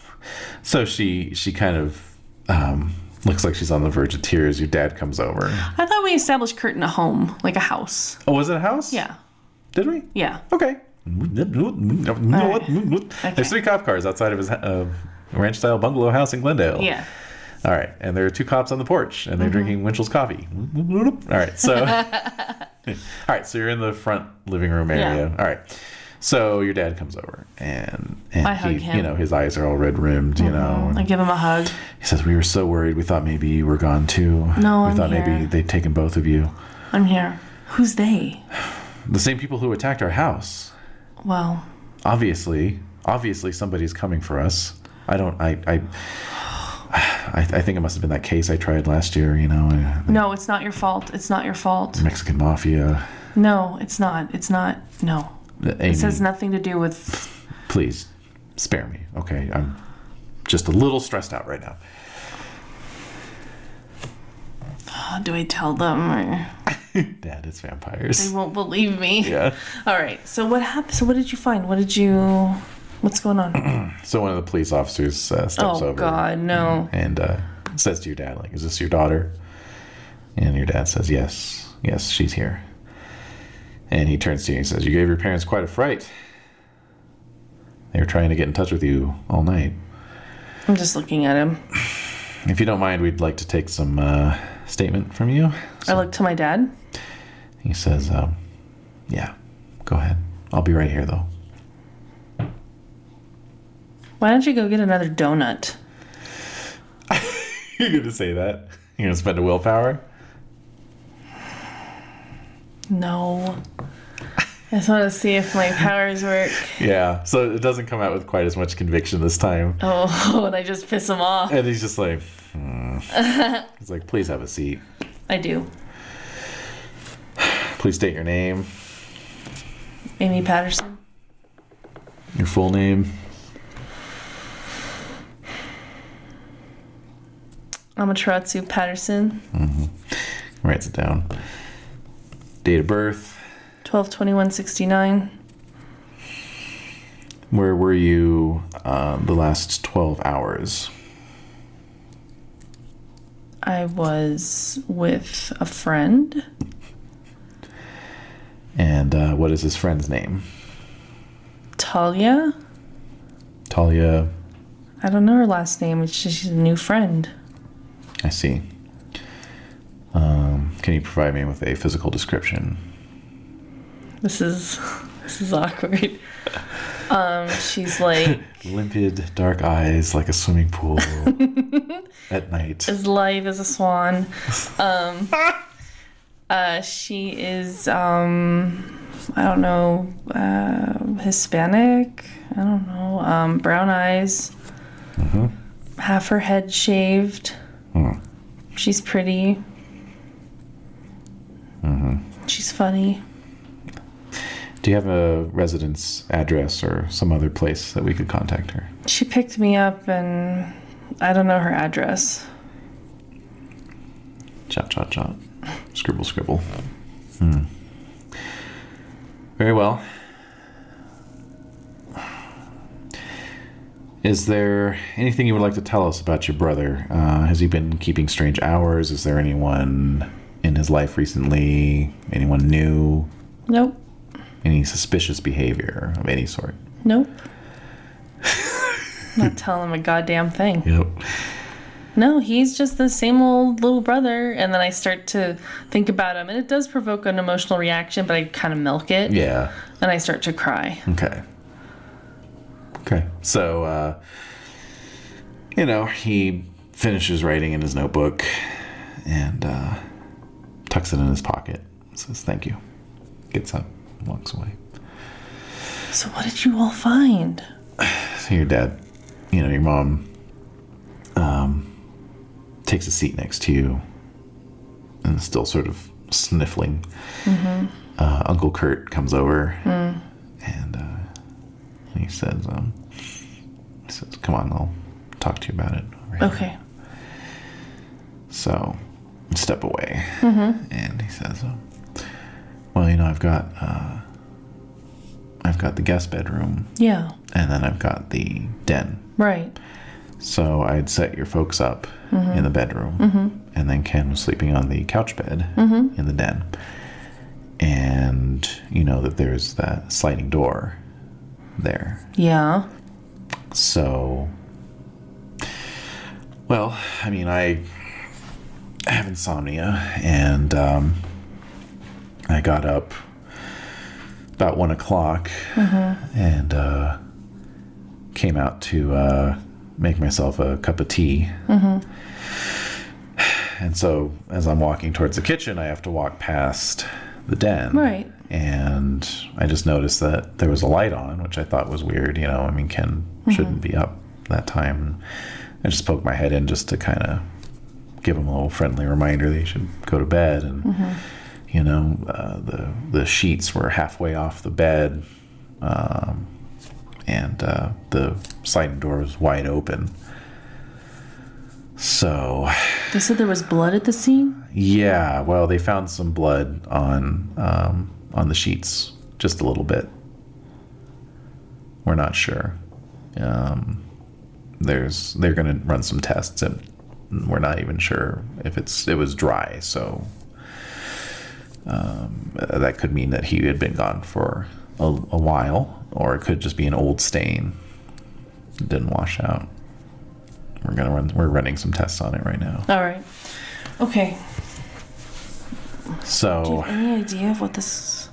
Speaker 1: so she she kind of um, looks like she's on the verge of tears. Your dad comes over.
Speaker 2: I thought we established Curtin a home, like a house.
Speaker 1: Oh, was it a house?
Speaker 2: Yeah,
Speaker 1: Did we?
Speaker 2: yeah.
Speaker 1: Okay. There's three cop cars outside of his uh, ranch style bungalow house in Glendale.
Speaker 2: Yeah. Mm-hmm.
Speaker 1: All right. And there are two cops on the porch and they're drinking Winchell's coffee. All right. So, all right. So you're in the front living room area.
Speaker 2: Yeah.
Speaker 1: All right. So your dad comes over and, and
Speaker 2: I hug
Speaker 1: he,
Speaker 2: him. Mm-hmm.
Speaker 1: you know, his eyes are all red rimmed, you know.
Speaker 2: I
Speaker 1: And
Speaker 2: give him a hug.
Speaker 1: he says, We were so worried. We thought maybe you were gone too.
Speaker 2: No,
Speaker 1: we
Speaker 2: I'm
Speaker 1: thought maybe
Speaker 2: here."
Speaker 1: they'd taken both of you.
Speaker 2: I'm here. Who's they?
Speaker 1: The same people who attacked our house.
Speaker 2: Well,
Speaker 1: obviously obviously somebody's coming for us i don't i i I, I think it must have been that case I tried last year, you know, uh,
Speaker 2: no, it's not your fault. It's not your fault.
Speaker 1: Mexican mafia.
Speaker 2: No, it's not. It's not. No.
Speaker 1: Amy,
Speaker 2: This has nothing to do with.
Speaker 1: please spare me. Okay, I'm just a little stressed out right now.
Speaker 2: Oh, do I tell them? Or
Speaker 1: Dad, it's
Speaker 2: they
Speaker 1: vampires.
Speaker 2: won't believe me.
Speaker 1: Yeah.
Speaker 2: All right. So what happened? So what did you find? What did you? What's going on?
Speaker 1: So one of the police officers uh, steps
Speaker 2: oh
Speaker 1: over
Speaker 2: God, no.
Speaker 1: and uh, says to your dad, "Like, is this your daughter?" And your dad says, "Yes, yes, she's here." And he turns to you and says, "You gave your parents quite a fright. They were trying to get in touch with you all night. Mm-hmm.
Speaker 2: I'm just looking at him.
Speaker 1: If you don't mind, we'd like to take some uh, statement from you."
Speaker 2: I look to my dad.
Speaker 1: He says, um, "Yeah, go ahead. I'll be right here, though."
Speaker 2: Why don't you go get another donut?
Speaker 1: You're gonna say that? You're gonna spend a willpower?
Speaker 2: No. I just want to see if my powers work.
Speaker 1: Yeah. So it doesn't come out with quite as much conviction this time.
Speaker 2: Oh, and I just piss him off.
Speaker 1: And he's just like, hmm. he's like, please have a seat.
Speaker 2: I do.
Speaker 1: Please state your name,
Speaker 2: Amy Patterson.
Speaker 1: your full name.
Speaker 2: Amaterasu Patterson.
Speaker 1: Writes it down. Date of birth.
Speaker 2: 122169.
Speaker 1: Where were you uh, the last 12 hours?
Speaker 2: I was with a friend.
Speaker 1: And uh, what is his friend's name?
Speaker 2: Talia.
Speaker 1: Talia.
Speaker 2: I don't know her last name. It's just she's a new friend.
Speaker 1: I see. Um, can you provide me with a physical description?
Speaker 2: This is this is awkward. Um, she's like
Speaker 1: Limpid, dark eyes like a swimming pool at night.
Speaker 2: as live as a swan. Um, uh, she is, um, I don't know, uh, Hispanic. I don't know. Um, brown eyes. Half her head shaved.
Speaker 1: Hmm.
Speaker 2: She's pretty. She's funny.
Speaker 1: Do you have a residence address or some other place that we could contact her?
Speaker 2: She picked me up, and I don't know her address.
Speaker 1: Chop, chop, chop. Scribble, scribble. Hmm. Very well. Is there anything you would like to tell us about your brother? Uh, has he been keeping strange hours? Is there anyone in his life recently? Anyone new?
Speaker 2: Nope.
Speaker 1: Any suspicious behavior of any sort?
Speaker 2: Nope. Not telling him a goddamn thing.
Speaker 1: Yep.
Speaker 2: No, he's just the same old little brother. And then I start to think about him, and it does provoke an emotional reaction, but I kind of milk it,
Speaker 1: Yeah.
Speaker 2: and I start to cry.
Speaker 1: Okay. Okay. So, uh, you know, he finishes writing in his notebook and uh, tucks it in his pocket. Says, "Thank you." gets up, and walks away.
Speaker 2: So what did you all find?
Speaker 1: So your dad, you know, your mom, um, takes a seat next to you, and is still sort of sniffling. Uh, Uncle Kurt comes over, and, uh, and he says, um, he says, "Come on, I'll talk to you about it." over here."
Speaker 2: Okay.
Speaker 1: So, step away, and he says, um, "Well, you know, I've got, uh, I've got the guest bedroom."
Speaker 2: Yeah.
Speaker 1: and then I've got the den.
Speaker 2: Right.
Speaker 1: So I'd set your folks up in the bedroom, and then Ken was sleeping on the couch bed in the den. And you know that there's that sliding door there.
Speaker 2: Yeah.
Speaker 1: So, well, I mean, I have insomnia, and um, I got up about one o'clock and uh, came out to uh, make myself a cup of tea. And so, as I'm walking towards the kitchen, I have to walk past the den.
Speaker 2: Right.
Speaker 1: And I just noticed that there was a light on, which I thought was weird. You know, I mean, Ken shouldn't be up that time. I just poked my head in just to kind of give him a little friendly reminder that he should go to bed. And you know, uh, the the sheets were halfway off the bed, um, and uh, the sliding door was wide open. So,
Speaker 2: They said there was blood at the scene?
Speaker 1: yeah, well, they found some blood on um, on the sheets, just a little bit. We're not sure. Um, there's they're gonna run some tests, and we're not even sure if it's it was dry, so um, uh, that could mean that he had been gone for a, a while, or it could just be an old stain. It didn't wash out. We're gonna run. We're running some tests on it right now.
Speaker 2: All right. Okay.
Speaker 1: So.
Speaker 2: Do you have any idea of what this.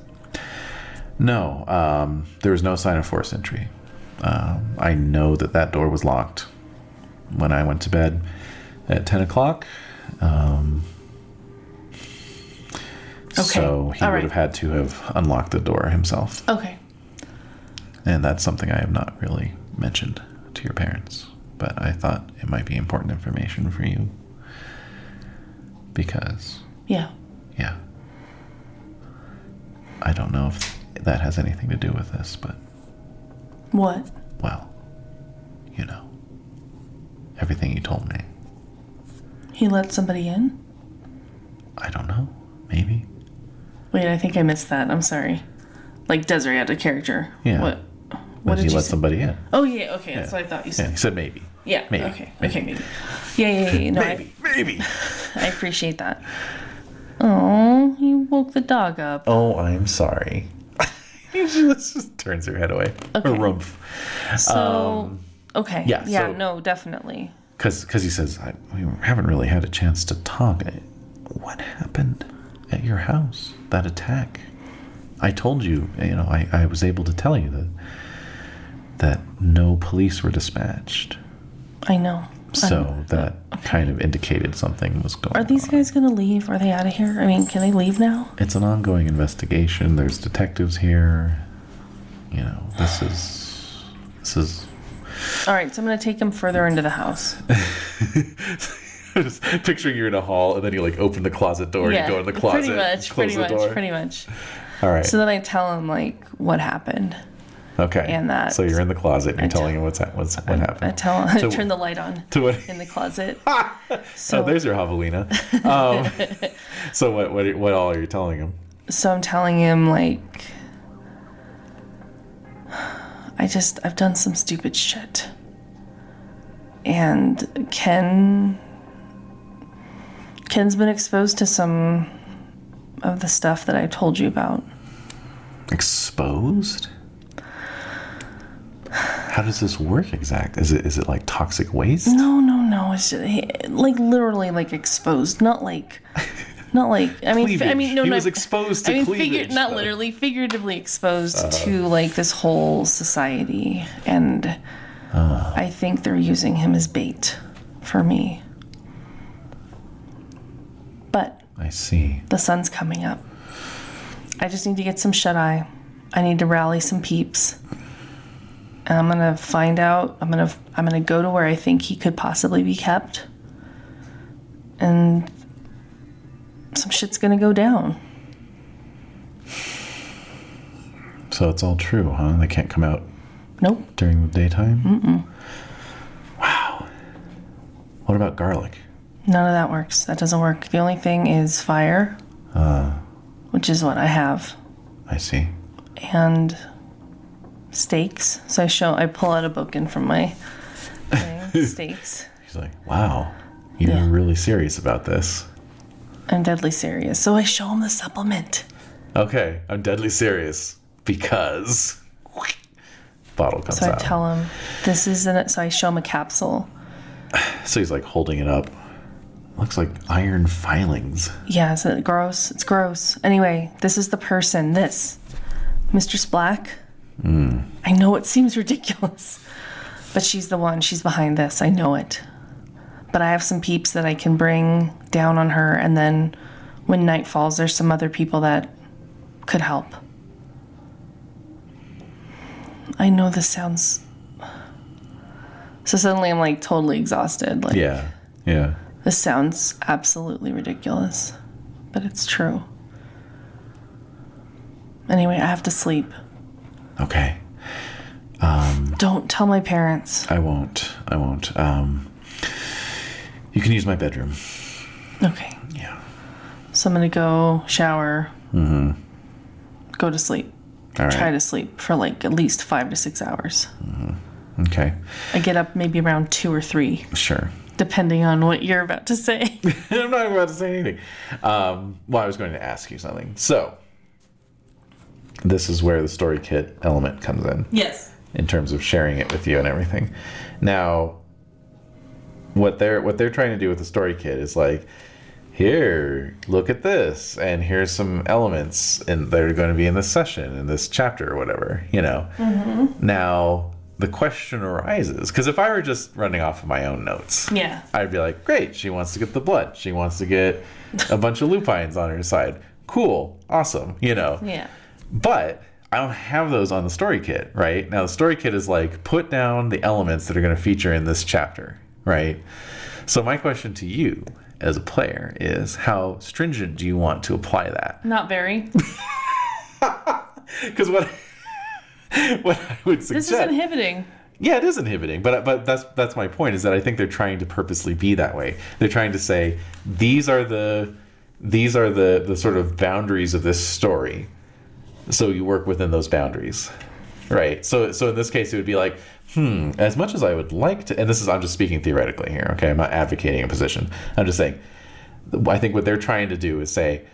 Speaker 1: No, um, there was no sign of forced entry. Um, I know that that door was locked when I went to bed at 10 o'clock. Um,
Speaker 2: Okay,
Speaker 1: So he
Speaker 2: all
Speaker 1: would
Speaker 2: right.
Speaker 1: have had to have unlocked the door himself.
Speaker 2: Okay.
Speaker 1: And that's something I have not really mentioned to your parents. But I thought it might be important information for you. Because,
Speaker 2: Yeah.
Speaker 1: yeah. I don't know if that has anything to do with this, but.
Speaker 2: What?
Speaker 1: Well, you know, everything you told me.
Speaker 2: He let somebody in?
Speaker 1: I don't know. Maybe.
Speaker 2: Wait, I think I missed that. I'm sorry. Like Desiree out of character.
Speaker 1: Yeah.
Speaker 2: What?
Speaker 1: But
Speaker 2: What did
Speaker 1: he
Speaker 2: you
Speaker 1: let
Speaker 2: say?
Speaker 1: somebody in.
Speaker 2: Oh yeah. Okay, that's what I thought you
Speaker 1: Yeah,
Speaker 2: said.
Speaker 1: he said maybe.
Speaker 2: Yeah.
Speaker 1: Maybe,
Speaker 2: Okay. Okay. Maybe. Yeah. Yeah. Yeah. yeah. No, I,
Speaker 1: Maybe. Maybe.
Speaker 2: I appreciate that. Oh, you woke the dog up.
Speaker 1: Oh, I'm sorry. she just turns her head away. Or
Speaker 2: Okay.
Speaker 1: rumpf.
Speaker 2: So. okay.
Speaker 1: yeah,
Speaker 2: Yeah.
Speaker 1: so-
Speaker 2: no. Definitely.
Speaker 1: Because he says, I, we haven't really had a chance to talk. I- What happened at your house? That attack? I told you, eh, you know, I, I was able to tell you that that no police were dispatched.
Speaker 2: I know.
Speaker 1: So that kind of indicated something was going
Speaker 2: Um, Are these
Speaker 1: on.
Speaker 2: guys gonna leave? Are they out of here? I mean, can they leave now?
Speaker 1: It's an ongoing investigation. There's detectives here. You know, this is this is
Speaker 2: All right. So I'm gonna take him further into the house.
Speaker 1: just picturing you're in a hall and then you like open the closet door,
Speaker 2: yeah.
Speaker 1: you go in the closet,
Speaker 2: Pretty much.
Speaker 1: close
Speaker 2: Pretty
Speaker 1: the
Speaker 2: much.
Speaker 1: door.
Speaker 2: Pretty much.
Speaker 1: All right.
Speaker 2: So then I tell him like what happened.
Speaker 1: okay.
Speaker 2: and that-
Speaker 1: So you're in the closet and you're
Speaker 2: I tell-
Speaker 1: telling him what's hap- what's what happened.
Speaker 2: I tell him.
Speaker 1: So-
Speaker 2: turn the light on
Speaker 1: to what,
Speaker 2: in the closet.
Speaker 1: oh,
Speaker 2: so
Speaker 1: there's your javelina. Um, so what what what all are you telling him?
Speaker 2: so I'm telling him like I just I've done some stupid shit. And Ken Ken's been exposed to some of the stuff that I told you about.
Speaker 1: Exposed? How does this work exactly? Is it is it like toxic waste?
Speaker 2: No, no, no. It's just, he, like literally like exposed, not like not like I mean fi- I
Speaker 1: Cleavage.
Speaker 2: mean no
Speaker 1: He
Speaker 2: no
Speaker 1: was exposed to
Speaker 2: I mean
Speaker 1: cleavage,
Speaker 2: not
Speaker 1: though. Uh-huh.
Speaker 2: literally figuratively exposed to like this whole society and
Speaker 1: Uh-huh.
Speaker 2: I think they're using him as bait for me. But
Speaker 1: I see.
Speaker 2: the sun's coming up. I just need to get some shut eye. I need to rally some peeps. And I'm gonna find out. I'm gonna I'm gonna go to where I think he could possibly be kept. And some shit's gonna go down.
Speaker 1: So it's all true, huh? They can't come out
Speaker 2: Nope.
Speaker 1: during the daytime? Mm-mm. Wow. What about garlic?
Speaker 2: None of that works. That doesn't work. The only thing is fire, which is what I have,
Speaker 1: I see.
Speaker 2: and stakes. So I show, I pull out a bookend from my thing, stakes.
Speaker 1: He's like, wow, you're
Speaker 2: Yeah.
Speaker 1: really serious about this.
Speaker 2: I'm deadly serious. So I show him the supplement.
Speaker 1: Okay, I'm deadly serious because bottle comes
Speaker 2: So I
Speaker 1: out.
Speaker 2: tell him this is an. So I show him a capsule.
Speaker 1: so he's like holding it up. Looks like iron filings.
Speaker 2: Yeah, is it gross? It's gross. Anyway, this is the person. This, Mr. Splack. I know it seems ridiculous, but she's the one. She's behind this. I know it. But I have some peeps that I can bring down on her, and then when night falls, there's some other people that could help. I know this sounds. So suddenly I'm like totally exhausted. Like,
Speaker 1: Yeah, yeah.
Speaker 2: this sounds absolutely ridiculous, but it's true. Anyway, I have to sleep.
Speaker 1: Okay,
Speaker 2: Don't tell my parents.
Speaker 1: I won't. I won't. Um, you can use my bedroom.
Speaker 2: Okay.
Speaker 1: Yeah.
Speaker 2: So I'm going to go shower, go to sleep,
Speaker 1: All right.
Speaker 2: try to sleep for like at least five to six hours.
Speaker 1: Okay.
Speaker 2: I get up maybe around two or three,
Speaker 1: Sure.
Speaker 2: depending on what you're about to say.
Speaker 1: I'm not about to say anything. Um, well, I was going to ask you something. So, this is where the story kit element comes in,
Speaker 2: yes.
Speaker 1: in terms of sharing it with you and everything. Now, what they're what they're trying to do with the story kit is like, here, look at this, and here's some elements, and they're going to be in this session, in this chapter, or whatever. You know. Now, the question arises because if I were just running off of my own notes,
Speaker 2: Yeah.
Speaker 1: I'd be like, great, she wants to get the blood. She wants to get a bunch of lupines on her side. Cool, awesome, you know.
Speaker 2: Yeah.
Speaker 1: But I don't have those on the story kit, right? Now, the story kit is like, put down the elements that are going to feature in this chapter, right? So, my question to you as a player is how stringent do you want to apply that?
Speaker 2: Not very.
Speaker 1: Because what. What I would suggest
Speaker 2: This is inhibiting.
Speaker 1: Yeah, it is inhibiting, but but that's that's my point is that I think they're trying to purposely be that way. They're trying to say these are the these are the the sort of boundaries of this story. So you work within those boundaries. Right. So so in this case it would be like, hmm, as much as I would like to and this is I'm just speaking theoretically here, okay? I'm not advocating a position. I'm just saying I think what they're trying to do is say,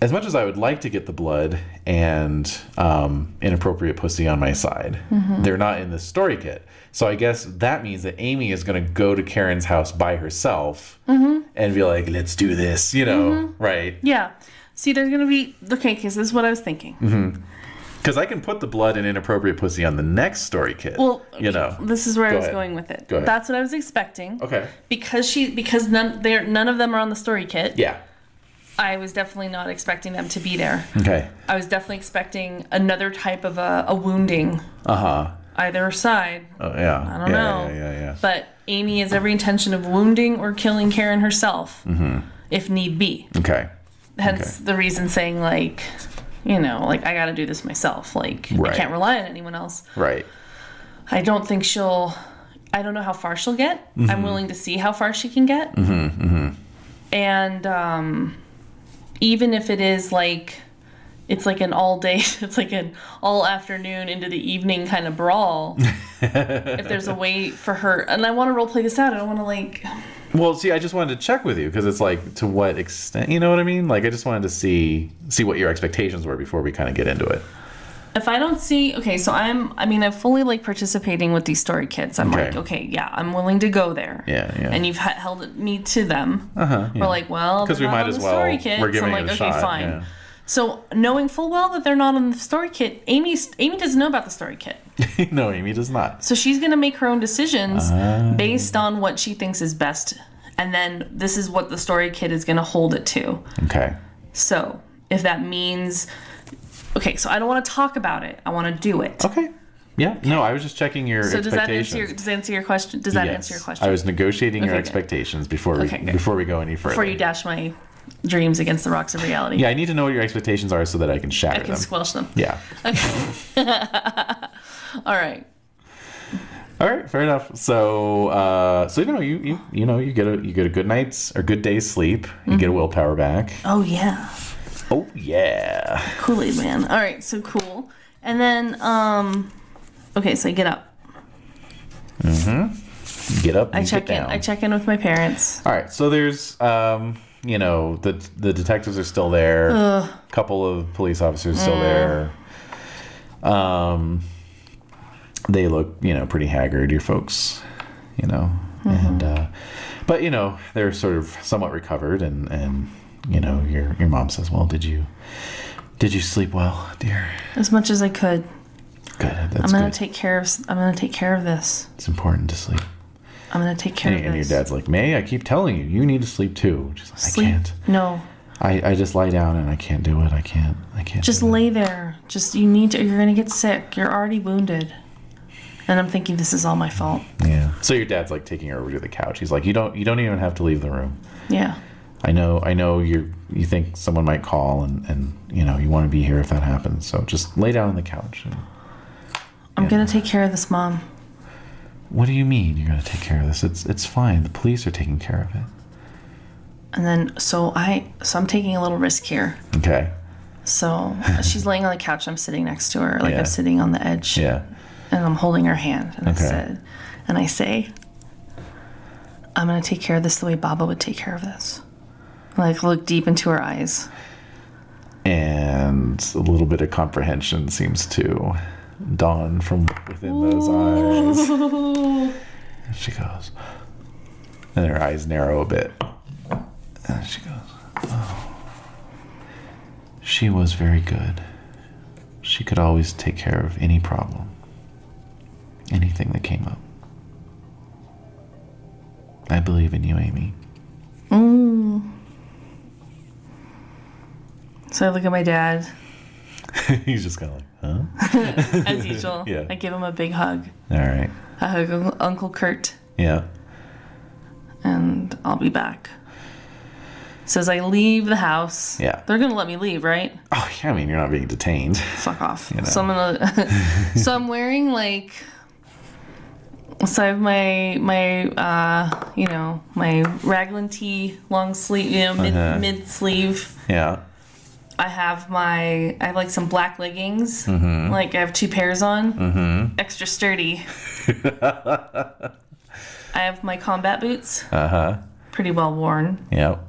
Speaker 1: as much as I would like to get the blood and um, inappropriate pussy on my side,
Speaker 2: Mm-hmm.
Speaker 1: they're not in this story kit. So I guess that means that Amy is going to go to Karen's house by herself
Speaker 2: Mm-hmm.
Speaker 1: and be like, "Let's do this," you know, right?
Speaker 2: Yeah. See, there's going to be. Okay, because this is what I was thinking.
Speaker 1: Because I can put the blood and inappropriate pussy on the next story kit.
Speaker 2: Well,
Speaker 1: you know,
Speaker 2: this is where
Speaker 1: Go
Speaker 2: I was
Speaker 1: ahead.
Speaker 2: going with it.
Speaker 1: Go ahead.
Speaker 2: That's what I was expecting.
Speaker 1: okay,
Speaker 2: Because she, because none, they're none of them are on the story kit.
Speaker 1: yeah,
Speaker 2: I was definitely not expecting them to be there.
Speaker 1: okay,
Speaker 2: I was definitely expecting another type of a, a wounding,
Speaker 1: uh huh,
Speaker 2: either side.
Speaker 1: oh, yeah,
Speaker 2: I don't
Speaker 1: yeah,
Speaker 2: know.
Speaker 1: yeah, yeah, yeah.
Speaker 2: But Amy has every intention of wounding or killing Karen herself, if need be.
Speaker 1: Mm-hmm. okay,
Speaker 2: Hence the reason saying like, you know, like I got to do this myself. Like
Speaker 1: Right.
Speaker 2: I can't rely on anyone else.
Speaker 1: right,
Speaker 2: I don't think she'll. I don't know how far she'll get. I'm willing to see how far she can get. And um, even if it is like, it's like an all day, it's like an all afternoon into the evening kind of brawl. if there's a way for her, and I want to role play this out. I don't want to like.
Speaker 1: Well, see, I just wanted to check with you because it's like to what extent, you know what I mean? Like, I just wanted to see see what your expectations were before we kind of get into it.
Speaker 2: If I don't see, okay, so I'm. I mean, I'm fully like participating with these story kids. I'm
Speaker 1: Okay.
Speaker 2: like, okay, yeah, I'm willing to go there.
Speaker 1: Yeah, yeah.
Speaker 2: And you've he- held me to them. We're like, well,
Speaker 1: Because
Speaker 2: because
Speaker 1: we might as well.
Speaker 2: Story kit.
Speaker 1: We're giving
Speaker 2: so I'm
Speaker 1: it
Speaker 2: like,
Speaker 1: a
Speaker 2: okay,
Speaker 1: shot.
Speaker 2: fine.
Speaker 1: yeah.
Speaker 2: So knowing full well that they're not on the story kit, Amy's Amy doesn't know about the story kit.
Speaker 1: no, Amy does not.
Speaker 2: So she's gonna make her own decisions
Speaker 1: Ah.
Speaker 2: based on what she thinks is best, and then this is what the story kit is gonna hold it to.
Speaker 1: Okay.
Speaker 2: So if that means okay, so I don't want to talk about it. I want to do it.
Speaker 1: Okay. Yeah. No, I was just checking your
Speaker 2: So does that
Speaker 1: expectations.
Speaker 2: answer your, does that answer your question? Does that
Speaker 1: Yes.
Speaker 2: answer your question?
Speaker 1: I was negotiating your
Speaker 2: Okay, good.
Speaker 1: expectations before we
Speaker 2: Okay, good.
Speaker 1: before we go any further.
Speaker 2: Before you dash my dreams against the rocks of reality,
Speaker 1: yeah, I need to know what your expectations are so that I can
Speaker 2: I
Speaker 1: shatter
Speaker 2: can
Speaker 1: them.
Speaker 2: squelch them.
Speaker 1: yeah.
Speaker 2: All right.
Speaker 1: All right, fair enough. So, uh, so you know, you, you you know, you get a you get a good night's or good day's sleep. You get a
Speaker 2: Mm-hmm.
Speaker 1: willpower back.
Speaker 2: Oh yeah,
Speaker 1: Oh yeah.
Speaker 2: Kool Aid Man. All right, so cool. And then, um, okay, so I get up.
Speaker 1: Get up.
Speaker 2: I
Speaker 1: and
Speaker 2: check
Speaker 1: get
Speaker 2: in.
Speaker 1: down.
Speaker 2: I check in with my parents.
Speaker 1: All right, so there's um, you know, the the detectives are still there. A couple of police officers still
Speaker 2: Mm.
Speaker 1: there. Um, they look, you know, pretty haggard. Your folks, you know,
Speaker 2: Mm-hmm.
Speaker 1: and uh, but you know, they're sort of somewhat recovered, and and you know, your your mom says, "Well, did you did you sleep well, dear?
Speaker 2: As much as I could.
Speaker 1: Good. That's
Speaker 2: I'm gonna
Speaker 1: good.
Speaker 2: take care of. s- I'm gonna take care of this.
Speaker 1: it's important to sleep."
Speaker 2: I'm gonna take care
Speaker 1: And,
Speaker 2: of
Speaker 1: and your
Speaker 2: this.
Speaker 1: dad's like, "May I keep telling you, you need to sleep too." She's like,
Speaker 2: Sleep.
Speaker 1: "I can't."
Speaker 2: No,
Speaker 1: I, I just lie down and I can't do it. I can't. I can't.
Speaker 2: just
Speaker 1: do it.
Speaker 2: lay there. Just you need to. You're gonna get sick. You're already wounded. And I'm thinking this is all my fault.
Speaker 1: yeah. So your dad's like taking her over to the couch. He's like, you don't. You don't even have to leave the room.
Speaker 2: Yeah.
Speaker 1: I know. I know. You you think someone might call and and you know you want to be here if that happens. So just lay down on the couch. And,
Speaker 2: I'm gonna take care of this, mom.
Speaker 1: what do you mean you're gonna take care of this? It's it's fine. The police are taking care of it.
Speaker 2: And then so I so I'm taking a little risk here.
Speaker 1: Okay.
Speaker 2: So she's laying on the couch. I'm sitting next to her, like
Speaker 1: Yeah.
Speaker 2: I'm sitting on the edge,
Speaker 1: Yeah.
Speaker 2: and I'm holding her hand. And
Speaker 1: Okay.
Speaker 2: I said, and I say, I'm gonna take care of this the way Baba would take care of this. Like look deep into her eyes.
Speaker 1: And a little bit of comprehension seems to dawn from within those eyes. She goes, and her eyes narrow a bit. And she goes, Oh. She was very good. She could always take care of any problem, anything that came up. I believe in you, Amy.
Speaker 2: So I look at my dad,
Speaker 1: He's just kind of like, huh?
Speaker 2: as usual.
Speaker 1: Yeah.
Speaker 2: I give him a big hug.
Speaker 1: All right.
Speaker 2: I hug Uncle- Uncle Kurt,
Speaker 1: Yeah.
Speaker 2: and I'll be back. So as I leave the house,
Speaker 1: Yeah.
Speaker 2: they're gonna let me leave, right?
Speaker 1: Oh, yeah, I mean, you're not being detained.
Speaker 2: fuck off.
Speaker 1: know.
Speaker 2: So I'm gonna. so I'm wearing like. So I have my my uh you know my raglan tee long sleeve you know mid
Speaker 1: Uh-huh.
Speaker 2: mid sleeve.
Speaker 1: Yeah.
Speaker 2: I have my I have like some black leggings.
Speaker 1: Mm-hmm.
Speaker 2: Like I have two pairs on, extra sturdy. I have my combat boots,
Speaker 1: Uh huh.
Speaker 2: pretty well worn.
Speaker 1: Yep.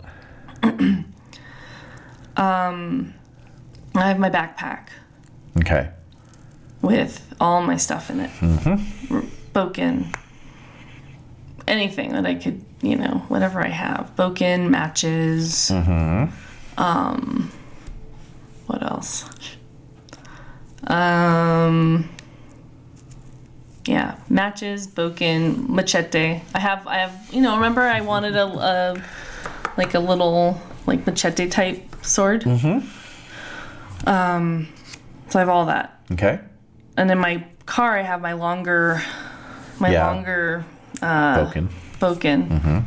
Speaker 2: I have my backpack.
Speaker 1: Okay.
Speaker 2: with all my stuff in it. Mm-hmm. Boken. Anything that I could, you know, whatever I have. Boken, matches. Mm-hmm. Um, what else? Um, yeah, matches, boken, machete. I have, I have, you know, remember I wanted a, a like a little, like machete type sword? Mm-hmm. Um, Mm-hmm. so I have all that
Speaker 1: Okay.
Speaker 2: and in my car I have my longer my
Speaker 1: Yeah. Mm-hmm.
Speaker 2: longer
Speaker 1: Spoken.
Speaker 2: boken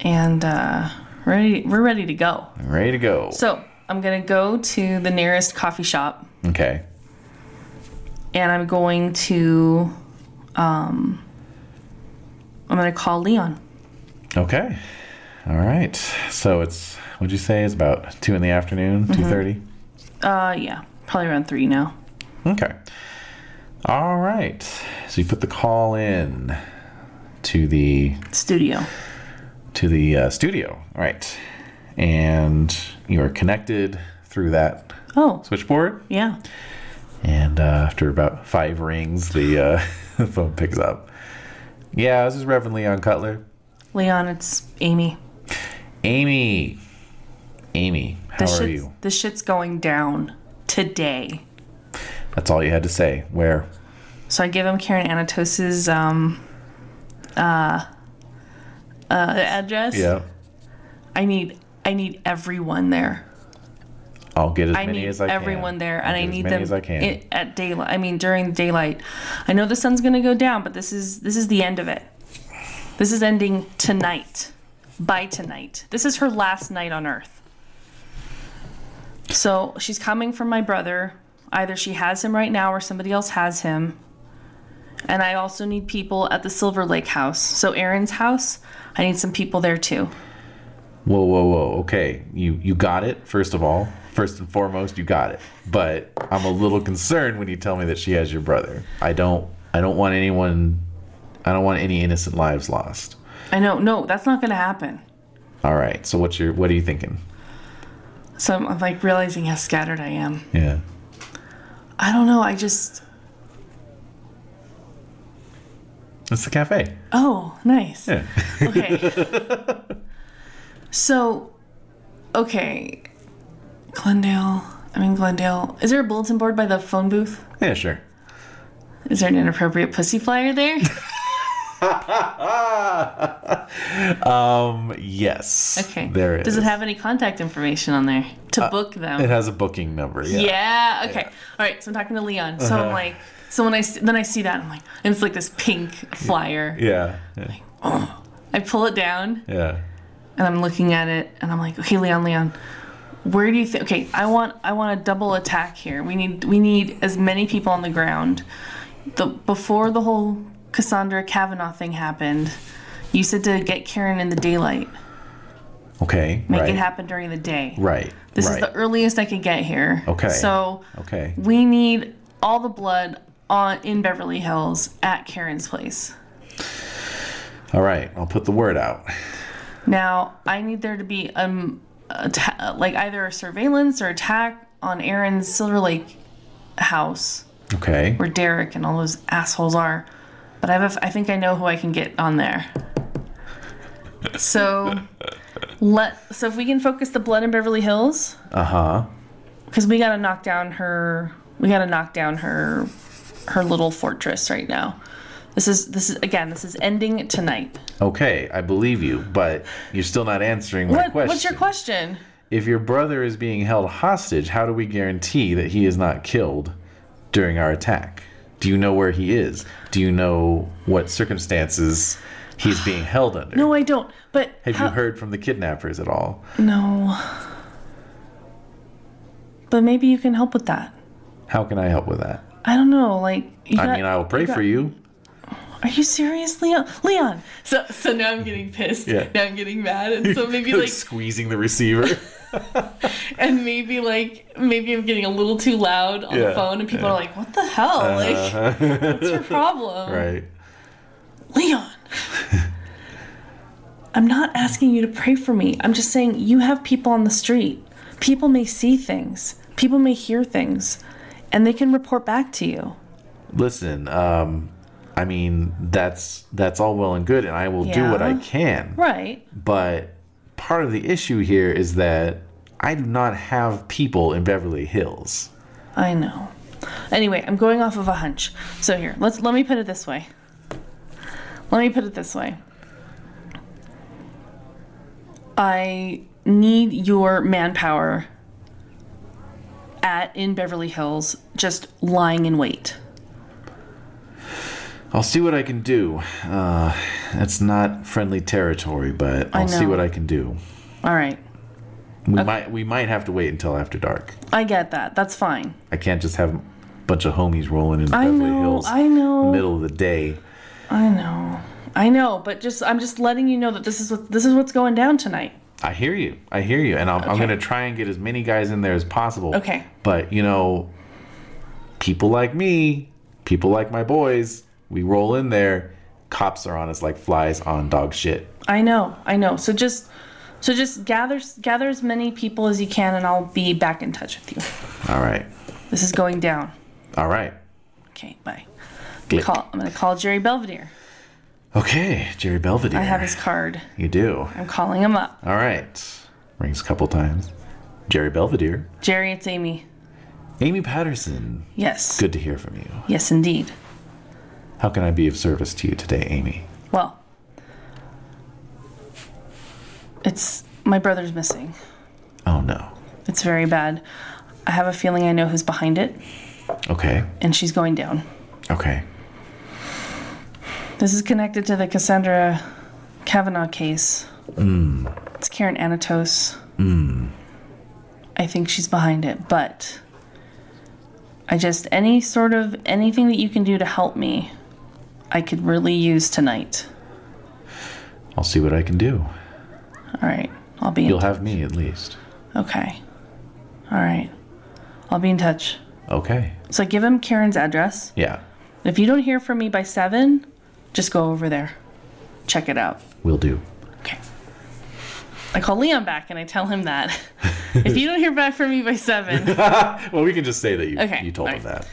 Speaker 2: and uh, ready we're ready to go
Speaker 1: Ready to go.
Speaker 2: so I'm gonna go to the nearest coffee shop
Speaker 1: okay.
Speaker 2: and I'm going to um, I'm gonna call Leon
Speaker 1: Okay. All right. So it's what'd you say? It's about two in the afternoon, two thirty.
Speaker 2: uh yeah probably around three now
Speaker 1: Okay. All right. So you put the call in to the
Speaker 2: studio
Speaker 1: to the uh, studio. All right, and you are connected through that
Speaker 2: oh
Speaker 1: switchboard.
Speaker 2: yeah
Speaker 1: And uh, after about five rings, the uh, the phone picks up. Yeah, this is Reverend Leon Cutler.
Speaker 2: Leon it's Amy
Speaker 1: Amy. Amy, how
Speaker 2: this
Speaker 1: are
Speaker 2: shit's,
Speaker 1: you?
Speaker 2: this shit's going down today
Speaker 1: That's all you had to say. Where?
Speaker 2: So I give him Karen Anatos's um, uh, uh, address. I need I need everyone there.
Speaker 1: I'll get as
Speaker 2: I
Speaker 1: many
Speaker 2: need
Speaker 1: as I can.
Speaker 2: everyone there, and
Speaker 1: I'll
Speaker 2: I
Speaker 1: get as
Speaker 2: need
Speaker 1: many
Speaker 2: them
Speaker 1: as I can.
Speaker 2: i- at daylight. I mean, during daylight. I know the sun's gonna go down, but this is this is the end of it. This is ending tonight. By tonight, this is her last night on Earth. So she's coming from my brother. Either she has him right now, or somebody else has him. And I also need people at the Silver Lake house. So Aaron's house, I need some people there too.
Speaker 1: whoa, whoa, whoa. Okay, you you got it. First of all, first and foremost, you got it. But I'm a little concerned when you tell me that she has your brother. I don't. I don't want anyone. I don't want any innocent lives lost.
Speaker 2: I know, no, that's not gonna happen.
Speaker 1: All right. So what's your what are you thinking?
Speaker 2: So I'm, I'm like realizing how scattered I am.
Speaker 1: Yeah.
Speaker 2: I don't know. I just.
Speaker 1: It's the cafe.
Speaker 2: Oh, nice.
Speaker 1: Yeah.
Speaker 2: Okay. so, okay. Glendale. I mean, Glendale. Is there a bulletin board by the phone booth?
Speaker 1: yeah. Sure.
Speaker 2: Is there an inappropriate pussy flyer there?
Speaker 1: Um. Yes.
Speaker 2: Okay.
Speaker 1: There is. Uh,
Speaker 2: Does it have any contact information on there to book them?
Speaker 1: It has a booking number. Yeah. Uh-huh.
Speaker 2: yeah. Okay. All right. So I'm talking to Leon. So I'm like, so when I s- then I see that I'm like, and it's like this pink flyer.
Speaker 1: Yeah. Yeah.
Speaker 2: I pull it down.
Speaker 1: yeah.
Speaker 2: and I'm looking at it and I'm like, okay, Leon, Leon, where do you think? Okay, I want I want a double attack here. We need we need as many people on the ground. The before the whole Cassandra Kavanaugh thing happened, you said to get Karen in the daylight,
Speaker 1: Okay.
Speaker 2: make
Speaker 1: right.
Speaker 2: it happen during the day.
Speaker 1: Right.
Speaker 2: This
Speaker 1: right.
Speaker 2: is the earliest I could get here.
Speaker 1: Okay.
Speaker 2: So
Speaker 1: Okay.
Speaker 2: we need all the blood on in Beverly Hills at Karen's place.
Speaker 1: All right. I'll put the word out.
Speaker 2: Now, I need there to be um atta- like either a surveillance or attack on Aaron's Silver Lake house
Speaker 1: Okay.
Speaker 2: where Derek and all those assholes are. But I have a, I think I know who I can get on there. So let so if we can focus the blood in Beverly Hills
Speaker 1: Uh huh.
Speaker 2: cuz we got to knock down her we got to knock down her her little fortress right now. This is this is again this is ending tonight.
Speaker 1: Okay. I believe you, but you're still not answering my
Speaker 2: What
Speaker 1: question.
Speaker 2: what's your question?
Speaker 1: If your brother is being held hostage, how do we guarantee that he is not killed during our attack? Do you know where he is? Do you know what circumstances he's being held under?
Speaker 2: No, I don't. But
Speaker 1: Have
Speaker 2: how-
Speaker 1: you heard from the kidnappers at all?
Speaker 2: No. But maybe you can help with that.
Speaker 1: How can I help with that?
Speaker 2: I don't know. Like, you
Speaker 1: I
Speaker 2: got-
Speaker 1: mean, I will pray
Speaker 2: got-
Speaker 1: for you.
Speaker 2: Are you serious, Leon? Leon. So, so now I'm getting pissed.
Speaker 1: Yeah.
Speaker 2: Now I'm getting mad, and so maybe
Speaker 1: You're
Speaker 2: like,
Speaker 1: squeezing the receiver.
Speaker 2: and maybe like, maybe I'm getting a little too loud on the
Speaker 1: Yeah, Uh-huh.
Speaker 2: phone, and people are like, "What the hell? Like, what's your problem,
Speaker 1: right.
Speaker 2: Leon?" I'm not asking you to pray for me. I'm just saying you have people on the street. People may see things. People may hear things, and they can report back to you.
Speaker 1: Listen, um, I mean, that's that's all well and good, and I will do what I
Speaker 2: Yeah.
Speaker 1: can.
Speaker 2: Right.
Speaker 1: But part of the issue here is that I do not have people in Beverly Hills.
Speaker 2: I know. Anyway, I'm going off of a hunch. So here, let's let me put it this way. Let me put it this way. I need your manpower at in Beverly Hills just lying in wait.
Speaker 1: I'll see what I can do. Uh, that's not friendly territory, but
Speaker 2: I
Speaker 1: I'll see
Speaker 2: know.
Speaker 1: what I can do.
Speaker 2: All right.
Speaker 1: We might we might have to wait until after dark.
Speaker 2: I get that. That's fine.
Speaker 1: I can't just have a bunch of homies rolling into
Speaker 2: I
Speaker 1: Beverly
Speaker 2: know,
Speaker 1: Hills
Speaker 2: I know.
Speaker 1: in the middle of the day.
Speaker 2: I know. I know, but just I'm just letting you know that this is what this is what's going down tonight.
Speaker 1: I hear you. I hear you. And I'm, I'm
Speaker 2: Okay.
Speaker 1: going to try and get as many guys in there as possible.
Speaker 2: Okay.
Speaker 1: But, you know, people like me, people like my boys, we roll in there. Cops are on us like flies on dog shit.
Speaker 2: I know, I know. So just so just gather gather as many people as you can and I'll be back in touch with you.
Speaker 1: All right.
Speaker 2: This is going down.
Speaker 1: All right.
Speaker 2: Okay, bye.
Speaker 1: Click.
Speaker 2: Call, I'm gonna call Jerry Belvedere.
Speaker 1: Okay. Jerry Belvedere.
Speaker 2: I have his card.
Speaker 1: You do.
Speaker 2: I'm calling him up.
Speaker 1: All right. Rings a couple times. Jerry Belvedere.
Speaker 2: Jerry, it's Amy.
Speaker 1: Amy Patterson.
Speaker 2: Yes.
Speaker 1: Good to hear from you.
Speaker 2: Yes, indeed.
Speaker 1: How can I be of service to you today, Amy?
Speaker 2: Well, it's my brother's missing.
Speaker 1: Oh, no.
Speaker 2: It's very bad. I have a feeling I know who's behind it,
Speaker 1: Okay.
Speaker 2: and she's going down.
Speaker 1: Okay.
Speaker 2: This is connected to the Cassandra Kavanaugh case. It's Karen Anatos. I think she's behind it, but I just any sort of anything that you can do to help me, I could really use tonight.
Speaker 1: I'll see what I can do.
Speaker 2: All right, I'll be. In,
Speaker 1: You'll have me at least.
Speaker 2: okay. All right, I'll be in touch.
Speaker 1: Okay.
Speaker 2: So give him Karen's address.
Speaker 1: Yeah.
Speaker 2: If you don't hear from me by seven, just go over there, check it out.
Speaker 1: Will do.
Speaker 2: Okay. I call Leon back and I tell him that. if you don't hear back from me by seven.
Speaker 1: Well, we can just say that you
Speaker 2: Okay,
Speaker 1: you told
Speaker 2: all
Speaker 1: him
Speaker 2: right.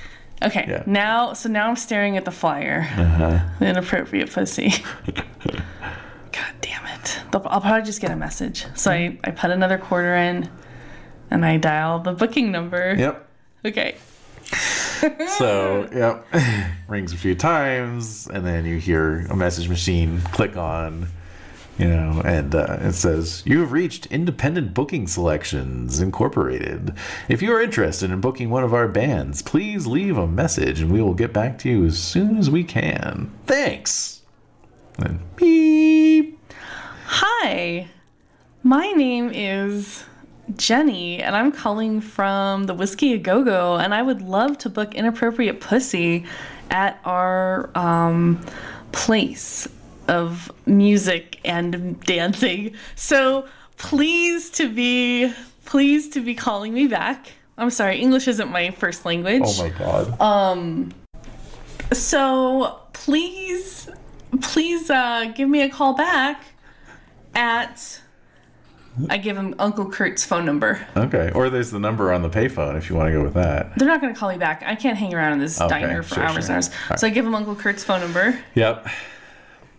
Speaker 1: that.
Speaker 2: Okay.
Speaker 1: Yeah.
Speaker 2: Now, so now I'm staring at the flyer. The inappropriate pussy. God damn it. They'll- I'll probably just get a message. So I, I put another quarter in and I dial the booking number.
Speaker 1: Yep.
Speaker 2: Okay.
Speaker 1: So, yep. Rings a few times, and then you hear a message machine click on, you know, and uh, it says, You have reached Independent Booking Selections Incorporated. If you are interested in booking one of our bands, please leave a message and we will get back to you as soon as we can. Thanks. And beep.
Speaker 2: Hi. My name is Jenny and I'm calling from the Whiskey A Go Go and I would love to book inappropriate pussy at our um, place of music and dancing. So please to be pleased to be calling me back. I'm sorry, English isn't my first language.
Speaker 1: Oh my god.
Speaker 2: So please, please uh, give me a call back at. I give him Uncle Kurt's phone number.
Speaker 1: Okay. Or there's the number on the payphone if you want to go with that.
Speaker 2: They're not going to call me back. I can't hang around in this diner for
Speaker 1: sure,
Speaker 2: hours
Speaker 1: sure.
Speaker 2: and hours. So I give him Uncle Kurt's phone number.
Speaker 1: Yep.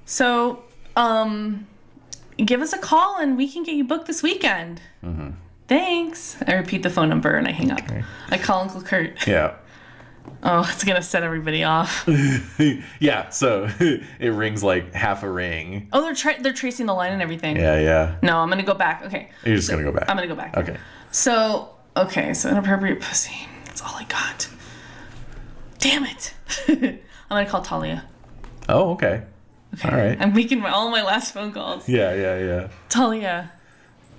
Speaker 2: So, um, give us a call and we can get you booked this weekend.
Speaker 1: Mm-hmm.
Speaker 2: Thanks. I repeat the phone number and I hang up. I call Uncle Kurt.
Speaker 1: Yeah.
Speaker 2: Oh, it's going to set everybody off.
Speaker 1: yeah. So it rings like half a ring.
Speaker 2: Oh, they're tra- they're tracing the line and everything.
Speaker 1: Yeah. Yeah.
Speaker 2: No, I'm going to go back. Okay.
Speaker 1: You're just gonna go back.
Speaker 2: I'm going to go back.
Speaker 1: Okay.
Speaker 2: So, okay, so inappropriate pussy. That's all I got. Damn it. I'm gonna call Talia.
Speaker 1: Oh. Okay. All right.
Speaker 2: I'm making my, all my last phone calls.
Speaker 1: Yeah. Yeah. Yeah.
Speaker 2: Talia.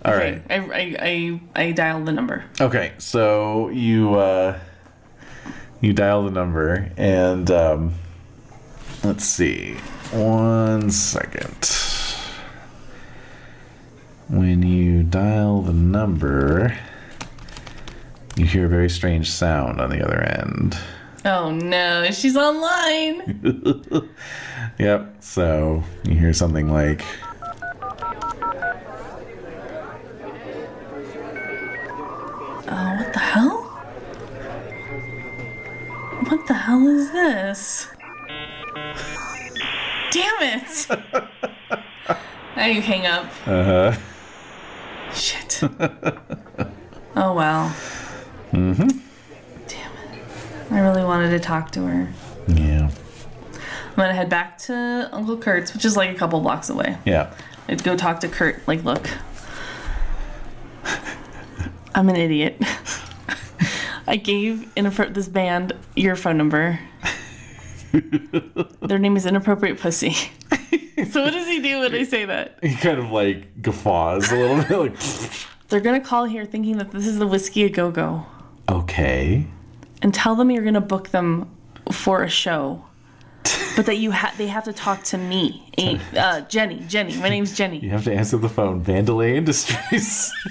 Speaker 1: All right.
Speaker 2: Okay, I, I, I, I dialed the number.
Speaker 1: Okay. So you uh, you dial the number and um, let's see. One second. When you dial the number, you hear a very strange sound on the other end.
Speaker 2: Oh no, she's online.
Speaker 1: Yep. So you hear something like.
Speaker 2: Oh, what the hell? What the hell is this? Damn it! I hang up.
Speaker 1: Uh huh.
Speaker 2: Shit. oh well. Mm-hmm. Damn it. I really wanted to talk to her.
Speaker 1: Yeah.
Speaker 2: I'm gonna head back to Uncle Kurt's, which is like a couple blocks away.
Speaker 1: Yeah.
Speaker 2: I'd go talk to Kurt, like, look. I'm an idiot. I gave inappro- this band your phone number. Their name is Inappropriate Pussy. so what does he do when I say that?
Speaker 1: He kind of like guffaws a little bit, like,
Speaker 2: They're gonna call here thinking that this is the Whiskey A Go Go.
Speaker 1: okay.
Speaker 2: and tell them you're gonna book them for a show, but that you ha- they have to talk to me, A- uh, Jenny. Jenny, my name's
Speaker 1: You
Speaker 2: Jenny.
Speaker 1: have to answer the phone. Vandalay Industries.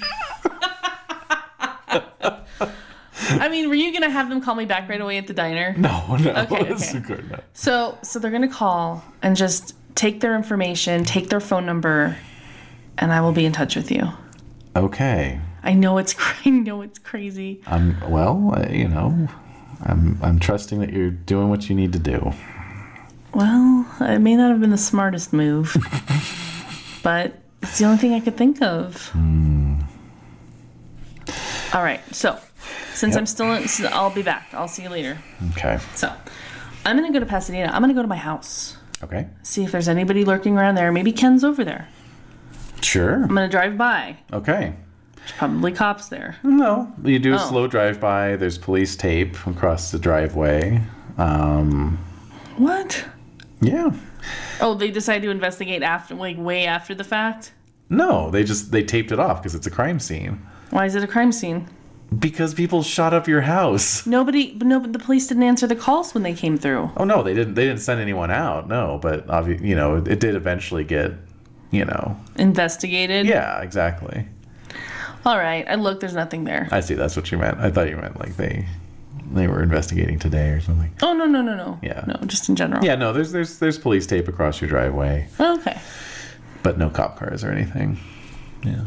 Speaker 2: I mean, were you gonna have them call me back right away at the diner?
Speaker 1: no, no.
Speaker 2: Okay,
Speaker 1: That's
Speaker 2: okay.
Speaker 1: good. No.
Speaker 2: So, so they're gonna call and just take their information, take their phone number, and I will be in touch with you.
Speaker 1: Okay.
Speaker 2: I know it's cra- I know it's crazy.
Speaker 1: I'm, well, uh, you know, I'm, I'm trusting that you're doing what you need to do.
Speaker 2: Well, it may not have been the smartest move, but it's the only thing I could think of. All right, so since I'm still in, so I'll be back. I'll see you later.
Speaker 1: Okay.
Speaker 2: So I'm gonna go to Pasadena. I'm gonna go to my house,
Speaker 1: Okay.
Speaker 2: see if there's anybody lurking around there. Maybe Ken's over there.
Speaker 1: Sure.
Speaker 2: I'm gonna drive by.
Speaker 1: Okay.
Speaker 2: There's probably cops there.
Speaker 1: No, you do a
Speaker 2: Oh.
Speaker 1: slow drive by. There's police tape across the driveway. Um,
Speaker 2: What?
Speaker 1: yeah.
Speaker 2: Oh, they decide to investigate after, like, way after the fact.
Speaker 1: No, they just they taped it off because it's a crime scene.
Speaker 2: Why is it a crime scene?
Speaker 1: Because people shot up your house.
Speaker 2: Nobody, but no, but the police didn't answer the calls when they came through.
Speaker 1: Oh no, they didn't. They didn't send anyone out. No, but obvi- you know, it did eventually get, you know.
Speaker 2: Investigated.
Speaker 1: Yeah, exactly.
Speaker 2: All right. I look. There's nothing there.
Speaker 1: I see. That's what you meant. I thought you meant like they, they were investigating today or something.
Speaker 2: Oh no no no no.
Speaker 1: Yeah.
Speaker 2: No, just in general.
Speaker 1: Yeah, no. There's there's there's police tape across your driveway,
Speaker 2: Okay.
Speaker 1: but no cop cars or anything. Yeah.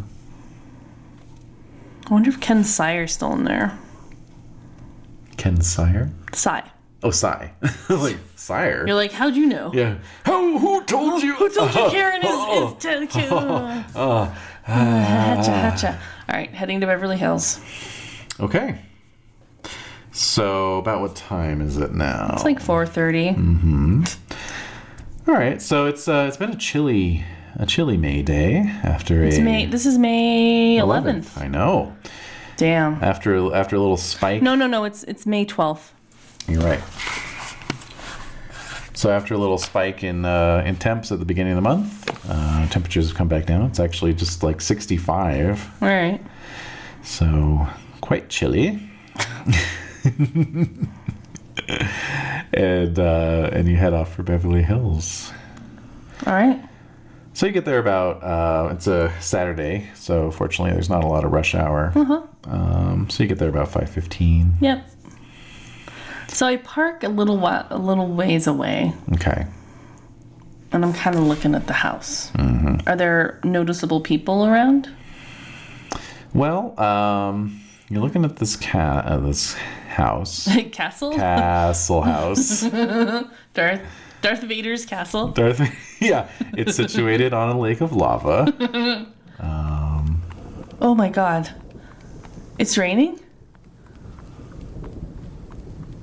Speaker 2: I wonder if Ken Sire's still in there.
Speaker 1: Ken Sire.
Speaker 2: Sire.
Speaker 1: Oh, Sire. like Sire.
Speaker 2: You're like, how'd you know?
Speaker 1: yeah. Oh. Who who told you? Uh-huh. Who
Speaker 2: Told you Karen is, is t- Karen.
Speaker 1: Oh.
Speaker 2: Hatcha, hatcha. All right, heading to Beverly Hills.
Speaker 1: Okay. So about what time is it now?
Speaker 2: It's like 4:30.
Speaker 1: All right, so it's uh, it's been a chilly a chilly May day after
Speaker 2: It's
Speaker 1: a
Speaker 2: May. This is May 11th.
Speaker 1: I know
Speaker 2: Damn.
Speaker 1: after after a little spike.
Speaker 2: No, no, no. It's it's May 12th.
Speaker 1: You're right. So after a little spike in uh, in temps at the beginning of the month, uh, temperatures have come back down. It's actually just like 65,
Speaker 2: All right.
Speaker 1: so quite chilly. and uh, and you head off for Beverly Hills.
Speaker 2: All right.
Speaker 1: So you get there about uh, it's a Saturday, so fortunately there's not a lot of rush hour. Um, so you get there about five fifteen.
Speaker 2: Yep. So I park a little wa- a little ways away,
Speaker 1: Okay.
Speaker 2: and I'm kind of looking at the house.
Speaker 1: Mm-hmm.
Speaker 2: Are there noticeable people around?
Speaker 1: Well, um, you're looking at this cat, uh, this house,
Speaker 2: castle?
Speaker 1: castle house.
Speaker 2: Darth Darth Vader's castle.
Speaker 1: Darth, yeah, it's situated on a lake of lava.
Speaker 2: Oh my god. It's raining?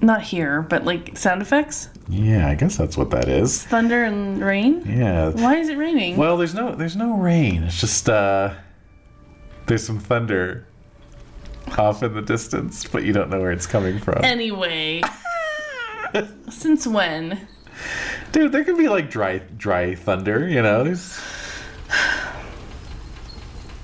Speaker 2: Not here, but like sound effects?
Speaker 1: Yeah, I guess that's what that is.
Speaker 2: Thunder and rain?
Speaker 1: Yeah.
Speaker 2: Why is it raining?
Speaker 1: Well, there's no there's no rain. It's just uh, there's some thunder off in the distance, but you don't know where it's coming from.
Speaker 2: Anyway. Since when?
Speaker 1: Dude, there could be like dry, dry thunder. You know, there's.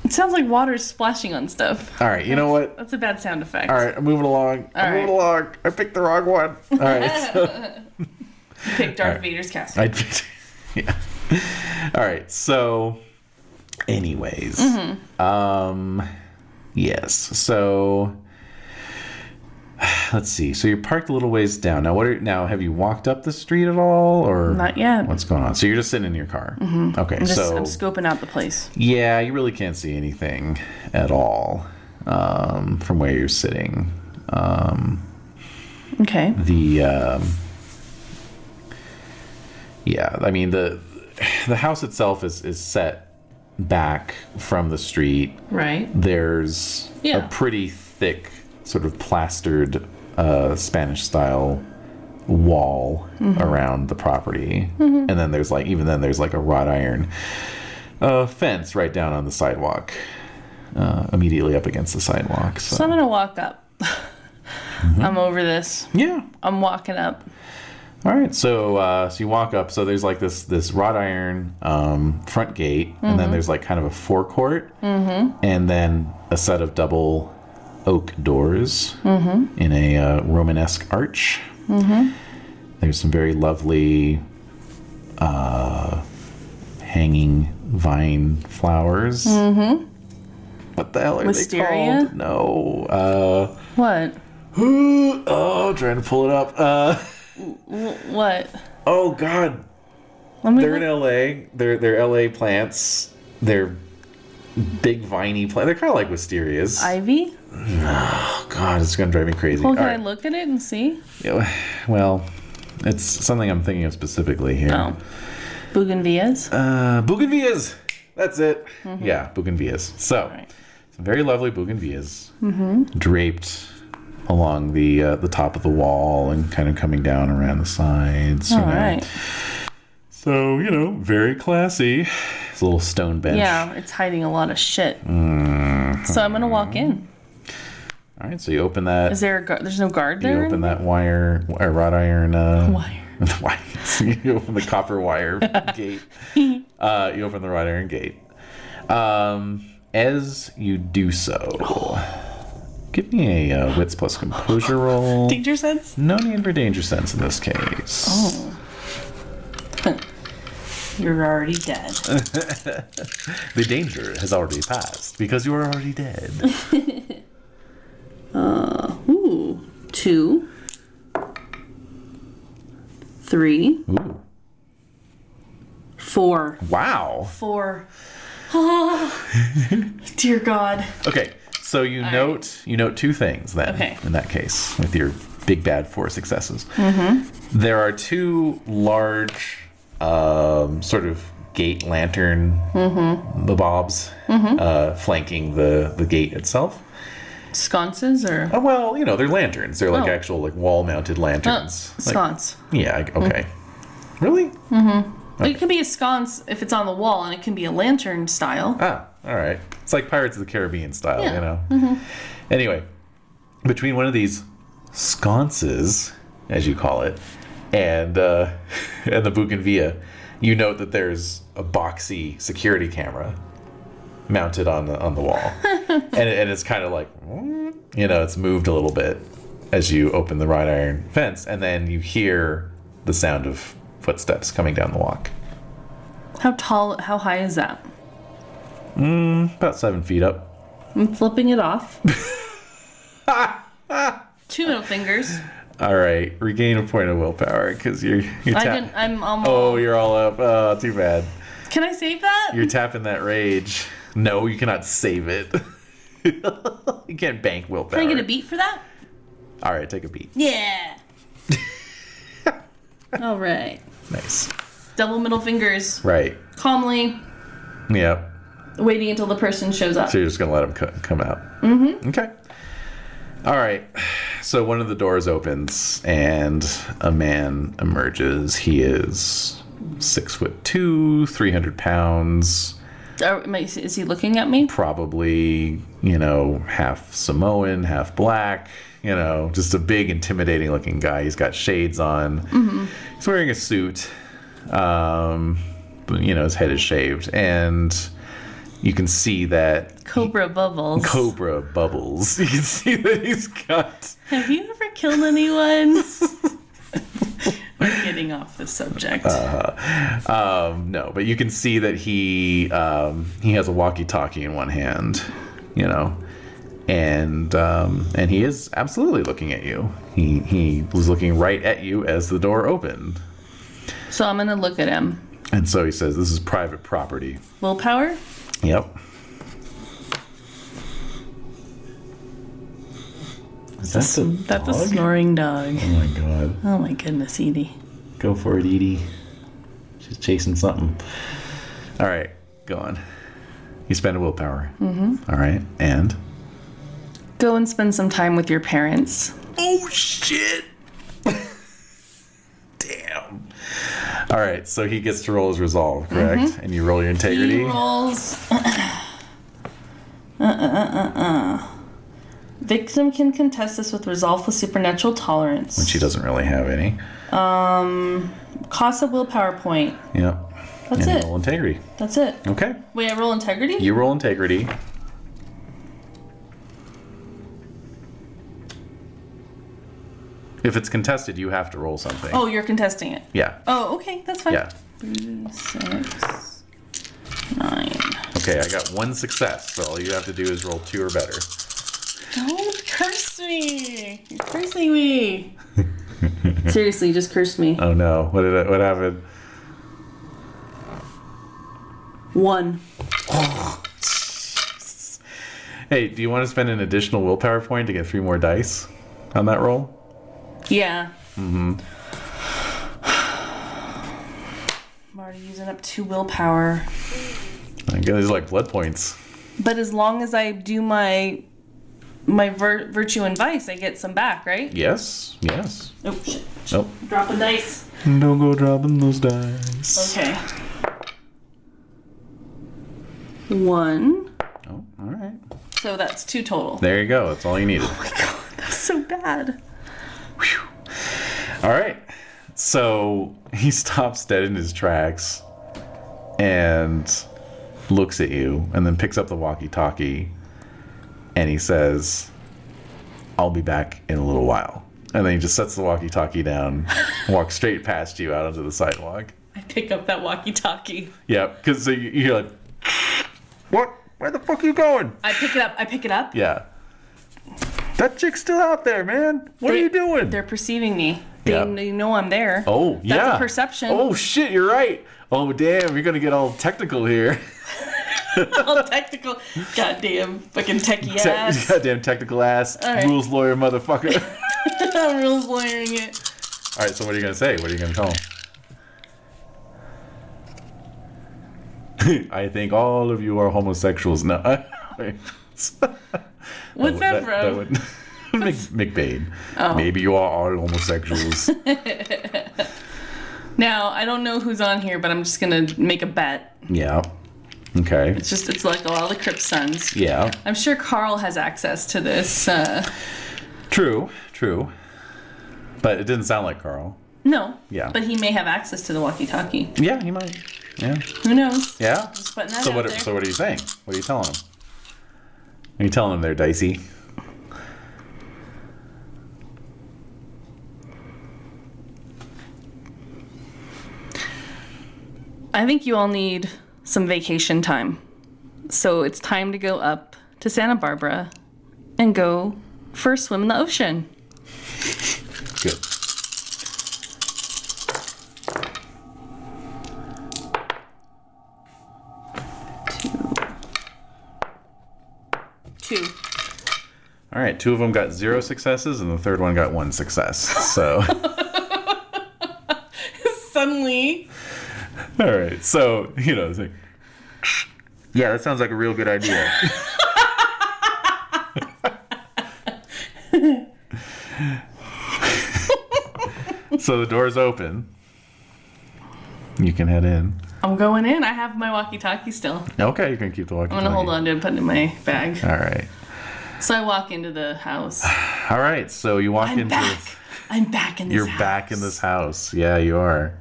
Speaker 2: It sounds like water splashing on stuff.
Speaker 1: All right, you know what?
Speaker 2: That's a bad sound effect.
Speaker 1: All right, I'm moving along. I'm
Speaker 2: All right.
Speaker 1: moving along. I picked the wrong one. All right, so
Speaker 2: Pick Darth Vader's castle.
Speaker 1: I picked. Yeah. All right, so. Anyways,
Speaker 2: Mm-hmm.
Speaker 1: um, yes. So, let's see. So you're parked a little ways down. Now, what are now? Have you walked up the street at all, or
Speaker 2: Not yet. Mm-hmm.
Speaker 1: What's going on? So you're just sitting in your car. Okay,
Speaker 2: I'm just
Speaker 1: so
Speaker 2: I'm scoping out the place.
Speaker 1: Yeah, you really can't see anything at all um, from where you're sitting.
Speaker 2: Okay.
Speaker 1: The um, yeah, I mean the the house itself is is set back from the street.
Speaker 2: Right.
Speaker 1: There's
Speaker 2: Yeah.
Speaker 1: a pretty thick sort of plastered uh, Spanish style wall around the property, and then there's like even then there's like a wrought iron uh, fence right down on the sidewalk. Uh, immediately up against the sidewalk. So,
Speaker 2: So I'm gonna walk up.
Speaker 1: Mm-hmm.
Speaker 2: I'm over this.
Speaker 1: yeah,
Speaker 2: I'm walking up.
Speaker 1: All right, so uh, so you walk up. So there's like this this wrought iron um, front gate, and then there's like kind of a forecourt, and then a set of double oak doors in a uh, Romanesque arch. Mm-hmm. There's some very lovely uh, hanging vine flowers. Mm-hmm. What the hell are
Speaker 2: Wisteria?
Speaker 1: they called? No. Uh,
Speaker 2: What?
Speaker 1: oh, I'm trying to pull it up. Uh,
Speaker 2: Wh- What?
Speaker 1: oh God.
Speaker 2: Let me.
Speaker 1: They're
Speaker 2: look-
Speaker 1: in LA. They're they're LA plants. They're big viney plants. They're kind of like wisterias.
Speaker 2: Ivy?
Speaker 1: oh God, it's gonna drive me crazy.
Speaker 2: Well, can
Speaker 1: All
Speaker 2: I
Speaker 1: right.
Speaker 2: look at it and see?
Speaker 1: Yeah, Well, it's something I'm thinking of specifically here.
Speaker 2: No. Oh. Bougainvilleas?
Speaker 1: Uh, bougainvilleas. That's it.
Speaker 2: Mm-hmm.
Speaker 1: Yeah, bougainvilleas. So,
Speaker 2: right.
Speaker 1: some very lovely bougainvilleas
Speaker 2: Mm-hmm.
Speaker 1: draped along the uh, the top of the wall and kind of coming down around the sides. you
Speaker 2: All
Speaker 1: know.
Speaker 2: right.
Speaker 1: So you know, very classy. It's a little stone bench.
Speaker 2: Yeah, it's hiding a lot of shit.
Speaker 1: Mm-hmm.
Speaker 2: So I'm gonna walk in.
Speaker 1: All right, so you open that.
Speaker 2: Is there a guard? There's no guard
Speaker 1: you
Speaker 2: there.
Speaker 1: open that wire, or wrought iron. Uh,
Speaker 2: Wire.
Speaker 1: wire. you open the copper wire gate. Uh, you open the wrought iron gate. Um, as you do so, give me a uh, wits plus composure roll.
Speaker 2: Danger sense.
Speaker 1: No need for danger sense in this case.
Speaker 2: You're already dead.
Speaker 1: Uh. The danger has already passed because you are already dead.
Speaker 3: Ooh, two, three,
Speaker 1: Ooh.
Speaker 3: four.
Speaker 1: Wow.
Speaker 2: Four. Oh, dear God.
Speaker 1: Okay, so you note you note two things then.
Speaker 2: Okay.
Speaker 1: In that case, with your big bad four successes,
Speaker 2: Mm-hmm.
Speaker 1: there are two large, um, sort of gate lantern,
Speaker 2: Mm-hmm.
Speaker 1: the bobs, uh, flanking the the gate itself.
Speaker 2: Sconces or
Speaker 1: Oh, well, you know they're lanterns. They're like
Speaker 2: Oh.
Speaker 1: actual like wall mounted
Speaker 2: uh,
Speaker 1: lanterns. Like-
Speaker 2: sconce.
Speaker 1: yeah. I- Okay.
Speaker 2: Mm.
Speaker 1: Really?
Speaker 2: It can be a sconce if it's on the wall, and it can be a lantern style.
Speaker 1: Ah, all right. It's like Pirates of the Caribbean style,
Speaker 2: Yeah.
Speaker 1: you know. Anyway, between one of these sconces, as you call it, and uh, and the bougainvillea, you note that there's a boxy security camera mounted on the on the wall, and it- and it's kind of like you know it's moved a little bit as you open the wrought iron fence, and then you hear the sound of footsteps coming down the walk,
Speaker 2: How tall? How high is that?
Speaker 1: about seven feet up.
Speaker 2: I'm flipping it off. Two middle fingers.
Speaker 1: All right, regain a point of willpower because you're you're
Speaker 2: I
Speaker 1: tapping.
Speaker 2: didn't. I'm almost.
Speaker 1: Oh, you're all up. Oh, too bad.
Speaker 2: Can I save that?
Speaker 1: You're tapping that rage. No, you cannot save it. you can't bank willpower.
Speaker 2: Can I get a beat for that?
Speaker 1: All right, take a beat.
Speaker 2: Yeah. All right.
Speaker 1: Nice.
Speaker 2: Double middle fingers.
Speaker 1: Right.
Speaker 2: Calmly
Speaker 1: Yep.
Speaker 2: waiting until the person shows up.
Speaker 1: So you're just gonna let him co- come out. Mm-hmm. Okay. All right. So one of the doors opens and a man emerges. He is six foot two, three hundred pounds.
Speaker 2: Are- Oh, am I- is he looking at me?
Speaker 1: probably you know half Samoan, half black. You know, just a big, intimidating looking guy. He's got shades on. He's wearing a suit. Um, but, you know, his head is shaved, and you can see that
Speaker 2: Cobra bubbles.
Speaker 1: cobra bubbles. You can see that he's got.
Speaker 2: Have you ever killed anyone? We're getting off the subject.
Speaker 1: Um, no, but you can see that he um, he has a walkie-talkie in one hand, you know, and um, and he is absolutely looking at you. He he was looking right at you as the door opened,
Speaker 2: so I'm gonna look at him.
Speaker 1: and so he says, "This is private property."
Speaker 2: Willpower.
Speaker 1: Yep. Is that a
Speaker 2: That's a
Speaker 1: dog?
Speaker 2: snoring dog.
Speaker 1: Oh my god!
Speaker 2: Oh my goodness, Edie.
Speaker 1: Go for it, Edie. She's chasing something. All right, go on. You spend a willpower. Mm-hmm. right, and.
Speaker 2: Go and spend some time with your parents.
Speaker 1: Oh shit! Damn. All right, so he gets to roll his resolve, correct? And you roll your integrity.
Speaker 2: Mm-hmm. He rolls. uh, uh, uh, uh. Victim can contest this with resolve plus supernatural tolerance.
Speaker 1: She doesn't really have any.
Speaker 2: Cost of willpower point.
Speaker 1: Yep.
Speaker 2: That's
Speaker 1: and
Speaker 2: it.
Speaker 1: you roll integrity.
Speaker 2: That's it.
Speaker 1: Okay.
Speaker 2: Wait, I roll integrity?
Speaker 1: You roll integrity. If it's contested, you have to roll something.
Speaker 2: oh, you're contesting it.
Speaker 1: Yeah.
Speaker 2: Oh, okay, that's fine.
Speaker 1: Yeah.
Speaker 2: Three, six, nine.
Speaker 1: Okay, I got one success, so all you have to do is roll two or better.
Speaker 2: Don't curse me. You're cursing me. Seriously, just curse me.
Speaker 1: Oh no! What did I, what happened?
Speaker 3: One.
Speaker 1: Hey, do you want to spend an additional willpower point to get three more dice on that roll?
Speaker 2: Yeah. I'm already using up two willpower.
Speaker 1: I guess these are like blood points.
Speaker 2: But as long as I do my my vir- virtue and vice, I get some back, right?
Speaker 1: Yes, yes.
Speaker 2: Oh shit! shit.
Speaker 1: Nope.
Speaker 2: Drop a dice.
Speaker 1: Don't go dropping those dice.
Speaker 2: Okay.
Speaker 3: One.
Speaker 1: Oh, all right.
Speaker 2: So that's two total.
Speaker 1: There you go. That's all you needed.
Speaker 2: That's so bad.
Speaker 1: All right. So he stops dead in his tracks and looks at you and then picks up the walkie talkie and he says, I'll be back in a little while. And then he just sets the walkie talkie down, walks straight past you out onto the sidewalk.
Speaker 2: I pick up that walkie-talkie.
Speaker 1: Yep. Because so you- you're like, What? Where the fuck are you going?
Speaker 2: I pick it up. I pick it up.
Speaker 1: Yeah. That chick's still out there, man. What are
Speaker 2: They-
Speaker 1: you doing?
Speaker 2: They're perceiving me. They,
Speaker 1: Yeah.
Speaker 2: they know I'm there.
Speaker 1: Oh, yeah.
Speaker 2: a perception.
Speaker 1: Oh shit, you're right. Oh damn, you're gonna get all technical here.
Speaker 2: All technical. Goddamn fucking techie
Speaker 1: Te-
Speaker 2: ass.
Speaker 1: Goddamn technical ass
Speaker 2: right.
Speaker 1: rules lawyer motherfucker.
Speaker 2: I'm rules lawyering it.
Speaker 1: all right, so what are you gonna say? What are you gonna tell him? I think all of you are homosexuals. No. What's that,
Speaker 2: What's
Speaker 1: Oh, that, that
Speaker 2: that, Oh. bro?
Speaker 1: would- Mc, McBain. Maybe you are all homosexuals.
Speaker 2: Now I don't know who's on here, but I'm just gonna make a bet.
Speaker 1: yeah. Okay.
Speaker 2: It's just it's like all the Crip Sons.
Speaker 1: Yeah.
Speaker 2: I'm sure Carl has access to this. Uh,
Speaker 1: True. True. But it didn't sound like Carl.
Speaker 2: no.
Speaker 1: Yeah.
Speaker 2: But he may have access to the walkie-talkie.
Speaker 1: Yeah, he might. Yeah.
Speaker 2: Who knows?
Speaker 1: Yeah.
Speaker 2: Just putting that
Speaker 1: So
Speaker 2: out
Speaker 1: what?
Speaker 2: there.
Speaker 1: So what are you saying? What are you telling him? Are you telling him they're dicey?
Speaker 2: I think you all need some vacation time. So it's time to go up to Santa Barbara and go for a swim in the ocean.
Speaker 1: Good.
Speaker 4: Two.
Speaker 1: All right. Two of them got zero successes, and the third one got one success. So.
Speaker 2: Suddenly,
Speaker 1: all right. So you know. It's like, yeah, that sounds like a real good idea. so the door's open. You can head in.
Speaker 2: I'm going in. I have my walkie talkie still.
Speaker 1: Okay, you can keep the walkie.
Speaker 2: I'm gonna hold on to it and put it in my bag.
Speaker 1: All right.
Speaker 2: So I walk into the house.
Speaker 1: All right. So you walk
Speaker 2: I'm
Speaker 1: into.
Speaker 2: back. I'm back in this
Speaker 1: You're
Speaker 2: house.
Speaker 1: back in this house. Yeah, you are.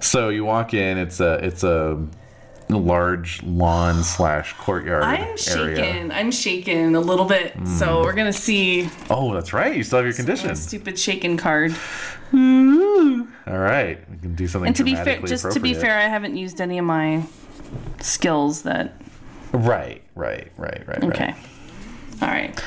Speaker 1: So you walk in. It's a it's a large lawn slash courtyard
Speaker 2: I'm
Speaker 1: area. Mm.
Speaker 2: shaken. I'm shaken a little bit. So we're gonna see
Speaker 1: Oh, that's right. You still have your
Speaker 2: my
Speaker 1: condition.
Speaker 2: stupid shaken card.
Speaker 1: All right, we can do something.
Speaker 2: And to be fair,
Speaker 1: dramatically
Speaker 2: just to be
Speaker 1: appropriate.
Speaker 2: fair, I haven't used any of my skills that
Speaker 1: Right, right, right, right. right.
Speaker 2: Okay. All right.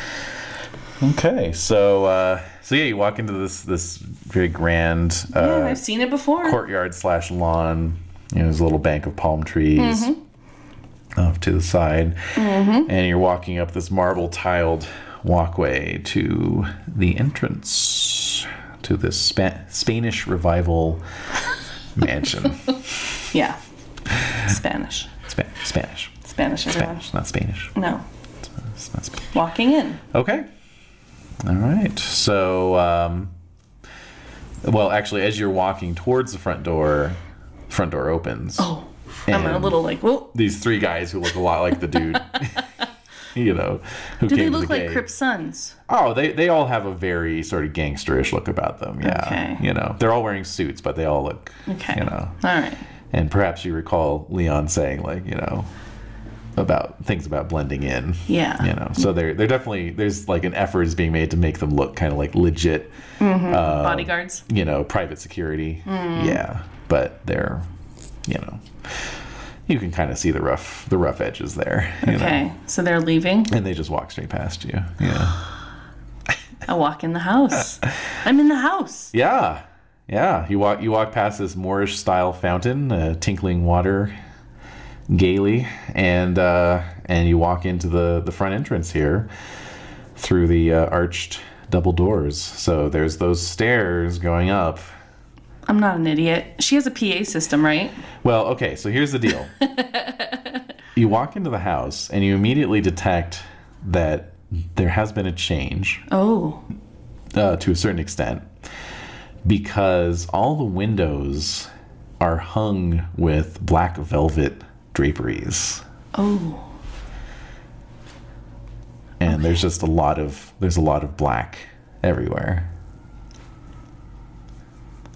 Speaker 1: Okay. So uh, so yeah, you walk into this this very grand uh,
Speaker 2: Yeah, I've seen it before.
Speaker 1: courtyard slash lawn. You know, there's a little bank of palm trees
Speaker 2: Mm-hmm.
Speaker 1: off to the side, and you're walking up this marble tiled walkway to the entrance to this Spa- Spanish revival mansion.
Speaker 2: Yeah. Spanish.
Speaker 1: Spa- Spanish,
Speaker 2: Spanish. everyone.
Speaker 1: Spanish, not Spanish.
Speaker 2: No.
Speaker 1: It's not Spanish.
Speaker 2: Walking in.
Speaker 1: Okay. All right. So, um, well, actually, as you're walking towards the front door, front door opens.
Speaker 2: Oh. I'm a
Speaker 1: And-
Speaker 2: little like, whoa.
Speaker 1: these three guys who look a lot like the dude. you know, who
Speaker 2: Do
Speaker 1: came
Speaker 2: they
Speaker 1: to
Speaker 2: look
Speaker 1: the
Speaker 2: like
Speaker 1: gay.
Speaker 2: Crip Sons?
Speaker 1: Oh, they they all have a very sort of gangsterish look about them. Yeah,
Speaker 2: Okay.
Speaker 1: you know, they're all wearing suits, but they all look.
Speaker 2: Okay.
Speaker 1: You know,
Speaker 2: All right.
Speaker 1: and perhaps you recall Leon saying like, you know, about things about blending in.
Speaker 2: Yeah.
Speaker 1: You know, so they're they're definitely there's like an effort is being made to make them look kind of like legit, Um,
Speaker 2: Bodyguards.
Speaker 1: you know, private security.
Speaker 2: Mm.
Speaker 1: Yeah, but they're, you know, you can kind of see the rough the rough edges there. You know?
Speaker 2: Okay. So they're leaving.
Speaker 1: And they just walk straight past you. Yeah.
Speaker 2: I walk in the house. I'm in the house.
Speaker 1: Yeah. Yeah. You walk you walk past this Moorish style fountain, uh, tinkling water gaily, and uh, and you walk into the, the front entrance here through the uh, arched double doors. So there's those stairs going up.
Speaker 2: I'm not an idiot. She has a PA system, right?
Speaker 1: Well, okay, so here's the deal. you walk into the house and you immediately detect that there has been a change
Speaker 2: Oh.
Speaker 1: uh, to a certain extent because all the windows are hung with black velvet draperies.
Speaker 2: Oh.
Speaker 1: and there's just a lot of there's a lot of black everywhere.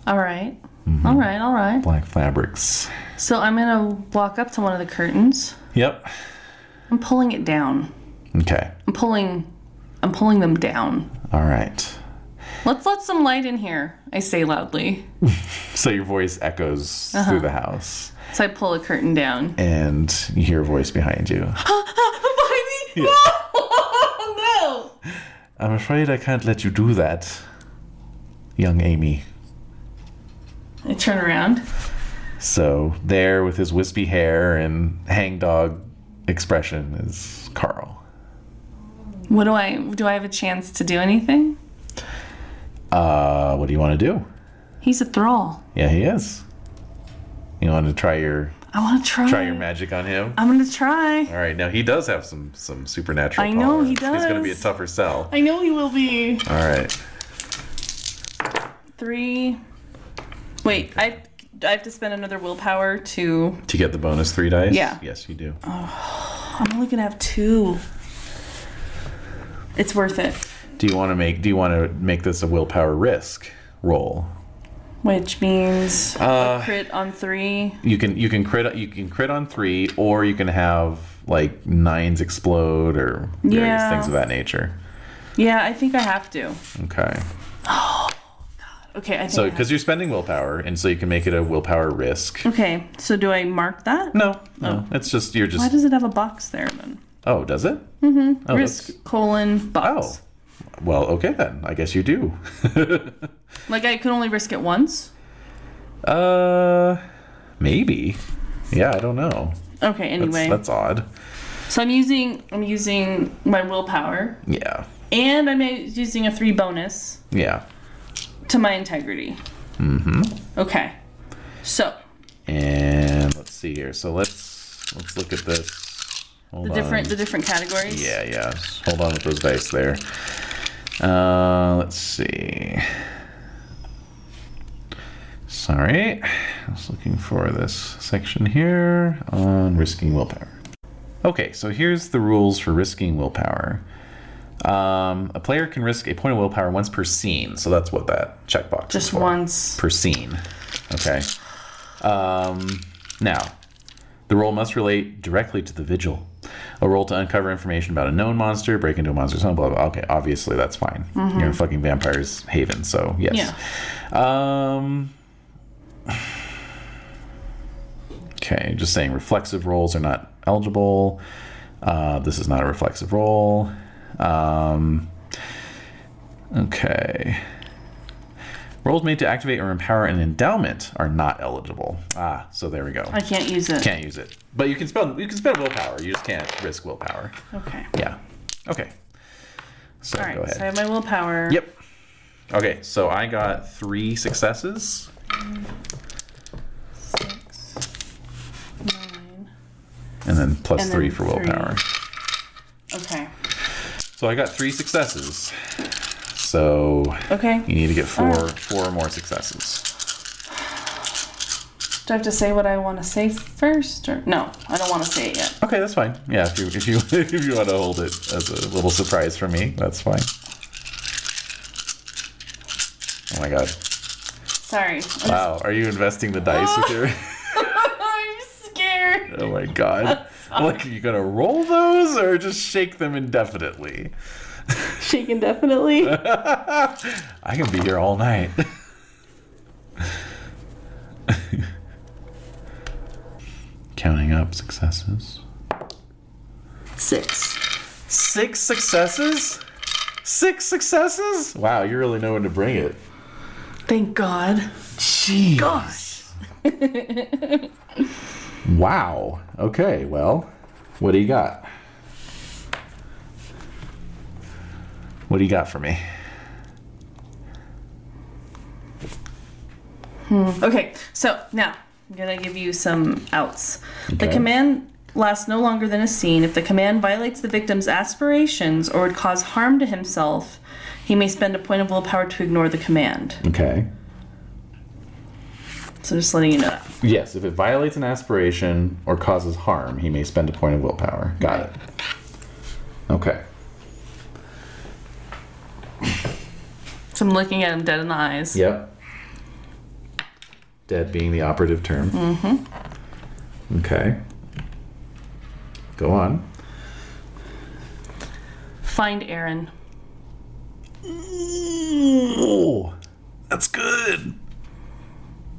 Speaker 2: All right.
Speaker 1: Mm-hmm.
Speaker 2: All right, all right.
Speaker 1: Black fabrics.
Speaker 2: So I'm gonna walk up to one of the curtains.
Speaker 1: Yep.
Speaker 2: I'm pulling it down.
Speaker 1: Okay.
Speaker 2: I'm pulling I'm pulling them down.
Speaker 1: All right.
Speaker 2: Let's let some light in here, I say loudly.
Speaker 1: So your voice echoes through the house,
Speaker 2: So I pull a curtain down.
Speaker 1: and you hear a voice behind you.
Speaker 2: Bobby, no! no!
Speaker 1: I'm afraid I can't let you do that, young Amy.
Speaker 2: I turn around.
Speaker 1: So there, with his wispy hair and hangdog expression, is Carl.
Speaker 2: What do I do I have a chance to do anything?
Speaker 1: Uh, what do you want to do?
Speaker 2: He's a thrall.
Speaker 1: Yeah, he is. You want to try your
Speaker 2: I wanna try.
Speaker 1: try your magic on him?
Speaker 2: I'm gonna try.
Speaker 1: All right, now he does have some some supernatural.
Speaker 2: I know, he
Speaker 1: tolerance. He's going to be a
Speaker 2: does.
Speaker 1: tougher sell.
Speaker 2: I know he will be.
Speaker 1: All right.
Speaker 2: Three Wait, I I have to spend another willpower to
Speaker 1: To get the bonus three dice?
Speaker 2: Yeah.
Speaker 1: Yes, you do.
Speaker 2: I'm only gonna have two. It's worth it.
Speaker 1: Do you want to make Do you want to make this a willpower risk roll?
Speaker 2: Which means
Speaker 1: Uh,
Speaker 2: a crit on three.
Speaker 1: You can you can crit you can crit on three, or you can have like nines explode or various
Speaker 2: Yeah.
Speaker 1: things of that nature.
Speaker 2: Yeah, I think I have to.
Speaker 1: Okay.
Speaker 2: Okay, I think.
Speaker 1: So
Speaker 2: I have-
Speaker 1: because you're spending willpower, and so you can make it a willpower risk.
Speaker 2: okay, so do I mark that?
Speaker 1: No, no, it's just you're
Speaker 2: Why
Speaker 1: just.
Speaker 2: does it have a box there then?
Speaker 1: oh, does it? Mm-hmm. Oh,
Speaker 2: Risk
Speaker 1: that's-
Speaker 2: colon
Speaker 1: Oh.
Speaker 2: box.
Speaker 1: Well, okay then. I guess you do.
Speaker 2: Like I can only risk it once.
Speaker 1: Uh, maybe. Yeah, I don't know.
Speaker 2: Okay.
Speaker 1: That's,
Speaker 2: Anyway,
Speaker 1: that's odd.
Speaker 2: so I'm using I'm using my willpower,
Speaker 1: Yeah.
Speaker 2: and I'm using a three bonus
Speaker 1: Yeah.
Speaker 2: to my integrity. Mm-hmm. Okay. So
Speaker 1: And let's see here. So let's let's look at this. Hold
Speaker 2: the
Speaker 1: on.
Speaker 2: different the different categories.
Speaker 1: Yeah, yeah. Hold on with those dice there. Uh, let's see. Sorry, I was looking for this section here on risking willpower. Okay, so here's the rules for risking willpower. Um, a player can risk a point of willpower once per scene, so that's what that checkbox is
Speaker 2: Just
Speaker 1: for
Speaker 2: once.
Speaker 1: per scene. Okay. Um, now, the roll must relate directly to the vigil. A roll to uncover information about a known monster, break into a monster's home, blah, blah. Okay, obviously that's fine. You're in fucking vampire's haven, so yes. Um, okay, just saying reflexive rolls are not eligible. Uh, this is not a reflexive roll. Um, okay. Rolls made to activate or empower an endowment are not eligible. Ah, so there we go.
Speaker 2: I can't use it.
Speaker 1: Can't use it, but you can spend you can spend willpower. You just can't risk willpower.
Speaker 2: Okay.
Speaker 1: Yeah. Okay. So
Speaker 2: All right.
Speaker 1: go ahead.
Speaker 2: So I have my willpower.
Speaker 1: Yep. Okay, so I got three successes.
Speaker 2: Six, nine.
Speaker 1: And then plus
Speaker 2: And then
Speaker 1: three for
Speaker 2: three.
Speaker 1: willpower.
Speaker 2: Okay.
Speaker 1: So I got three successes. So
Speaker 2: Okay.
Speaker 1: you need to get four
Speaker 2: All
Speaker 1: four more successes.
Speaker 2: Do I have to say what I want to say first, or no? I don't want to say it yet.
Speaker 1: Okay, that's fine. Yeah, if you if you if you want to hold it as a little surprise for me, that's fine. Oh my god.
Speaker 2: Sorry. I'm,
Speaker 1: Wow, are you investing the dice with your
Speaker 2: I'm scared.
Speaker 1: Oh my god. Like are you gonna roll those or just shake them indefinitely?
Speaker 2: Shake indefinitely.
Speaker 1: I can be here all night. Counting up successes.
Speaker 5: Six.
Speaker 1: Six successes? Six successes? Wow, you really know when to bring it.
Speaker 2: Thank God.
Speaker 1: Jeez. wow. Okay, well, what do you got? What do you got for me?
Speaker 2: Okay. So now I'm gonna give you some outs. The
Speaker 1: Okay.
Speaker 2: command lasts no longer than a scene. If the command violates the victim's aspirations or would cause harm to himself, he may spend a point of willpower to ignore the command.
Speaker 1: Okay.
Speaker 2: So just letting you know that.
Speaker 1: Yes, if it violates an aspiration or causes harm, he may spend a point of willpower. Got it. Okay.
Speaker 2: So I'm looking at him dead in the eyes.
Speaker 6: Yep. Dead being the operative term. Mm-hmm.
Speaker 1: Mm-hmm.
Speaker 6: Okay. Go on.
Speaker 2: Find Aaron.
Speaker 6: Oh, that's good.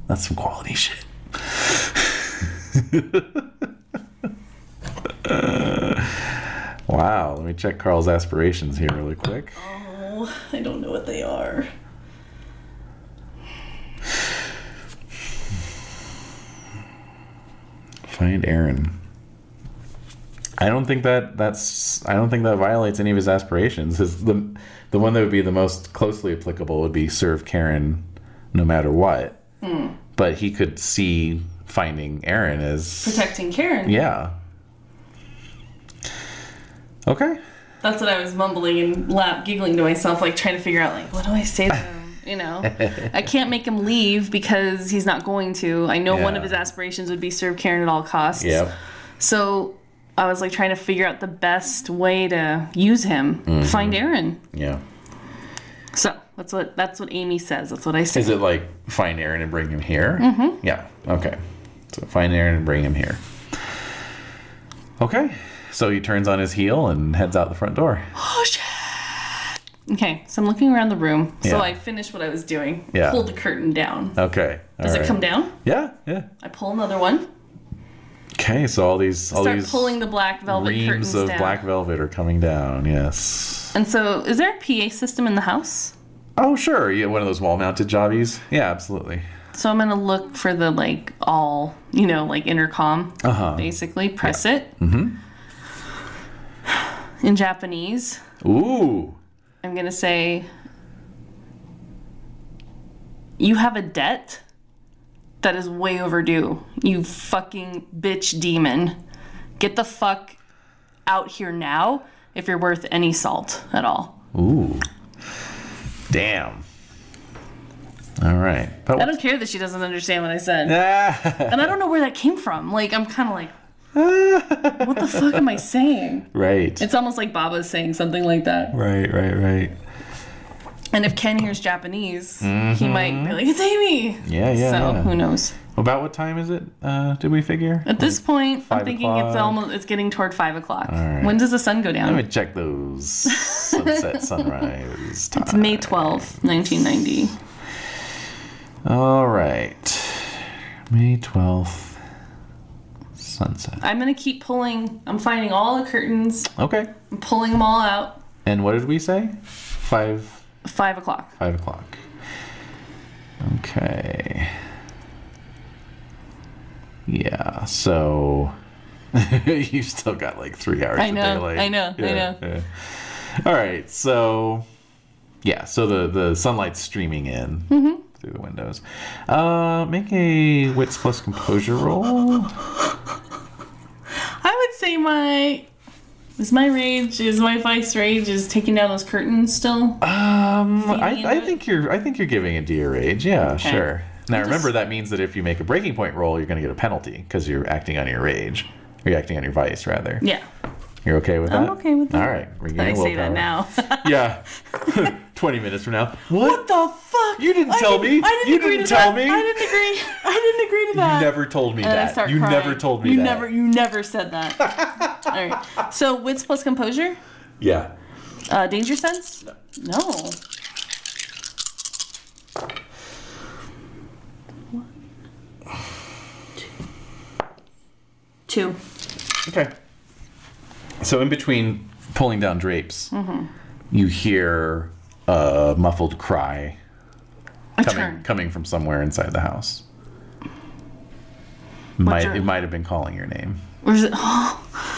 Speaker 6: That's some quality shit.
Speaker 1: Wow, let me check Carl's aspirations here really quick.
Speaker 2: Oh, I don't know what they are.
Speaker 1: Find Aaron. I don't think that that's I don't think that violates any of his aspirations. His the the one that would be the most closely applicable would be serve Karen no matter what. But he could see finding Aaron as
Speaker 2: Protecting Karen.
Speaker 1: yeah. Okay.
Speaker 2: That's what I was mumbling and laugh, giggling to myself, like trying to figure out, like, what do I say to him? You know, I can't make him leave because he's not going to. I know one of
Speaker 1: Yeah.
Speaker 2: his aspirations would be serve Karen at all costs.
Speaker 1: Yep.
Speaker 2: So I was like trying to figure out the best way to use him.
Speaker 1: Mm-hmm.
Speaker 2: Find Aaron.
Speaker 1: Yeah.
Speaker 2: So that's what that's what Amy says. That's what I say.
Speaker 1: Is it like find Aaron and bring him here? Mm-hmm. Yeah. Okay. So find Aaron and bring him here. Okay. So he turns on his heel and heads out the front door.
Speaker 2: Oh shit. Okay, so I'm looking around the room. So
Speaker 1: Yeah.
Speaker 2: I finished what I was doing.
Speaker 1: Yeah.
Speaker 2: Pulled the curtain down.
Speaker 1: Okay. all
Speaker 2: Does it
Speaker 1: right.
Speaker 2: come down?
Speaker 1: Yeah. Yeah.
Speaker 2: I pull another one.
Speaker 1: Okay. So all these all
Speaker 2: Start
Speaker 1: these
Speaker 2: pulling the black velvet curtains
Speaker 1: reams of
Speaker 2: down.
Speaker 1: black velvet are coming down. Yes.
Speaker 2: And so, is there a PA system in the house?
Speaker 1: Oh sure. Yeah. One of those wall mounted jobbies. Yeah. Absolutely.
Speaker 2: So I'm gonna look for the like all you know like intercom.
Speaker 1: Uh-huh.
Speaker 2: Basically, press it. Mm-hmm. In Japanese,
Speaker 1: Ooh.
Speaker 2: I'm gonna say, "You have a debt that is way overdue. You fucking bitch demon, get the fuck out here now if you're worth any salt at all."
Speaker 1: Ooh. Damn. All right. But
Speaker 2: I don't care that she doesn't understand what I said.
Speaker 1: Ah.
Speaker 2: And I don't know where that came from. Like, I'm kind of like, what the fuck am I saying?
Speaker 1: right.
Speaker 2: It's almost like Baba's saying something like that.
Speaker 1: Right. Right. Right.
Speaker 2: And if Ken hears Japanese, he might be like, it's Amy.
Speaker 1: Yeah. Mm-hmm. Yeah.
Speaker 2: so,
Speaker 1: yeah.
Speaker 2: who knows?
Speaker 1: About what time is it? Uh, did we figure?
Speaker 2: At this point, I'm
Speaker 1: five
Speaker 2: thinking it's
Speaker 1: o'clock.
Speaker 2: almost it's getting toward five o'clock.
Speaker 1: right.
Speaker 2: When does the sun go down?
Speaker 1: Let me check those sunset sunrise
Speaker 2: It's
Speaker 1: time.
Speaker 2: May 12th, 1990.
Speaker 1: All right, May twelfth, sunset.
Speaker 2: I'm gonna keep pulling. I'm finding all the curtains.
Speaker 1: Okay,
Speaker 2: I'm pulling them all out.
Speaker 1: and what did we say? Five
Speaker 2: Five o'clock.
Speaker 1: five o'clock. Okay. Yeah. So you've still got like three hours.
Speaker 2: I
Speaker 1: of
Speaker 2: know,
Speaker 1: daylight.
Speaker 2: I know, I know.
Speaker 1: yeah. All right. So yeah. So the the sunlight's streaming in
Speaker 2: Mm-hmm.
Speaker 1: through the windows. Uh, make a wits plus composure roll.
Speaker 2: I would say my is my rage is my vice rage is taking down those curtains still.
Speaker 1: Um, I,
Speaker 2: into
Speaker 1: I
Speaker 2: it?
Speaker 1: think you're I think you're giving it to your age. Yeah,
Speaker 2: Okay.
Speaker 1: sure. Now
Speaker 2: just-
Speaker 1: remember that means that if you make a breaking point roll, you're going to get a penalty because you're acting on your rage. You're acting on your vice rather.
Speaker 2: Yeah.
Speaker 1: You're okay with that?
Speaker 2: I'm okay with that.
Speaker 1: All right, we're
Speaker 2: I
Speaker 1: getting
Speaker 2: say that
Speaker 1: willpower.
Speaker 2: now.
Speaker 1: Yeah. Twenty minutes from now.
Speaker 2: what the fuck?
Speaker 1: You didn't
Speaker 2: I
Speaker 1: tell me.
Speaker 2: I didn't
Speaker 1: You
Speaker 2: agree
Speaker 1: didn't
Speaker 2: to
Speaker 1: tell
Speaker 2: that.
Speaker 1: me.
Speaker 2: I didn't agree. I didn't agree to
Speaker 1: You
Speaker 2: that.
Speaker 1: never told me
Speaker 2: And I
Speaker 1: that.
Speaker 2: start
Speaker 1: You
Speaker 2: crying.
Speaker 1: never told me
Speaker 2: you
Speaker 1: that.
Speaker 2: never. You never said that. All right. So wits plus composure.
Speaker 1: Yeah.
Speaker 2: Uh, danger sense. No.
Speaker 7: Two.
Speaker 1: Okay. So in between pulling down drapes,
Speaker 2: Mm-hmm.
Speaker 1: you hear a muffled cry
Speaker 2: A
Speaker 1: coming
Speaker 2: turn.
Speaker 1: coming from somewhere inside the house. Might
Speaker 2: your-
Speaker 1: it might have been calling your name.
Speaker 2: Where's it?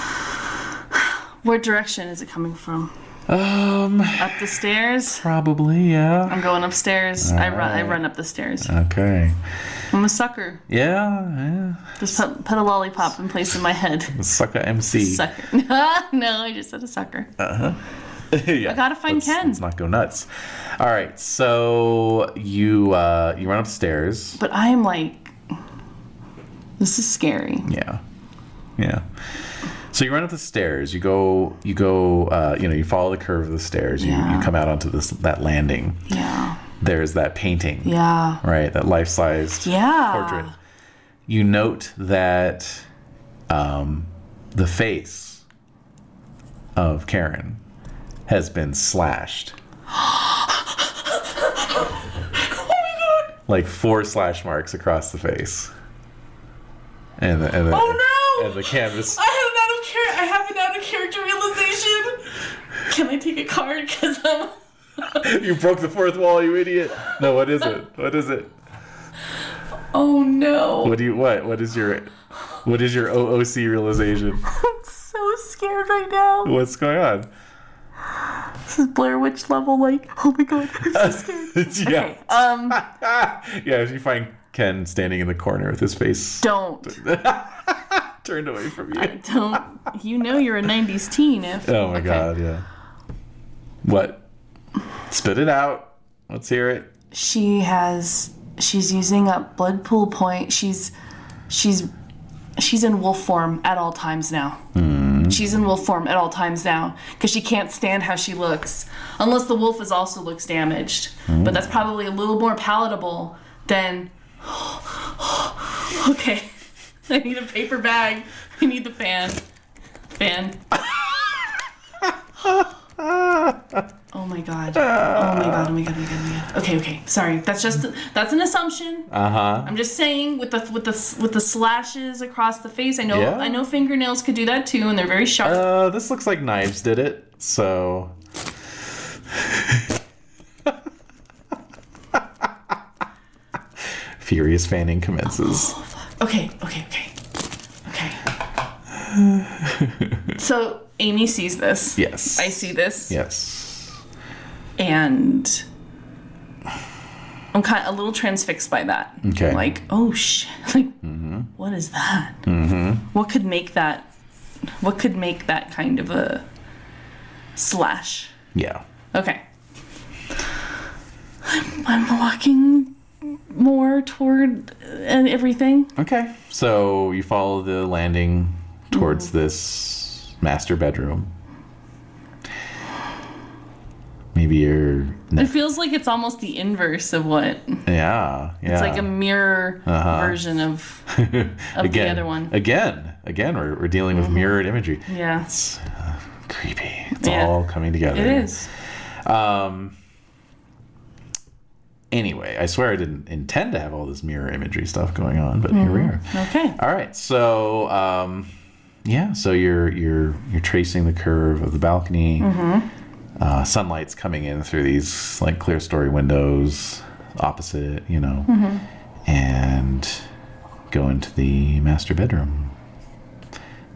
Speaker 2: What direction is it coming from?
Speaker 1: Um,
Speaker 2: Up the stairs.
Speaker 1: probably yeah.
Speaker 2: I'm going upstairs. I run. I run up the stairs.
Speaker 1: Okay.
Speaker 2: I'm a sucker.
Speaker 1: Yeah,
Speaker 2: Just put, put a lollipop in place in my head.
Speaker 1: yeah. Sucker MC.
Speaker 2: Sucker. no, I just said a sucker.
Speaker 1: yeah.
Speaker 2: I gotta find
Speaker 1: let's,
Speaker 2: Ken.
Speaker 1: Let's not go nuts. All right. So you uh, you run upstairs.
Speaker 2: But I am like, this is scary.
Speaker 1: Yeah. Yeah. So you run up the stairs. You go. You go. Uh, you know. You follow the curve of the stairs. You,
Speaker 2: Yeah.
Speaker 1: you come out onto this that landing.
Speaker 2: Yeah.
Speaker 1: There's that painting.
Speaker 2: Yeah.
Speaker 1: Right. That life sized
Speaker 2: Yeah.
Speaker 1: portrait. You note that um, the face of Karen has been slashed. Oh Like four slash marks across the face. And the, and the,
Speaker 2: Oh, no!
Speaker 1: And the canvas.
Speaker 2: I have an out of char- I have an out of character realization. Can I take a card? Cause I'm.
Speaker 1: you broke the fourth wall, you idiot. No, what is it? What is it?
Speaker 2: Oh no!
Speaker 1: What do you what? What is your what is your OOC realization?
Speaker 2: I'm so scared right now.
Speaker 1: What's going on?
Speaker 2: This is Blair Witch level. Like, oh my god, I'm so scared.
Speaker 1: yeah.
Speaker 2: Okay. Um,
Speaker 1: yeah, if you find Ken standing in the corner with his face
Speaker 2: don't,
Speaker 1: turned away from you.
Speaker 2: don't. You know you're a '90s teen. If
Speaker 1: Oh my god, yeah. What? Spit it out. Let's hear it.
Speaker 2: she has, she's using up blood pool point. She's, she's, she's in wolf form at all times now. She's in wolf form at all times now because she can't stand how she looks, unless the wolf is also looks damaged. But that's probably a little more palatable than. okay, I need a paper bag. I need the fan. Fan. oh my god. Oh my god. Oh my god. Oh my god. Oh my god. Okay. Okay. Sorry. That's just that's an assumption.
Speaker 1: Uh huh.
Speaker 2: I'm just saying with the with the with the slashes across the face. I know
Speaker 1: Yeah.
Speaker 2: I know fingernails could do that too, and they're very sharp.
Speaker 1: Uh, this looks like knives did it. So. Furious fanning commences.
Speaker 2: okay, okay, okay, okay. so Amy sees this.
Speaker 1: Yes.
Speaker 2: I see this,
Speaker 1: Yes.
Speaker 2: and I'm kind of a little transfixed by that.
Speaker 1: Okay.
Speaker 2: Like, oh shit! Like, what is that? Mm-hmm. What could make that? What could make that kind of a slash?
Speaker 1: Yeah.
Speaker 2: Okay. I'm, I'm walking more toward uh, and everything.
Speaker 1: Okay. So you follow the landing
Speaker 2: Mm.
Speaker 1: towards this master bedroom. Maybe you're.
Speaker 2: It feels like it's almost the inverse of what. It's
Speaker 1: Yeah. Uh-huh. Yeah. It's
Speaker 2: like a mirror version of. the other one. Mm-hmm.
Speaker 1: Again. Again. We're, we're dealing with mirrored imagery.
Speaker 2: Yeah.
Speaker 1: It's uh, creepy. It's
Speaker 2: Yeah.
Speaker 1: all coming together.
Speaker 2: It is.
Speaker 1: Um. Anyway, I swear I didn't intend to have all this mirror imagery stuff going on, but here we
Speaker 2: Mm-hmm.
Speaker 1: are.
Speaker 2: Okay.
Speaker 1: All right, so um, yeah, so you're you're you're tracing the curve of the balcony. Uh, sunlight's coming in through these like clear story windows opposite, you know, and go into the master bedroom.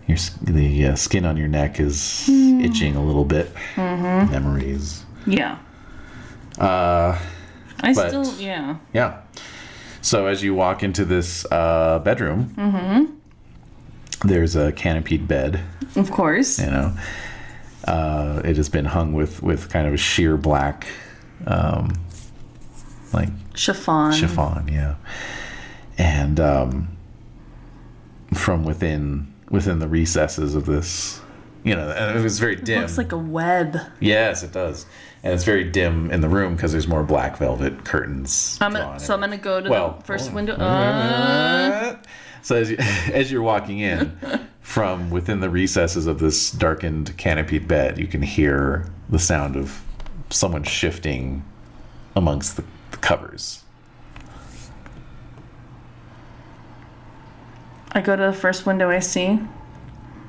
Speaker 1: Your s- the uh, skin on your neck is itching a little bit. Memories.
Speaker 2: Yeah.
Speaker 1: Uh,
Speaker 2: I
Speaker 1: But-
Speaker 2: still. Yeah.
Speaker 1: yeah. So as you walk into this uh, bedroom, there's a canopied bed.
Speaker 2: Of course.
Speaker 1: You know, uh, it has been hung with with kind of a sheer black, um, like
Speaker 2: Chiffon.
Speaker 1: chiffon. Yeah, and um, from within within the recesses of this, you know, and it was very dim.
Speaker 2: Looks like a web.
Speaker 1: yes, it does. And it's very dim in the room because there's more black velvet curtains.
Speaker 2: I'm
Speaker 1: drawn
Speaker 2: gonna, so I'm gonna go to
Speaker 1: Well,
Speaker 2: the first
Speaker 1: oh.
Speaker 2: window. Uh,
Speaker 1: So as, you, as you're walking in from within the recesses of this darkened canopied bed, you can hear the sound of someone shifting amongst the, the covers.
Speaker 2: I go to the first window I see.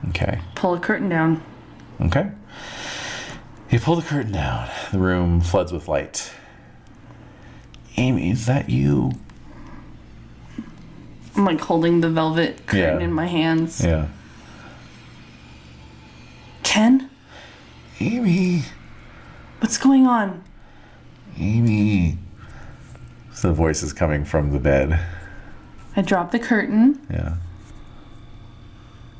Speaker 1: Okay.
Speaker 2: Pull a curtain down.
Speaker 1: Okay. You pull the curtain down. The room floods with light. Amy, is that you?
Speaker 2: I'm like holding the velvet curtain
Speaker 1: Yeah.
Speaker 2: in my hands.
Speaker 1: Yeah.
Speaker 2: Ken,
Speaker 1: Amy.
Speaker 2: what's going on?
Speaker 1: Amy. So the voice is coming from the bed.
Speaker 2: I drop the curtain
Speaker 1: Yeah.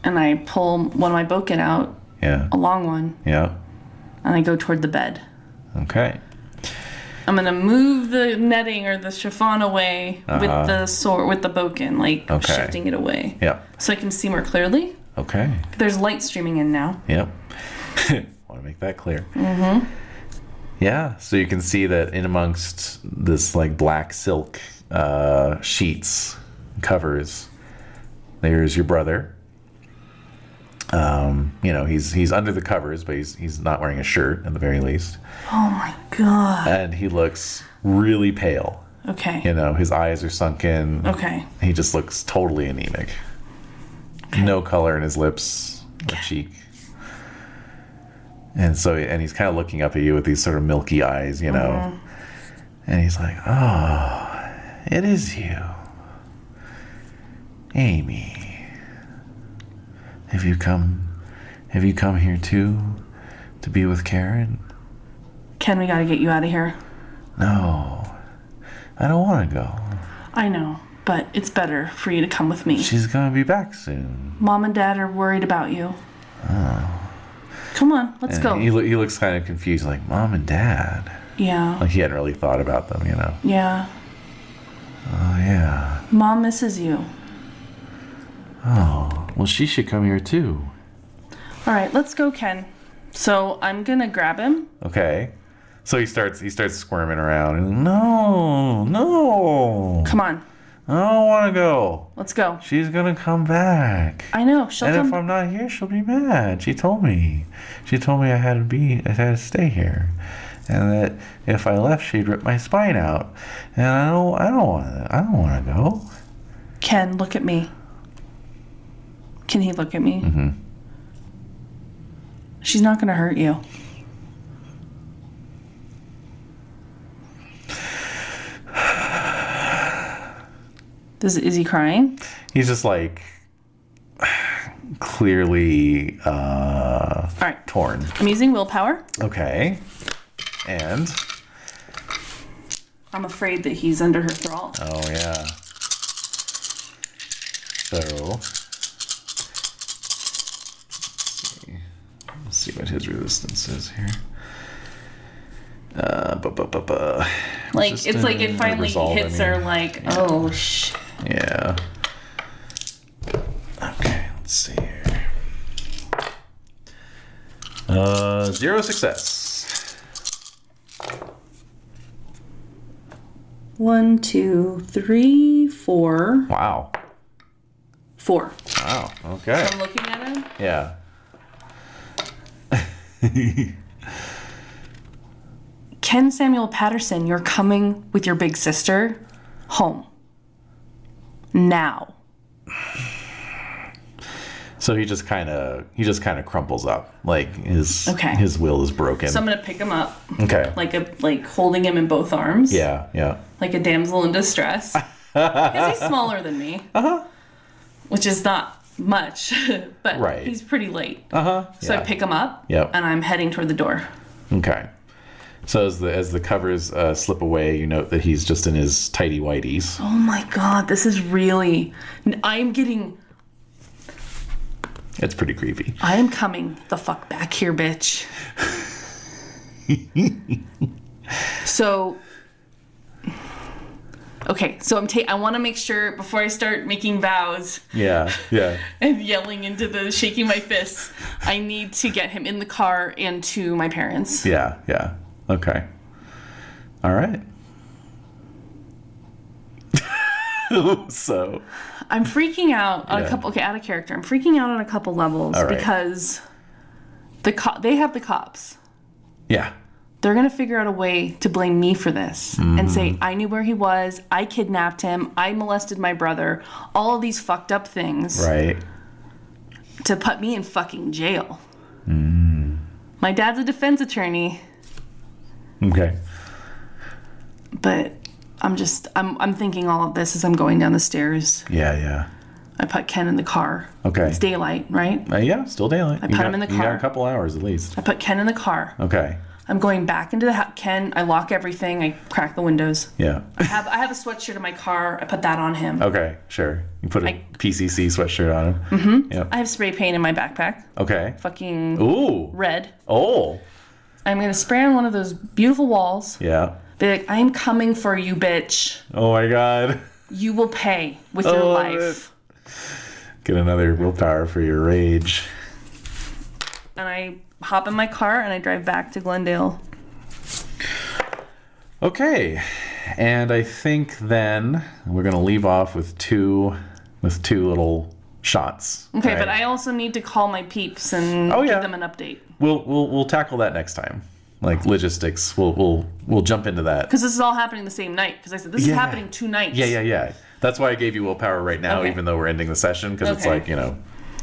Speaker 2: and I pull one of my boken out,
Speaker 1: Yeah.
Speaker 2: a long one,
Speaker 1: Yeah.
Speaker 2: and I go toward the bed.
Speaker 1: Okay.
Speaker 2: I'm gonna move the netting or the chiffon away with the sword, with the boken, like
Speaker 1: Uh-huh. Okay.
Speaker 2: shifting it away,
Speaker 1: Yeah.
Speaker 2: so I can see more clearly.
Speaker 1: Okay.
Speaker 2: There's light streaming in now.
Speaker 1: Yep. Want to make that clear. Mm-hmm. Yeah. So you can see that in amongst this like black silk uh, sheets covers, there's your brother. Um, you know he's he's under the covers, but he's he's not wearing a shirt at the very least,
Speaker 2: Oh my god.
Speaker 1: and he looks really pale.
Speaker 2: Okay.
Speaker 1: You know his eyes are sunken.
Speaker 2: Okay.
Speaker 1: He just looks totally anemic. No color in his lips or cheek. And so, and he's kind of looking up at you with these sort of milky eyes, you know. And he's like, oh, it is you. Amy. Have you come, have you come here too? To be with Karen?
Speaker 2: Ken, we gotta get you out of here.
Speaker 1: No. I don't want to go.
Speaker 2: I know, but it's better for you to come with me.
Speaker 1: She's going to be back soon.
Speaker 2: Mom and Dad are worried about you. Come on, let's
Speaker 1: Ah. And
Speaker 2: go.
Speaker 1: He, loo- he looks kind of confused, like mom and dad.
Speaker 2: yeah.
Speaker 1: Like he hadn't really thought about them, you know.
Speaker 2: Yeah.
Speaker 1: Oh yeah.
Speaker 2: Mom misses you.
Speaker 1: Well, she should come here too.
Speaker 2: All right, let's go, Ken. So I'm gonna grab him.
Speaker 1: Okay. So he starts he starts squirming around. And, no, no,
Speaker 2: Come on,
Speaker 1: I don't want to go.
Speaker 2: let's go.
Speaker 1: She's gonna come back.
Speaker 2: I know she'll
Speaker 1: and
Speaker 2: come.
Speaker 1: if I'm not here, she'll be mad. She told me. She told me I had to be, I had to stay here, and that if I left, she'd rip my spine out. And I don't, I don't want, I don't want to go.
Speaker 2: Ken, look at me. Can he look at me?
Speaker 1: Mm-hmm.
Speaker 2: She's not gonna hurt you. Is, is he crying?
Speaker 1: he's just like clearly uh,
Speaker 2: All right,
Speaker 1: torn.
Speaker 2: I'm using willpower.
Speaker 1: Okay, and
Speaker 2: I'm afraid that he's under her thrall.
Speaker 1: oh yeah, so let's see, let's see what his resistance is here. Uh, bu- bu- bu- bu.
Speaker 2: like
Speaker 1: just
Speaker 2: it's like
Speaker 1: a
Speaker 2: it finally
Speaker 1: resolve, I
Speaker 2: hits her.
Speaker 1: mean.
Speaker 2: Like oh sh.
Speaker 1: Yeah. Okay, let's see here. Uh, zero success.
Speaker 8: One, two, three, four,
Speaker 1: Wow.
Speaker 8: four.
Speaker 1: Wow. Okay.
Speaker 2: I'm looking at him.
Speaker 1: Yeah.
Speaker 2: Ken Samuel Patterson, you're coming with your big sister home. Now.
Speaker 1: So he just kind of he just kind of crumples up, like his
Speaker 2: Okay.
Speaker 1: his will is broken.
Speaker 2: So I'm gonna pick him up,
Speaker 1: okay.
Speaker 2: like a like holding him in both arms.
Speaker 1: yeah. Yeah.
Speaker 2: Like a damsel in distress. Because he's smaller than me. Uh-huh. Which is not much, but
Speaker 1: Right.
Speaker 2: he's pretty late.
Speaker 1: Uh huh.
Speaker 2: So I pick him up
Speaker 1: Yep.
Speaker 2: and I'm heading toward the door.
Speaker 1: Okay. So as the as the covers uh, slip away, you note that he's just in his tidy whities.
Speaker 2: Oh my god, this is really I'm getting
Speaker 1: It's pretty creepy.
Speaker 2: I am coming the fuck back here, bitch. so Okay, so I'm ta- I want to make sure before I start making vows
Speaker 1: Yeah. Yeah.
Speaker 2: and yelling into the shaking my fists, I need to get him in the car and to my parents.
Speaker 1: yeah. Yeah. Okay. All right. so
Speaker 2: I'm freaking out on
Speaker 1: Yeah.
Speaker 2: a couple okay, out of character. I'm freaking out on a couple levels
Speaker 1: All right.
Speaker 2: because the co- they have the cops.
Speaker 1: yeah.
Speaker 2: they're going to figure out a way to blame me for this and say,
Speaker 1: Mm.
Speaker 2: I knew where he was, I kidnapped him, I molested my brother, all of these fucked up things
Speaker 1: Right.
Speaker 2: to put me in fucking jail.
Speaker 1: Mm.
Speaker 2: My dad's a defense attorney,
Speaker 1: Okay.
Speaker 2: but I'm just, I'm, I'm thinking all of this as I'm going down the stairs.
Speaker 1: Yeah. Yeah.
Speaker 2: I put Ken in the car.
Speaker 1: Okay.
Speaker 2: It's daylight, right?
Speaker 1: Uh, yeah, still daylight. I
Speaker 2: put him in the
Speaker 1: You got
Speaker 2: car.
Speaker 1: a couple hours at least.
Speaker 2: I put Ken in the car.
Speaker 1: Okay.
Speaker 2: I'm going back into the house. Ken, I lock everything, I crack the windows.
Speaker 1: Yeah.
Speaker 2: I have, I have a sweatshirt in my car, I put that on him.
Speaker 1: Okay. Sure. You put a
Speaker 2: I-
Speaker 1: PCC sweatshirt on him. Mm-hmm.
Speaker 2: I
Speaker 1: Yeah.
Speaker 2: have spray paint in my backpack.
Speaker 1: Okay.
Speaker 2: Fucking
Speaker 1: Ooh.
Speaker 2: red.
Speaker 1: Oh.
Speaker 2: I'm gonna spray on one of those beautiful walls.
Speaker 1: Yeah.
Speaker 2: Be like, I am coming for you, bitch.
Speaker 1: Oh my God. Oh,
Speaker 2: You will pay with your
Speaker 1: love
Speaker 2: life.
Speaker 1: Get another willpower for your rage.
Speaker 2: And I hop in my car and I drive back to Glendale.
Speaker 1: Okay, and I think then we're gonna leave off with two, with two little shots.
Speaker 2: Okay,
Speaker 1: right?
Speaker 2: but I also need to call my peeps and
Speaker 1: Oh,
Speaker 2: give
Speaker 1: yeah.
Speaker 2: them an update.
Speaker 1: we'll we'll we'll tackle that next time. Like logistics, we'll we'll we'll jump into that.
Speaker 2: Because this is all happening the same night. Because I said, this
Speaker 1: Yeah.
Speaker 2: is happening two nights.
Speaker 1: Yeah, yeah, yeah. That's why I gave you willpower right now,
Speaker 2: Okay.
Speaker 1: even though we're ending the session, because it's
Speaker 2: Okay.
Speaker 1: like you know,
Speaker 2: I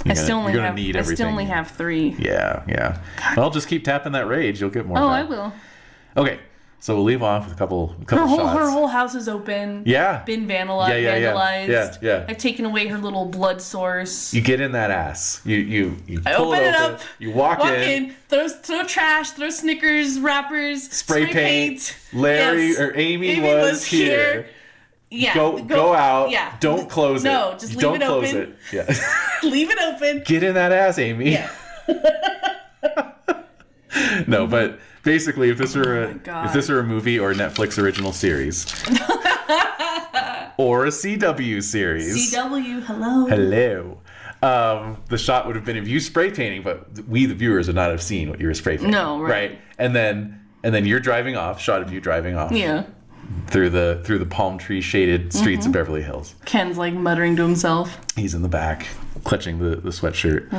Speaker 1: you're gonna,
Speaker 2: still only
Speaker 1: you're gonna
Speaker 2: have,
Speaker 1: need
Speaker 2: I
Speaker 1: everything.
Speaker 2: still only have three.
Speaker 1: Yeah, yeah. Well, just keep tapping that rage. You'll get more.
Speaker 2: Oh,
Speaker 1: back.
Speaker 2: I will.
Speaker 1: Okay, so we'll leave off with a couple, a
Speaker 2: Her
Speaker 1: couple
Speaker 2: whole
Speaker 1: shots.
Speaker 2: her whole house is open.
Speaker 1: yeah.
Speaker 2: Been vandalized.
Speaker 1: Yeah, yeah, yeah.
Speaker 2: vandalized.
Speaker 1: Yeah, yeah.
Speaker 2: I've taken away her little blood source.
Speaker 1: you get in that ass. You you you
Speaker 2: I
Speaker 1: pull
Speaker 2: open
Speaker 1: it
Speaker 2: it
Speaker 1: open,
Speaker 2: up.
Speaker 1: You walk,
Speaker 2: Walk
Speaker 1: in.
Speaker 2: in. Throw throw trash. Throw Snickers wrappers.
Speaker 1: Spray, paint. Larry
Speaker 2: Yes.
Speaker 1: or Amy,
Speaker 2: Amy
Speaker 1: was,
Speaker 2: was
Speaker 1: here.
Speaker 2: here. Yeah.
Speaker 1: Go, go out.
Speaker 2: Yeah.
Speaker 1: Don't close it.
Speaker 2: No, just leave
Speaker 1: don't
Speaker 2: it
Speaker 1: close
Speaker 2: open.
Speaker 1: it. Yeah.
Speaker 2: Leave it open.
Speaker 1: get in that ass, Amy.
Speaker 2: Yeah.
Speaker 1: No, but basically, if this were a
Speaker 2: Oh God.
Speaker 1: if this were a movie or a Netflix original series, or a CW series,
Speaker 2: CW. Hello.
Speaker 1: hello, um, the shot would have been of you spray painting, but we, the viewers, would not have seen what you were spray painting.
Speaker 2: No, right.
Speaker 1: And then and then you're driving off, shot of you driving off
Speaker 2: Yeah.
Speaker 1: through the through the palm tree shaded streets
Speaker 2: Mm-hmm.
Speaker 1: of Beverly Hills.
Speaker 2: Ken's like muttering to himself.
Speaker 1: He's in the back, clutching the, the sweatshirt.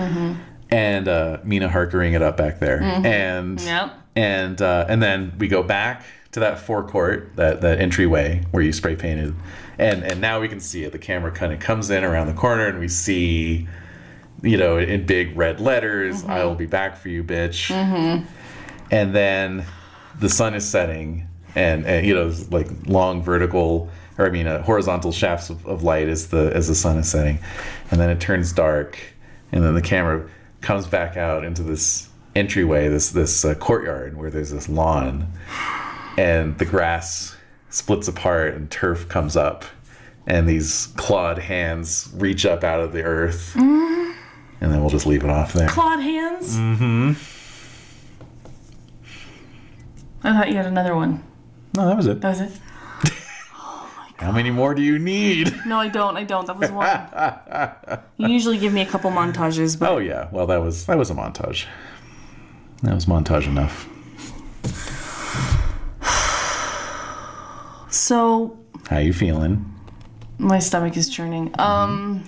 Speaker 1: And uh, Mina harkering it up back there. And
Speaker 2: Yep.
Speaker 1: and uh, and then we go back to that forecourt, that, that entryway where you spray painted. And and now we can see it. The camera kind of comes in around the corner and we see, you know, in big red letters, I will be back for you, bitch. And then the sun is setting and, and you know, it's like long vertical or I mean uh, horizontal shafts of, of light as the as the sun is setting. And then it turns dark and then the camera comes back out into this entryway, this this uh, courtyard where there's this lawn, and the grass splits apart and turf comes up, and these clawed hands reach up out of the earth, and then we'll just leave it off there.
Speaker 2: Clawed hands. Mm-hmm. I thought you had another one.
Speaker 1: No, that was it.
Speaker 2: That was it.
Speaker 1: How many more do you need?
Speaker 2: No, I don't. I don't. That was one. you usually give me a couple montages, but
Speaker 1: Oh yeah, well that was that was a montage. That was montage enough.
Speaker 2: so
Speaker 1: How you feeling?
Speaker 2: my stomach is churning.
Speaker 1: Mm-hmm.
Speaker 2: Um,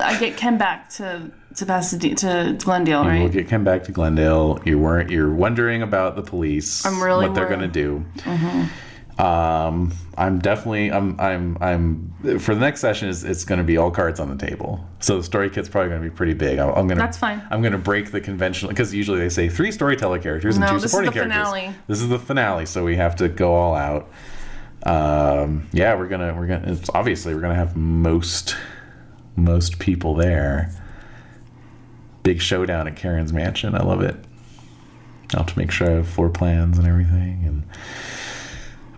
Speaker 2: I get Ken back to to Pasadena to Glendale,
Speaker 1: You will
Speaker 2: right?
Speaker 1: get come back to Glendale. You weren't. You're wondering about the police.
Speaker 2: I'm really Mm-hmm.
Speaker 1: what they're
Speaker 2: worried.
Speaker 1: gonna do. Um, I'm definitely. I'm. I'm. I'm. For the next session, is it's gonna be all cards on the table. So the story kit's probably gonna be pretty big. I'm, I'm gonna.
Speaker 2: That's fine.
Speaker 1: I'm gonna break the conventional because usually they say three storyteller characters
Speaker 2: No,
Speaker 1: and two
Speaker 2: this is
Speaker 1: supporting
Speaker 2: the
Speaker 1: characters.
Speaker 2: finale.
Speaker 1: This is the finale, so we have to go all out. Um, yeah, we're gonna. We're gonna. It's obviously we're gonna have most most people there. Big showdown at Karen's mansion. I love it. I'll have to make sure I have floor plans and everything and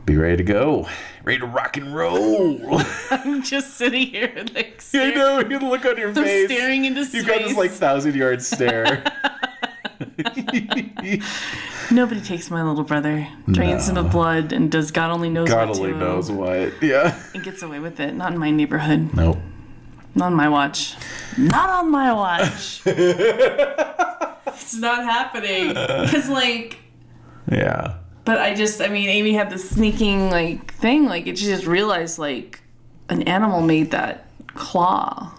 Speaker 1: be ready to go. Ready to rock and roll.
Speaker 2: I'm just sitting here like
Speaker 1: I
Speaker 2: staring,
Speaker 1: know, you look on your
Speaker 2: I'm
Speaker 1: face.
Speaker 2: staring into space.
Speaker 1: You've got this like thousand yard stare.
Speaker 2: Nobody takes my little brother, drains him of blood, and does God only knows
Speaker 1: God
Speaker 2: what to
Speaker 1: only
Speaker 2: him,
Speaker 1: knows what. Yeah.
Speaker 2: and gets away with it. Not in my neighborhood.
Speaker 1: Nope.
Speaker 2: Not on my watch. Not on my watch. it's not happening. Cause like.
Speaker 1: Yeah.
Speaker 2: But I just, I mean, Amy had this sneaking like thing, like it, she just realized like an animal made that claw.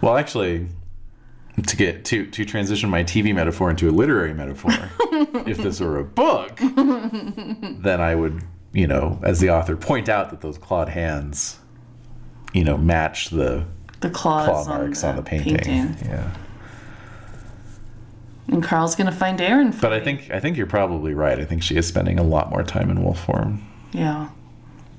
Speaker 1: Well, actually, to get to to transition my TV metaphor into a literary metaphor, if this were a book, then I would, you know, as the author, point out that those clawed hands, you know, match the
Speaker 2: The claws
Speaker 1: claw marks on the painting. Yeah.
Speaker 2: And Carl's gonna find Aaron. For
Speaker 1: But I think I think you're probably right. I think she is spending a lot more time in wolf form.
Speaker 2: yeah,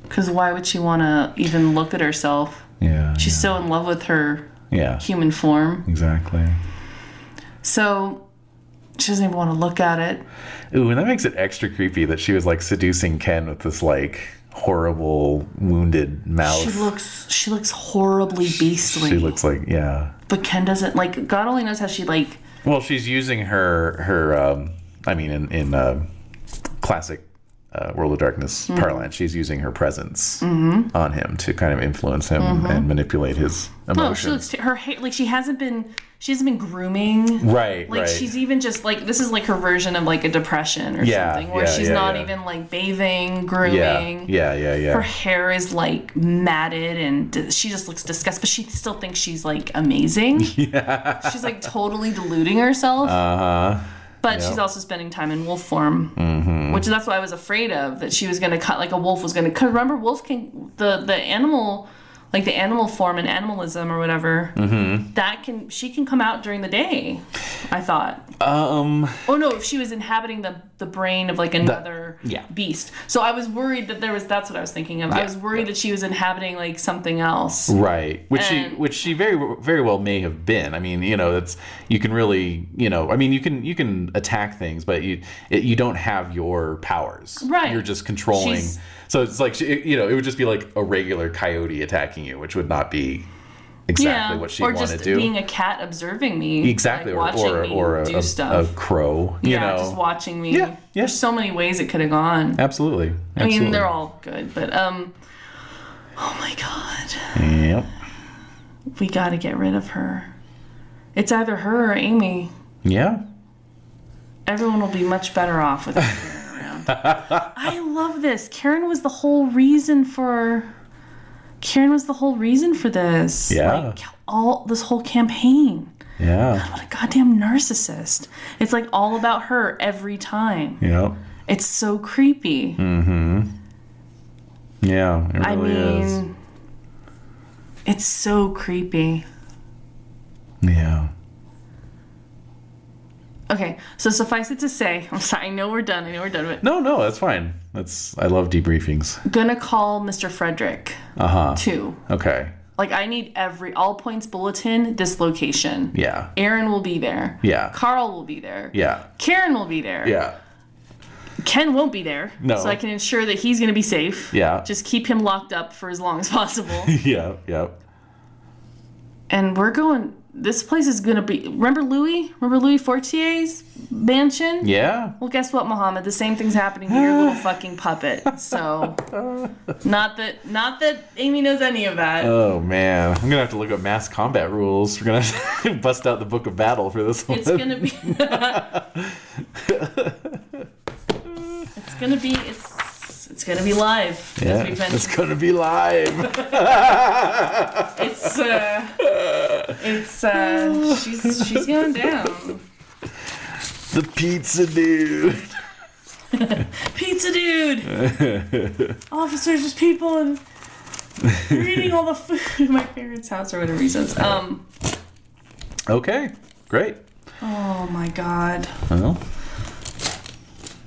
Speaker 2: because why would she want to even look at herself?
Speaker 1: Yeah.
Speaker 2: She's so in love with her
Speaker 1: yeah.
Speaker 2: human form,
Speaker 1: Exactly.
Speaker 2: so she doesn't even want to look at it.
Speaker 1: Ooh, and that makes it extra creepy that she was like seducing Ken with this like horrible wounded mouth.
Speaker 2: She looks, she looks horribly beastly.
Speaker 1: she looks like yeah.
Speaker 2: but Ken doesn't like. God only knows how she like.
Speaker 1: Well, she's using her her. Um, I mean, in in uh, classic uh, World of Darkness
Speaker 2: Mm-hmm.
Speaker 1: parlance. She's using her presence on him to kind of influence him and manipulate his
Speaker 2: No, Mm-hmm. Oh, she
Speaker 1: emotions.
Speaker 2: looks her hair like she hasn't been she hasn't been grooming.
Speaker 1: Right,
Speaker 2: Like
Speaker 1: right.
Speaker 2: she's even just like this is like her version of like a depression or
Speaker 1: Yeah,
Speaker 2: something where
Speaker 1: yeah,
Speaker 2: she's
Speaker 1: yeah,
Speaker 2: not
Speaker 1: yeah.
Speaker 2: even like bathing,
Speaker 1: yeah,
Speaker 2: grooming.
Speaker 1: yeah, yeah, yeah.
Speaker 2: Her hair is like matted and d- she just looks disgusted, but she still thinks she's like amazing. She's like totally deluding herself. Uh
Speaker 1: Uh-huh.
Speaker 2: huh. But she's also spending time in wolf form,
Speaker 1: Mm-hmm.
Speaker 2: which that's what I was afraid of that she was going to cut like a wolf was going to cut. Remember, wolf can the the animal. Like the animal form and animalism or whatever,
Speaker 1: Mm-hmm.
Speaker 2: that can she can come out during the day. I thought.
Speaker 1: Um,
Speaker 2: Oh no, if she was inhabiting the the brain of like another
Speaker 1: yeah.
Speaker 2: beast. So I was worried that there was that's what I was thinking of. I was worried that she was inhabiting like something else.
Speaker 1: right. Which she,
Speaker 2: And-
Speaker 1: which she very, very well may have been. I mean, you know, that's you can really, you know, I mean, you can, you can attack things, but you, it, you don't have your powers.
Speaker 2: Right.
Speaker 1: You're just controlling.
Speaker 2: She's-
Speaker 1: so it's like, she, you know, it would just be like a regular coyote attacking you, which would not be exactly what she
Speaker 2: or
Speaker 1: wanted
Speaker 2: just
Speaker 1: to do.
Speaker 2: being a cat observing me.
Speaker 1: exactly,
Speaker 2: like,
Speaker 1: or
Speaker 2: watching
Speaker 1: or,
Speaker 2: me
Speaker 1: or a,
Speaker 2: do
Speaker 1: a-
Speaker 2: stuff.
Speaker 1: a crow. You
Speaker 2: yeah,
Speaker 1: know,
Speaker 2: just watching me.
Speaker 1: Yeah, yeah.
Speaker 2: There's so many ways it could have gone.
Speaker 1: absolutely.
Speaker 2: I
Speaker 1: absolutely.
Speaker 2: mean, they're all good, but um, oh my god,
Speaker 1: Yep.
Speaker 2: we got to get rid of her. It's either her or Amy.
Speaker 1: Yeah.
Speaker 2: Everyone will be much better off with Karen around. I love this. Karen was the whole reason for. Karen was the whole reason for this.
Speaker 1: Yeah.
Speaker 2: Like, all this whole campaign.
Speaker 1: Yeah.
Speaker 2: What a goddamn narcissist. It's like all about her every time.
Speaker 1: Yep.
Speaker 2: It's so creepy.
Speaker 1: Yeah. It really
Speaker 2: I mean,
Speaker 1: is.
Speaker 2: it's so creepy.
Speaker 1: Yeah.
Speaker 2: Okay, so suffice it to say, I'm sorry, I know we're done. I know we're done with
Speaker 1: No, no, that's fine. That's I love debriefings.
Speaker 2: Gonna call Mr. Frederick
Speaker 1: Uh huh.
Speaker 2: too.
Speaker 1: Okay.
Speaker 2: Like I need every all points bulletin, this location.
Speaker 1: Yeah.
Speaker 2: Aaron will be there.
Speaker 1: Yeah.
Speaker 2: Carl will be there.
Speaker 1: Yeah.
Speaker 2: Karen will be there.
Speaker 1: Yeah.
Speaker 2: Ken won't be there.
Speaker 1: No.
Speaker 2: So I can ensure that he's gonna be safe.
Speaker 1: Yeah.
Speaker 2: Just keep him locked up for as long as possible.
Speaker 1: Yeah. Yep.
Speaker 2: and we're going this place is gonna be remember Louis? Remember Louis Fortier's mansion?
Speaker 1: Yeah.
Speaker 2: Well, guess what, Mohammed? The same thing's happening to your little fucking puppet. So, not that, not that Amy knows any of that.
Speaker 1: Oh man, I'm gonna have to look up mass combat rules. We're gonna have to bust out the book of battle for this one.
Speaker 2: It's gonna be. it's gonna be. It's. It's gonna be live.
Speaker 1: yeah.
Speaker 2: As we've
Speaker 1: It's
Speaker 2: mentioned.
Speaker 1: gonna be live.
Speaker 2: It's. Uh, it's. Uh, she's. She's going down.
Speaker 1: the pizza dude.
Speaker 2: Pizza dude. Officers, just people, and they're eating all the food in my parents' house or whatever reasons. Um.
Speaker 1: Okay. Great.
Speaker 2: Oh my god.
Speaker 1: Well,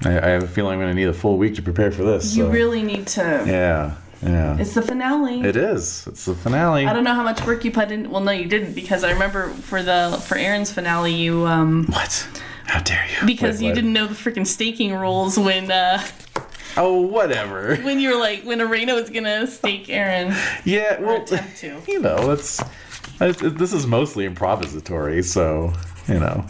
Speaker 1: I, I have a feeling I'm gonna need a full week to prepare for this.
Speaker 2: You
Speaker 1: so-
Speaker 2: really need to.
Speaker 1: Yeah. Yeah.
Speaker 2: It's the finale.
Speaker 1: It is. It's the finale.
Speaker 2: I don't know how much work you put in. Well, no, you didn't because I remember for the for Aaron's finale, you um
Speaker 1: What? How dare you?
Speaker 2: because
Speaker 1: Wait,
Speaker 2: you
Speaker 1: what?
Speaker 2: didn't know the freaking staking rules when uh
Speaker 1: Oh, whatever.
Speaker 2: when you were like when Arena was gonna stake Aaron
Speaker 1: Yeah.
Speaker 2: or
Speaker 1: Well,
Speaker 2: attempt to.
Speaker 1: you know, that's I, this is mostly improvisatory, so you know,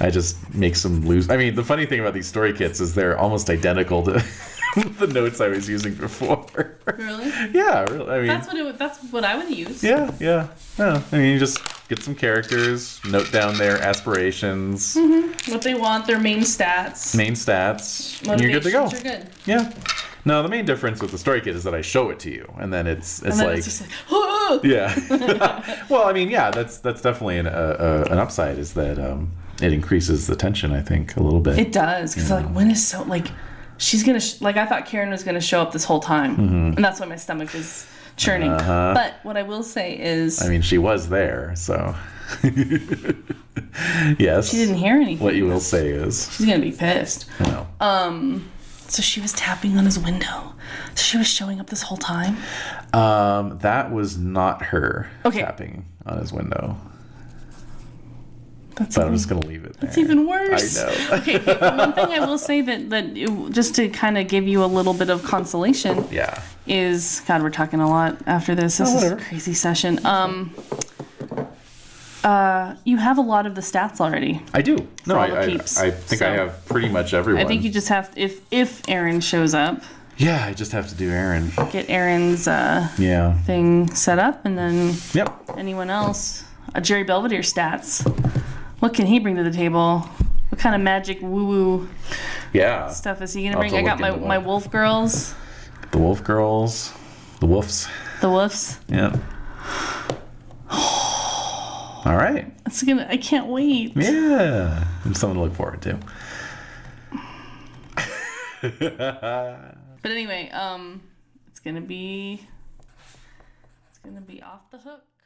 Speaker 1: I just make some loose. I mean, the funny thing about these story kits is they're almost identical to the notes I was using before.
Speaker 2: Really?
Speaker 1: yeah. Really. I mean.
Speaker 2: That's what it. would- That's what I would use.
Speaker 1: yeah, yeah, yeah. I mean, you just get some characters, note down their aspirations,
Speaker 2: Mm-hmm. What they want, their main stats.
Speaker 1: main stats, and you're
Speaker 2: motivations
Speaker 1: good to go.
Speaker 2: You're good.
Speaker 1: Yeah. No, the main difference with the story kit is that I show it to you, and then it's it's
Speaker 2: And then
Speaker 1: like
Speaker 2: it's just like, "Huh."
Speaker 1: yeah. well, I mean, yeah, that's that's definitely an uh, uh, an upside is that um, it increases the tension. I think a little bit.
Speaker 2: It does because like when is so like she's gonna sh- like I thought Karen was gonna show up this whole time,
Speaker 1: Mm-hmm.
Speaker 2: and that's why my stomach is churning. But what I will say is
Speaker 1: Uh-huh. I mean, she was there, so yes.
Speaker 2: she didn't hear anything.
Speaker 1: What you will say is,
Speaker 2: She's gonna be pissed. Um,
Speaker 1: well,
Speaker 2: Oh. So she was tapping on his window. So she was showing up this whole time.
Speaker 1: um, that was not her
Speaker 2: Okay.
Speaker 1: tapping on his window.
Speaker 2: That's
Speaker 1: But I'm just gonna leave it there.
Speaker 2: It's even worse.
Speaker 1: I know.
Speaker 2: okay, okay, but one thing I will say that that it- just to kind of give you a little bit of consolation
Speaker 1: yeah.
Speaker 2: is God, we're talking a lot after this. This is a
Speaker 1: whatever.
Speaker 2: crazy session. Um, You have a lot of the stats already.
Speaker 1: I do. No,
Speaker 2: all
Speaker 1: I,
Speaker 2: the
Speaker 1: I,
Speaker 2: peeps.
Speaker 1: I think I
Speaker 2: So-
Speaker 1: have pretty much everyone.
Speaker 2: I think you just have to, if if Aaron shows up,
Speaker 1: yeah, I just have to do Aaron.
Speaker 2: get Aaron's uh,
Speaker 1: Yeah.
Speaker 2: thing set up, and then
Speaker 1: Yep.
Speaker 2: anyone else. Uh, Jerry Belvedere stats. What can he bring to the table? What kind of magic woo woo
Speaker 1: Yeah.
Speaker 2: stuff is he gonna
Speaker 1: I'll have
Speaker 2: bring?
Speaker 1: to
Speaker 2: I got
Speaker 1: look
Speaker 2: my
Speaker 1: into
Speaker 2: my
Speaker 1: that.
Speaker 2: wolf girls,
Speaker 1: The Wolf Girls. The Wolves.
Speaker 2: the wolves.
Speaker 1: Yeah. All right.
Speaker 2: It's gonna. I can't wait.
Speaker 1: Yeah. It's something to look forward to.
Speaker 2: But anyway, um, it's gonna be. It's gonna be off the hook.